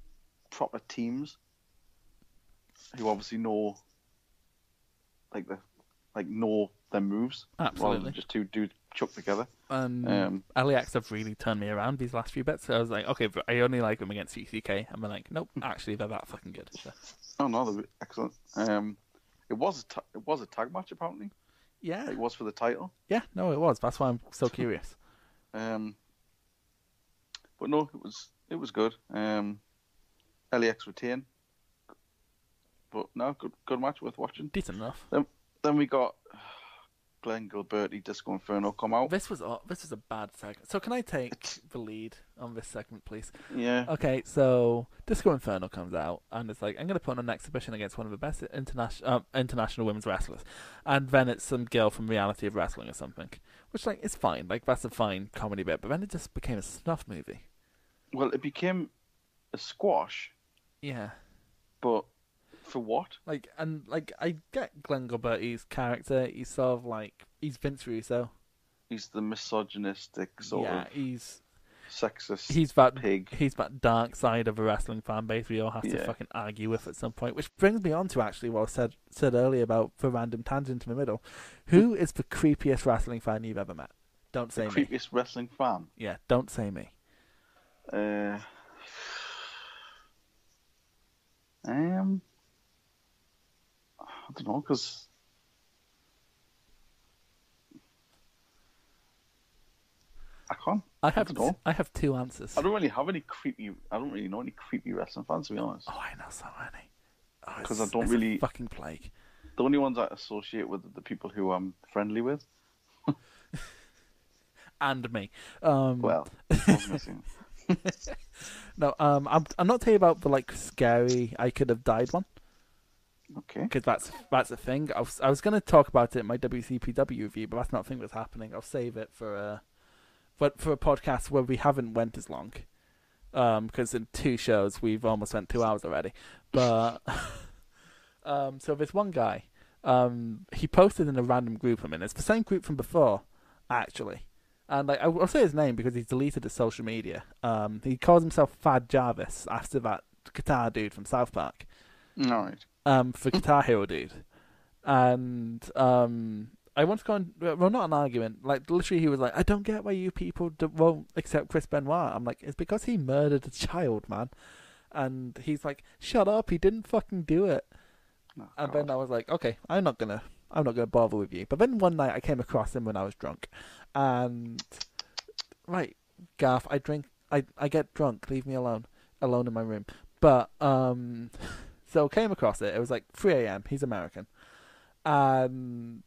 C: proper teams. Who obviously know, like the, like know their moves. Rather
B: Absolutely.
C: than just two dudes chucked together.
B: Um,
C: Um,
B: LAX have really turned me around these last few bits. So I was like, okay, but I only like them against CCK, and we're like, nope, actually they're that fucking good. So-
C: Oh no, they're excellent. Um, it was a ta- it was a tag match apparently.
B: yeah,
C: It was for the title.
B: yeah, no, it was. That's why I'm so curious.
C: Um, but no, it was it was good. Um, LAX retain. But no, good good match worth watching.
B: decent enough.
C: Then, then we got Glenn Gilberti, Disco Inferno come out.
B: This was aw- this was a bad segment. So can I take the lead on this segment, please?
C: Yeah,
B: Okay, so Disco Inferno comes out and it's like I'm gonna put on an exhibition against one of the best international um, international women's wrestlers, and then it's some girl from Reality of Wrestling or something, which like is fine, like that's a fine comedy bit. But then it just became a snuff movie.
C: Well, it became a squash,
B: Yeah.
C: but for what?
B: Like and like I get Glenn Gilbert's character. He's sort of like he's Vince Russo.
C: He's the misogynistic sort
B: yeah,
C: of
B: he's
C: sexist.
B: he's that
C: pig.
B: he's that dark side of a wrestling fan base we all have to
C: Yeah.
B: fucking argue with at some point. Which brings me on to actually what I said said earlier about the random tangent in the middle. Who is the creepiest wrestling fan you've ever met? Don't say
C: Hmm. the
B: me.
C: creepiest wrestling fan.
B: Yeah, don't say me.
C: Uh, um, I don't know because I can't.
B: I have
C: don't know.
B: I have two answers.
C: I don't really have any creepy. I don't really know any creepy wrestling fans to be honest.
B: Oh, I know so many. Oh,
C: 'Cause
B: it's-
C: I don't
B: it's a
C: really-
B: fucking plague.
C: The only ones I associate with are the people who I'm friendly with.
B: And me. Um,
C: Well, I was gonna say-
B: no, um, I'm I'm not telling you about the like scary I could have died one
C: okay.
B: because that's that's a thing. I was I was gonna talk about it in my WCPW review, but that's not a thing that's happening. I'll save it for a, but for a podcast where we haven't went as long, um, because in two shows we've almost spent two hours already. But um, so there's one guy, um, he posted in a random group I'm in. It's the same group from before, actually. And like I- I'll say his name because he's deleted his social media. Um, he calls himself Fad Jarvis after that guitar dude from South Park
C: All right.
B: um, for Guitar Hero Dude, and um, I once got in, well, not an argument. Like literally, he was like, "I don't get why you people do, won't accept Chris Benoit." I'm like, "It's because he murdered a child, man," and he's like, "Shut up! He didn't fucking do it."
C: Oh,
B: And
C: God.
B: then I was like, okay, I'm not gonna, I'm not gonna bother with you. But then one night I came across him when I was drunk, and right, Garth, I drink, I, I get drunk. Leave me alone, alone in my room. But um, so came across it. It was like 3 a.m. He's American, and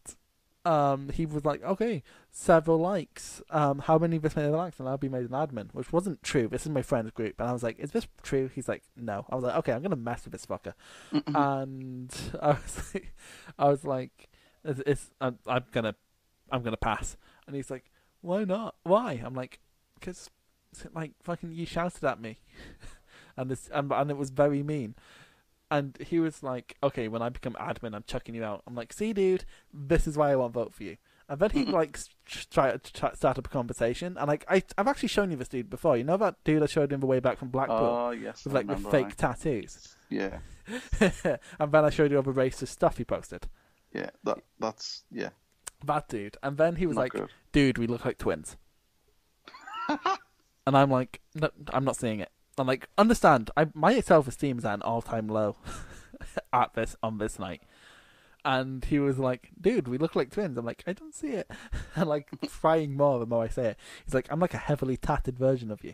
B: um, he was like, okay, several likes. Um, how many of this many likes? And I'll be made an admin, which wasn't true. This is my friend's group, and I was like, is this true? He's like, no. I was like, okay, I'm gonna mess with this fucker and I was like, I was like, it's, it's I'm, I'm gonna, I'm gonna pass. And he's like, why not? Why? I'm like, because like fucking you shouted at me, and this and, and it was very mean. And he was like, okay, when I become admin, I'm chucking you out. I'm like, see, dude, this is why I won't vote for you. And then he like s- try to try, start up a conversation, and like I, I've actually shown you this dude before. You know that dude I showed him the way back from Blackpool
C: Oh yes.
B: with
C: I
B: like the
C: remember,
B: fake
C: aye.
B: tattoos.
C: Yeah.
B: and then I showed you all the racist stuff he posted.
C: Yeah. That. That's. Yeah.
B: That dude. And then he was
C: Not
B: like,
C: good.
B: dude, we look like twins. and I'm like, no, I'm not seeing it. I'm like, understand, I, my self esteem is at an all time low at this on this night. And he was like, dude, we look like twins. I'm like, I don't see it. And like, crying more the more I say it. He's like, I'm like a heavily tatted version of you.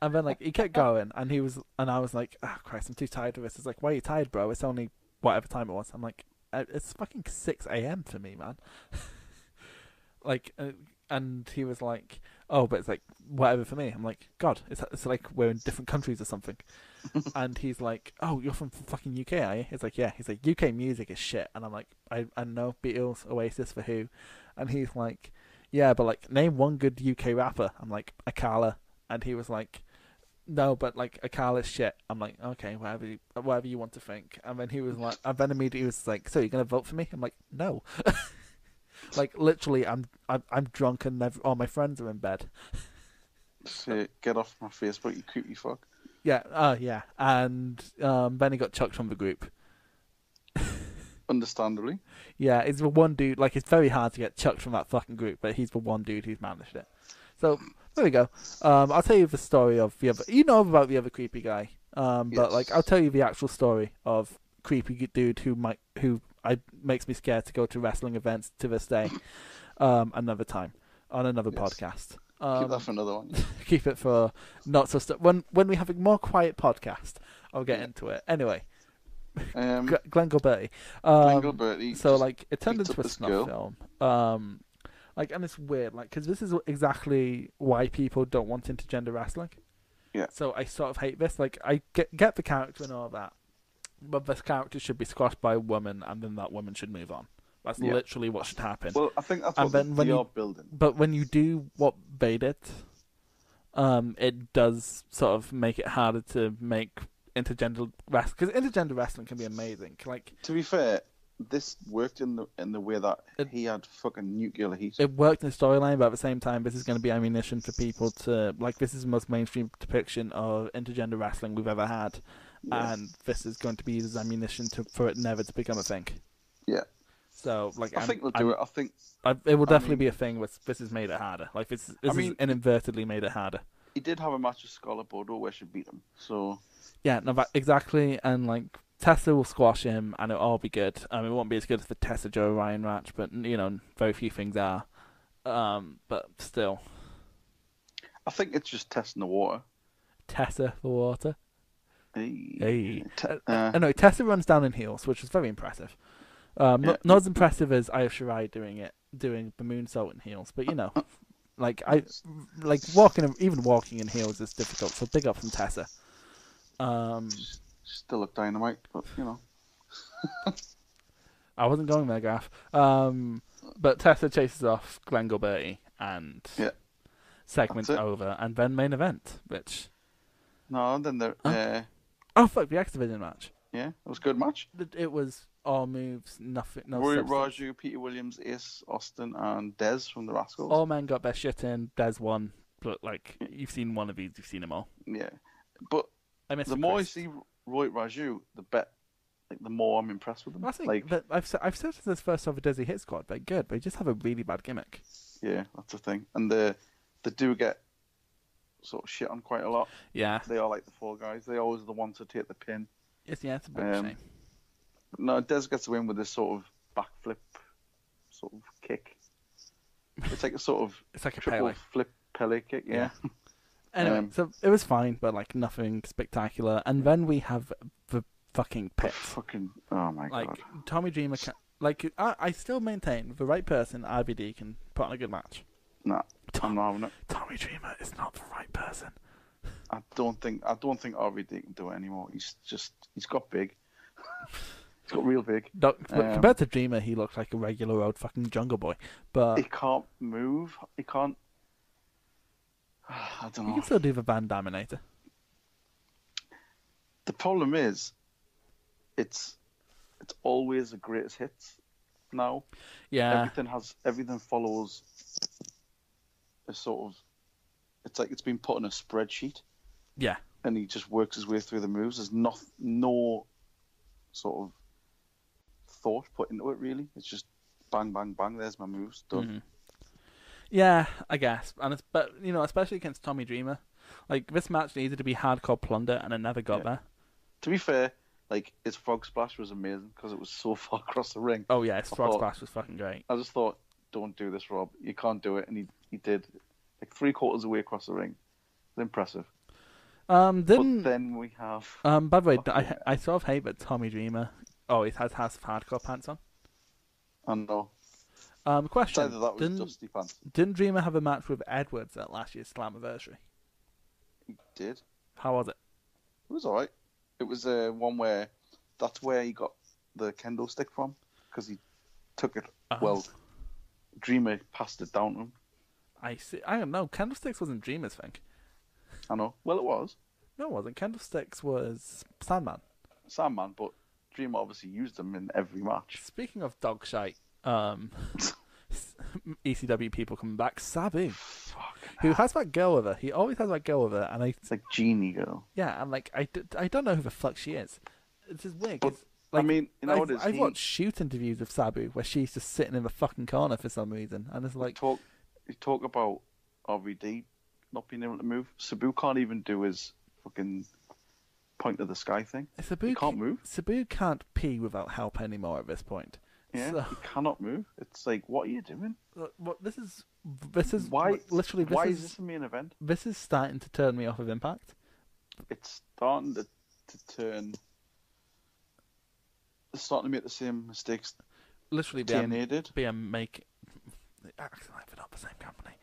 B: and then like, he kept going. And he was, and I was like, ah, Christ, I'm too tired of this. He's like, why are you tired, bro? It's only whatever time it was. I'm like, "Uh, it's fucking 6 a.m. for me, man like uh, and he was like oh but it's like whatever for me i'm like god it's, it's like we're in different countries or something and he's like oh you're from fucking uk are you he's like yeah he's like uk music is shit and i'm like i, I know beatles oasis for who and he's like yeah but like name one good uk rapper i'm like akala and he was like no, but like Akala's shit. I'm like, okay, whatever, you, whatever you want to think. And then he was like, and then immediately he was like, so you're gonna vote for me? I'm like, no. Like literally, I'm I'm, I'm drunk and nev- all my friends are in bed.
C: Say, get off my Facebook, you creepy fuck.
B: Yeah, oh yeah, and um, then he got chucked from the group.
C: Understandably.
B: Yeah, it's the one dude. Like it's very hard to get chucked from that fucking group, but he's the one dude who's managed it. So there we go. Um, I'll tell you the story of the other. You know about the other creepy guy, um, but like
C: Yes.
B: I'll tell you the actual story of creepy dude who might who I makes me scared to go to wrestling events to this day. Um, another time on another
C: Yes.
B: podcast.
C: Keep
B: Um,
C: that for another one.
B: keep it for not so stuff. When when we have a more quiet podcast, I'll get into it. Anyway,
C: Um,
B: G- Glenn Gilberti.
C: Glenn
B: Um,
C: Gilberti
B: So
C: just
B: like, it turned
C: picked
B: into
C: up
B: a
C: this
B: snuff
C: girl.
B: film. Um, like, and it's weird, like, because this is exactly why people don't want intergender wrestling.
C: Yeah.
B: So I sort of hate this. Like, I get get the character and all that, but this character should be squashed by a woman, and then that woman should move on. That's
C: Yeah.
B: literally what should happen.
C: Well, I think that's
B: And
C: what
B: then
C: they
B: when you-
C: are building.
B: But when you do what they did, um, it does sort of make it harder to make intergender wrestling because intergender wrestling can be amazing. Like
C: To be fair, this worked in the in the way that he had fucking nuclear heat.
B: it worked in the storyline, but at the same time, this is going to be ammunition for people to like. This is the most mainstream depiction of intergender wrestling we've ever had, and this is going to be used as ammunition to, for it never to become a thing.
C: yeah,
B: So, like,
C: I
B: I'm-
C: think they'll
B: I'm-
C: do it. I think
B: I, it will definitely be a thing. With this has made it harder. Like this, this has
C: mean-
B: inadvertently made it harder.
C: he did have a match with Scarlet Bordeaux where she beat him. So
B: Yeah, no, that, exactly. And like Tessa will squash him, and it'll all be good. Um, it won't be as good as the Tessa Joe Ryan match, but you know, very few things are. Um, but still,
C: I think it's just testing the water.
B: Tessa for water.
C: Hey.
B: Hey.
C: Te-
B: Uh,
C: uh,
B: uh, no, Tessa runs down in heels, which is very impressive. Um, not,
C: Yeah.
B: not as impressive as Io Shirai doing it, doing the moonsault in heels, but you know,
C: Uh,
B: like I, like walking, in- even walking in heels is difficult. So big up from Tessa. Um,
C: Still look dynamite, but you know.
B: I wasn't going there, Graf. Um, but Tessa chases off Glenn Gilberti and
C: Yeah.
B: segment
C: That's it.
B: over, and then main event, which
C: No, and then there. Uh,
B: oh fuck, the X Division match.
C: yeah, it was a good match.
B: It- It was all moves, nothing, no
C: Roy
B: substance.
C: Raju, Peter Williams, Ace Austin, and Des from the Rascals.
B: all men got their shit in. There's one, but like you've seen one of these, you've seen them all.
C: Yeah, but
B: I miss
C: the
B: the
C: more I
B: Chris.
C: see Roy Raju, the bet, like the more I'm impressed with him.
B: I think
C: like,
B: that I've said, I've said since this first half of Desi Hit Squad, they're good, but they just have a really bad gimmick.
C: yeah, that's the thing. And the they do get sort of shit on quite a lot.
B: Yeah,
C: They are like the four guys. They always the ones to take the pin.
B: it's yeah, it's a bit of a
C: Um,
B: shame.
C: But no, Des gets a win with this sort of backflip, sort of kick. It's like a sort of
B: It's like a
C: triple
B: Pele.
C: flip Pele kick. Yeah,
B: Anyway,
C: um,
B: so it was fine, but like nothing spectacular. And then we have the fucking pit.
C: fucking oh my
B: Like
C: god.
B: Tommy Dreamer, can, like I, I still maintain the right person, RVD can put on a good match.
C: Nah, I'm not having it.
B: Tommy Dreamer is not the right person.
C: I don't think I don't think RVD can do it anymore. He's just he's got big. he's got real big.
B: Doc, but
C: Um,
B: compared to Dreamer, he looked like a regular old fucking jungle boy. But
C: He can't move. He can't. I don't
B: You
C: know.
B: can still do the Van Dominator.
C: The problem is, it's it's always the greatest hits. Now
B: Yeah.
C: everything has everything follows a sort of. It's like it's been put on a spreadsheet,
B: Yeah.
C: and he just works his way through the moves. There's not no sort of thought put into it really. It's just bang, bang, bang. There's my moves done.
B: Mm-hmm. Yeah, I guess. And it's but you know, especially against Tommy Dreamer. Like this match needed to be hardcore plunder and it never got there.
C: To be fair, like his frog splash was amazing because it was so far across the ring.
B: Oh yeah, his frog
C: thought-
B: splash was fucking great.
C: I just thought, don't do this, Rob. You can't do it, and he he did, like three quarters away across the ring. It's impressive.
B: Um
C: But
B: didn't
C: then Oh. we have
B: um by the way, I
C: yeah.
B: I sort of hate that Tommy Dreamer always has House of Hardcore pants on.
C: I don't know.
B: Um
C: It's
B: question
C: either that was
B: didn't,
C: Dusty Pants.
B: didn't Dreamer have a match with Edwards at last year's Slammiversary?
C: He did.
B: How was it?
C: It was all right. It was uh, one where that's where he got the kendo stick from because he took it.
B: Ah.
C: Well, Dreamer passed it down to him.
B: I see I don't know, Candlesticks wasn't Dreamer's thing.
C: I know. Well, it was
B: No it wasn't. Candlesticks was Sandman.
C: Sandman, but Dreamer obviously used them in every match.
B: Speaking of dog shite, um, ECW people coming back. Sabu, who has that girl with her? He always has that girl with her, and I
C: It's like Genie Girl.
B: yeah, I'm like I, d- I don't know who the fuck she is. It's just weird. 'cause,
C: I
B: like,
C: mean, you know
B: I've,
C: what it is,
B: I've
C: he-
B: watched shoot interviews of Sabu where she's just sitting in the fucking corner for some reason, and it's like
C: talk you talk about RVD not being able to move. Sabu can't even do his fucking point to the sky thing.
B: Sabu
C: he
B: c-
C: can't move.
B: Sabu can't pee without help anymore at this point.
C: Yeah,
B: So,
C: he cannot move. It's like, what are you doing?
B: look, what- this is this is
C: Why?
B: literally this
C: why
B: is,
C: is this the main event?
B: this is starting to turn me off of Impact.
C: It's starting to, to turn. It's starting to make the same mistakes
B: Literally, the
C: TNA did.
B: BM make acting like they're not the same company.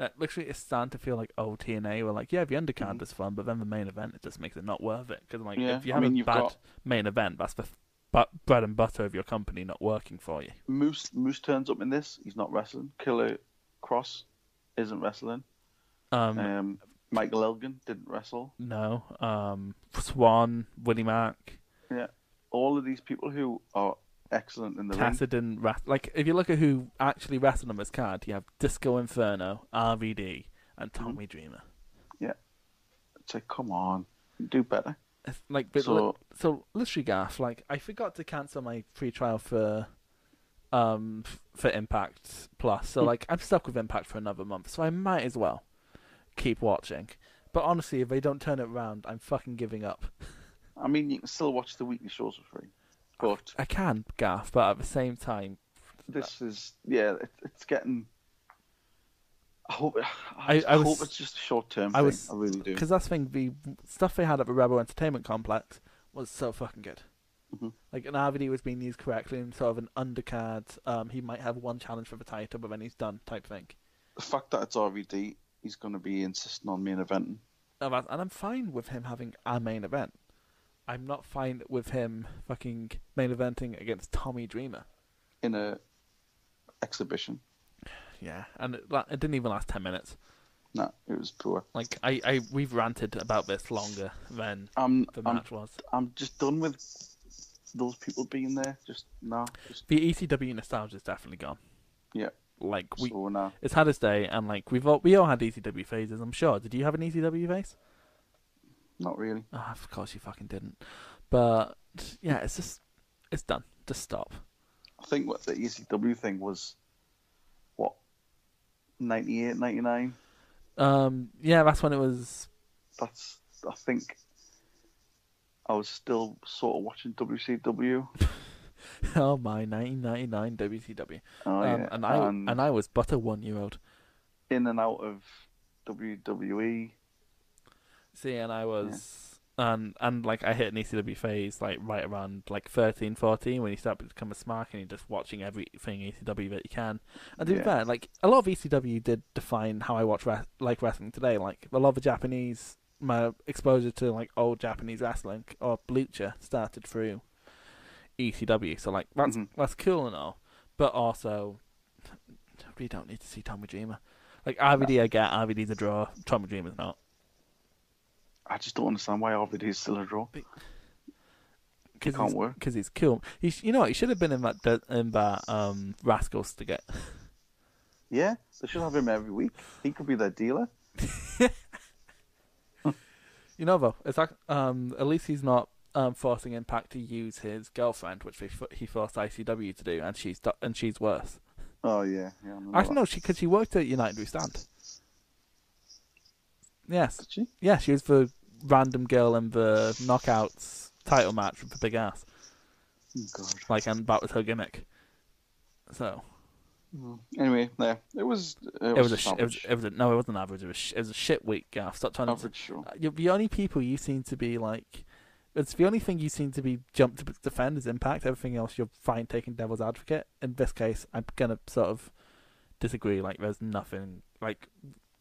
B: Uh, literally, it's starting to feel like old TNA. We're like, yeah, the undercard was fun, but then the main event it just makes it not worth it. Because like,
C: Mm. Yeah,
B: if you
C: I
B: have
C: mean,
B: a
C: you've
B: bad
C: got-
B: main event, that's the f- bu- bread and butter of your company not working for you.
C: Moose Moose turns up in this. He's not wrestling. Killer Cross isn't wrestling.
B: Um,
C: Um, Michael Elgin didn't wrestle.
B: No. Um, Swan, Willie Mack,
C: Yeah, all of these people who are excellent in the ring.
B: Tacit didn't wrestle. Like, if you look at who actually wrestled on this card, you have Disco Inferno, RVD, and Tommy Dreamer.
C: Yeah, it's like come on, do better.
B: It's like, but
C: So-
B: so, so literally, Gaff. Like, I forgot to cancel my free trial for, um, f- for Impact Plus. So like, I'm stuck with Impact for another month. So I might as well keep watching. But honestly, if they don't turn it around, I'm fucking giving up.
C: I mean, you can still watch the weekly shows for free, but
B: I can, Gaff, but at the same time, Uh,
C: this is yeah, it, it's getting. I hope. I,
B: I- I was-
C: hope it's just a short term.
B: I was
C: I really do.
B: because that's the thing. The stuff they had at the Rebel Entertainment Complex was so fucking good.
C: Mhm.
B: Like an RVD was being used correctly and sort of an undercard. Um, he might have one challenge for the title, but then he's done type thing.
C: The fact that it's RVD, he's going to be insisting on main eventing.
B: No, that's- and I'm fine with him having a main event. I'm not fine with him fucking main eventing against Tommy Dreamer.
C: in a exhibition.
B: Yeah, and it, la- it didn't even last ten minutes.
C: No, it was poor.
B: Like I, I we've ranted about this longer than
C: I'm
B: the
C: I'm,
B: match was.
C: I'm just done with those people being there. Just nah. Just
B: The ECW nostalgia is definitely gone.
C: yeah.
B: Like we,
C: so nah.
B: it's had its day, and like we've all we all had ECW phases. I'm sure. Did you have an ECW phase?
C: Not really.
B: Ah, of course you fucking didn't. But yeah, it's just it's done. Just stop.
C: I think what the ECW thing was, what, 98, 99?
B: Um, yeah, that's when it was.
C: That's I think. I was still sort of watching WCW.
B: Oh my, 1999 WCW.
C: Oh,
B: um,
C: yeah.
B: and I and I was but a one year old.
C: in and out of E. WWE.
B: See, and I was and and like I hit an ECW phase like right around like 13, 14 when you start to become a smark and you're just watching everything ECW that you can. And to be
C: Yeah.
B: fair, like a lot of ECW did define how I watch res- like wrestling today. Like a lot of the Japanese, my exposure to like old Japanese wrestling or lucha started through ECW. So like that's
C: Mhm.
B: that's cool and all, but also we don't need to see Tommy Dreamer. Like RVD, I get RVD's a draw. Tommy Dreamer's not.
C: I just don't understand why RVD is still a draw.
B: Cause
C: Can't
B: he's,
C: work.
B: Because he's cool. He, sh- you know what? He should have been in that de- in that um, Rascals to get.
C: Yeah, they should have him every week. He could be their dealer.
B: You know though, it's like um, at least he's not um, forcing Impact to use his girlfriend, which they, fo- he forced ICW to do, and she's do- and she's worse.
C: Oh yeah, yeah. I know
B: Actually,
C: that.
B: no, she because she worked at United We Stand. Yes,
C: Did she?
B: yeah, she was the random girl in the knockouts title match with the big ass,
C: Oh, God.
B: like, and that was her gimmick. So
C: Anyway, there. It was.
B: it
C: It,
B: was,
C: was,
B: a sh- it was
C: average,
B: it was a, no, it wasn't average. It was sh- it was a shit week. Gaff, stop trying to
C: average show.
B: Uh, You're the only people you seem to be like. It's the only thing you seem to be jumped to defend is impact. Everything else you're fine taking devil's advocate. In this case, I'm gonna sort of disagree. Like there's nothing like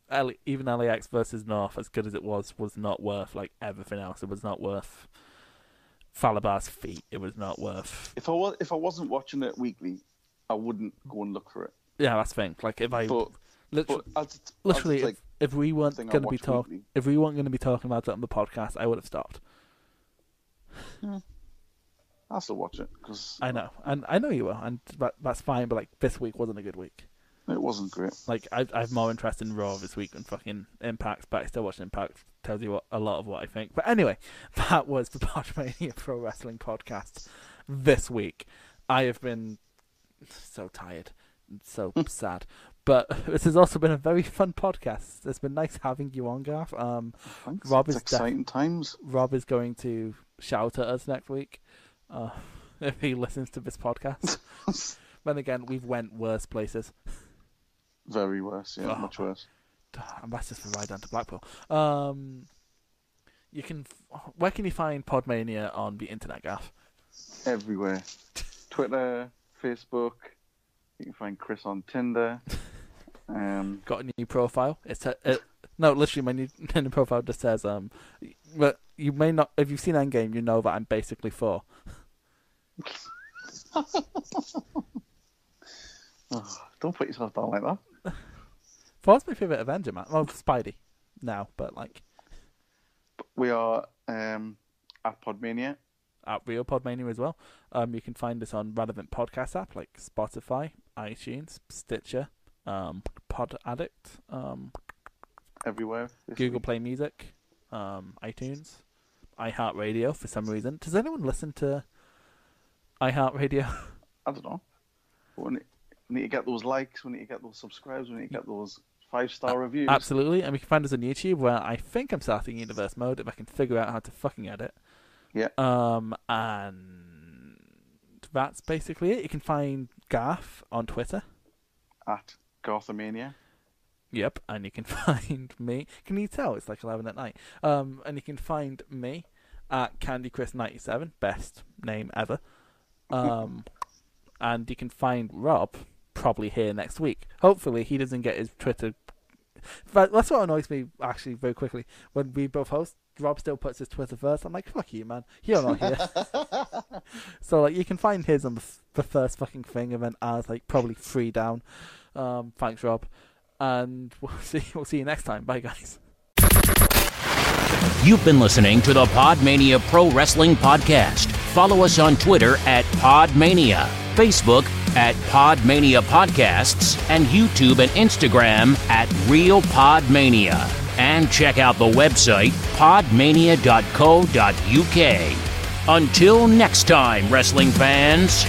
B: L- even LAX versus North, as good as it was, was not worth like everything else. It was not worth Falabar's feet. It was not worth
C: If I was, if I wasn't watching it weekly, I wouldn't go and look for it.
B: yeah. That's the thing. Like if I
C: But,
B: literally,
C: but as,
B: literally
C: as, like,
B: if, if we weren't
C: thing I
B: gonna be
C: watch
B: talking
C: weekly.
B: if we weren't gonna be talking about it on the podcast, I would have stopped.
C: I still watch it because
B: I know, and I know you will, and that, that's fine. But like this week wasn't a good week.
C: it wasn't great.
B: Like I, I have more interest in Raw this week than fucking Impact, but I still watch Impact. Tells you what, a lot of what I think. But anyway, that was the Podmania Pro Wrestling podcast this week. I have been so tired, and so
C: Hmm.
B: sad. But this has also been a very fun podcast. It's been nice having you on, Garth. Um,
C: Thanks.
B: Rob
C: it's
B: is def-
C: exciting times.
B: Rob is going to shout at us next week uh, if he listens to this podcast. then again, we've went worse places.
C: Very worse. Yeah,
B: Oh.
C: much worse.
B: And that's just the ride down to Blackpool. Um, you can. f- Where can you find Podmania on the internet, Gaff?
C: Everywhere. Twitter, Facebook. You can find Chris on Tinder. Um,
B: Got a new profile? It's a, it, no, literally, my new, new profile just says um, but you may not. If you've seen Endgame, you know that I'm basically for.
C: oh, don't put yourself down like that.
B: Four's my favorite Avenger, man. Oh, Spidey. now, but like
C: We are um, at Podmania.
B: at Real Podmania as well. Um, you can find us on relevant podcast app like Spotify, iTunes, Stitcher, um, Pod Addict, um,
C: everywhere. this
B: Google
C: week.
B: Play Music, um, iTunes, iHeartRadio for some reason. Does anyone listen to iHeartRadio?
C: I don't know. We need, we need to get those likes. We need to get those subscribes. We need to get those five star reviews.
B: Absolutely. And we can find us on YouTube where I think I'm starting universe mode if I can figure out how to fucking edit.
C: Yeah.
B: Um, and that's basically it. You can find Garth on Twitter.
C: At Garthamania.
B: Yep, and you can find me. Can you tell it's like eleven at night? Um, and you can find me at Candy Chris ninety seven, best name ever. Um, and you can find Rob probably here next week. Hopefully, he doesn't get his Twitter. But that's what annoys me actually very quickly when we both host. Rob still puts his Twitter first. I'm like, fuck you, man. You're not here. so like, you can find his on the, f- the first fucking thing, and then ours like probably three down. Um, thanks, Rob and we'll see we'll see you next time. Bye guys.
E: You've been listening to the Podmania Pro Wrestling Podcast. Follow us on Twitter at Podmania, Facebook at Podmania Podcasts, and YouTube and Instagram at Real Podmania. And check out the website podmania.co.uk. Until next time, wrestling fans.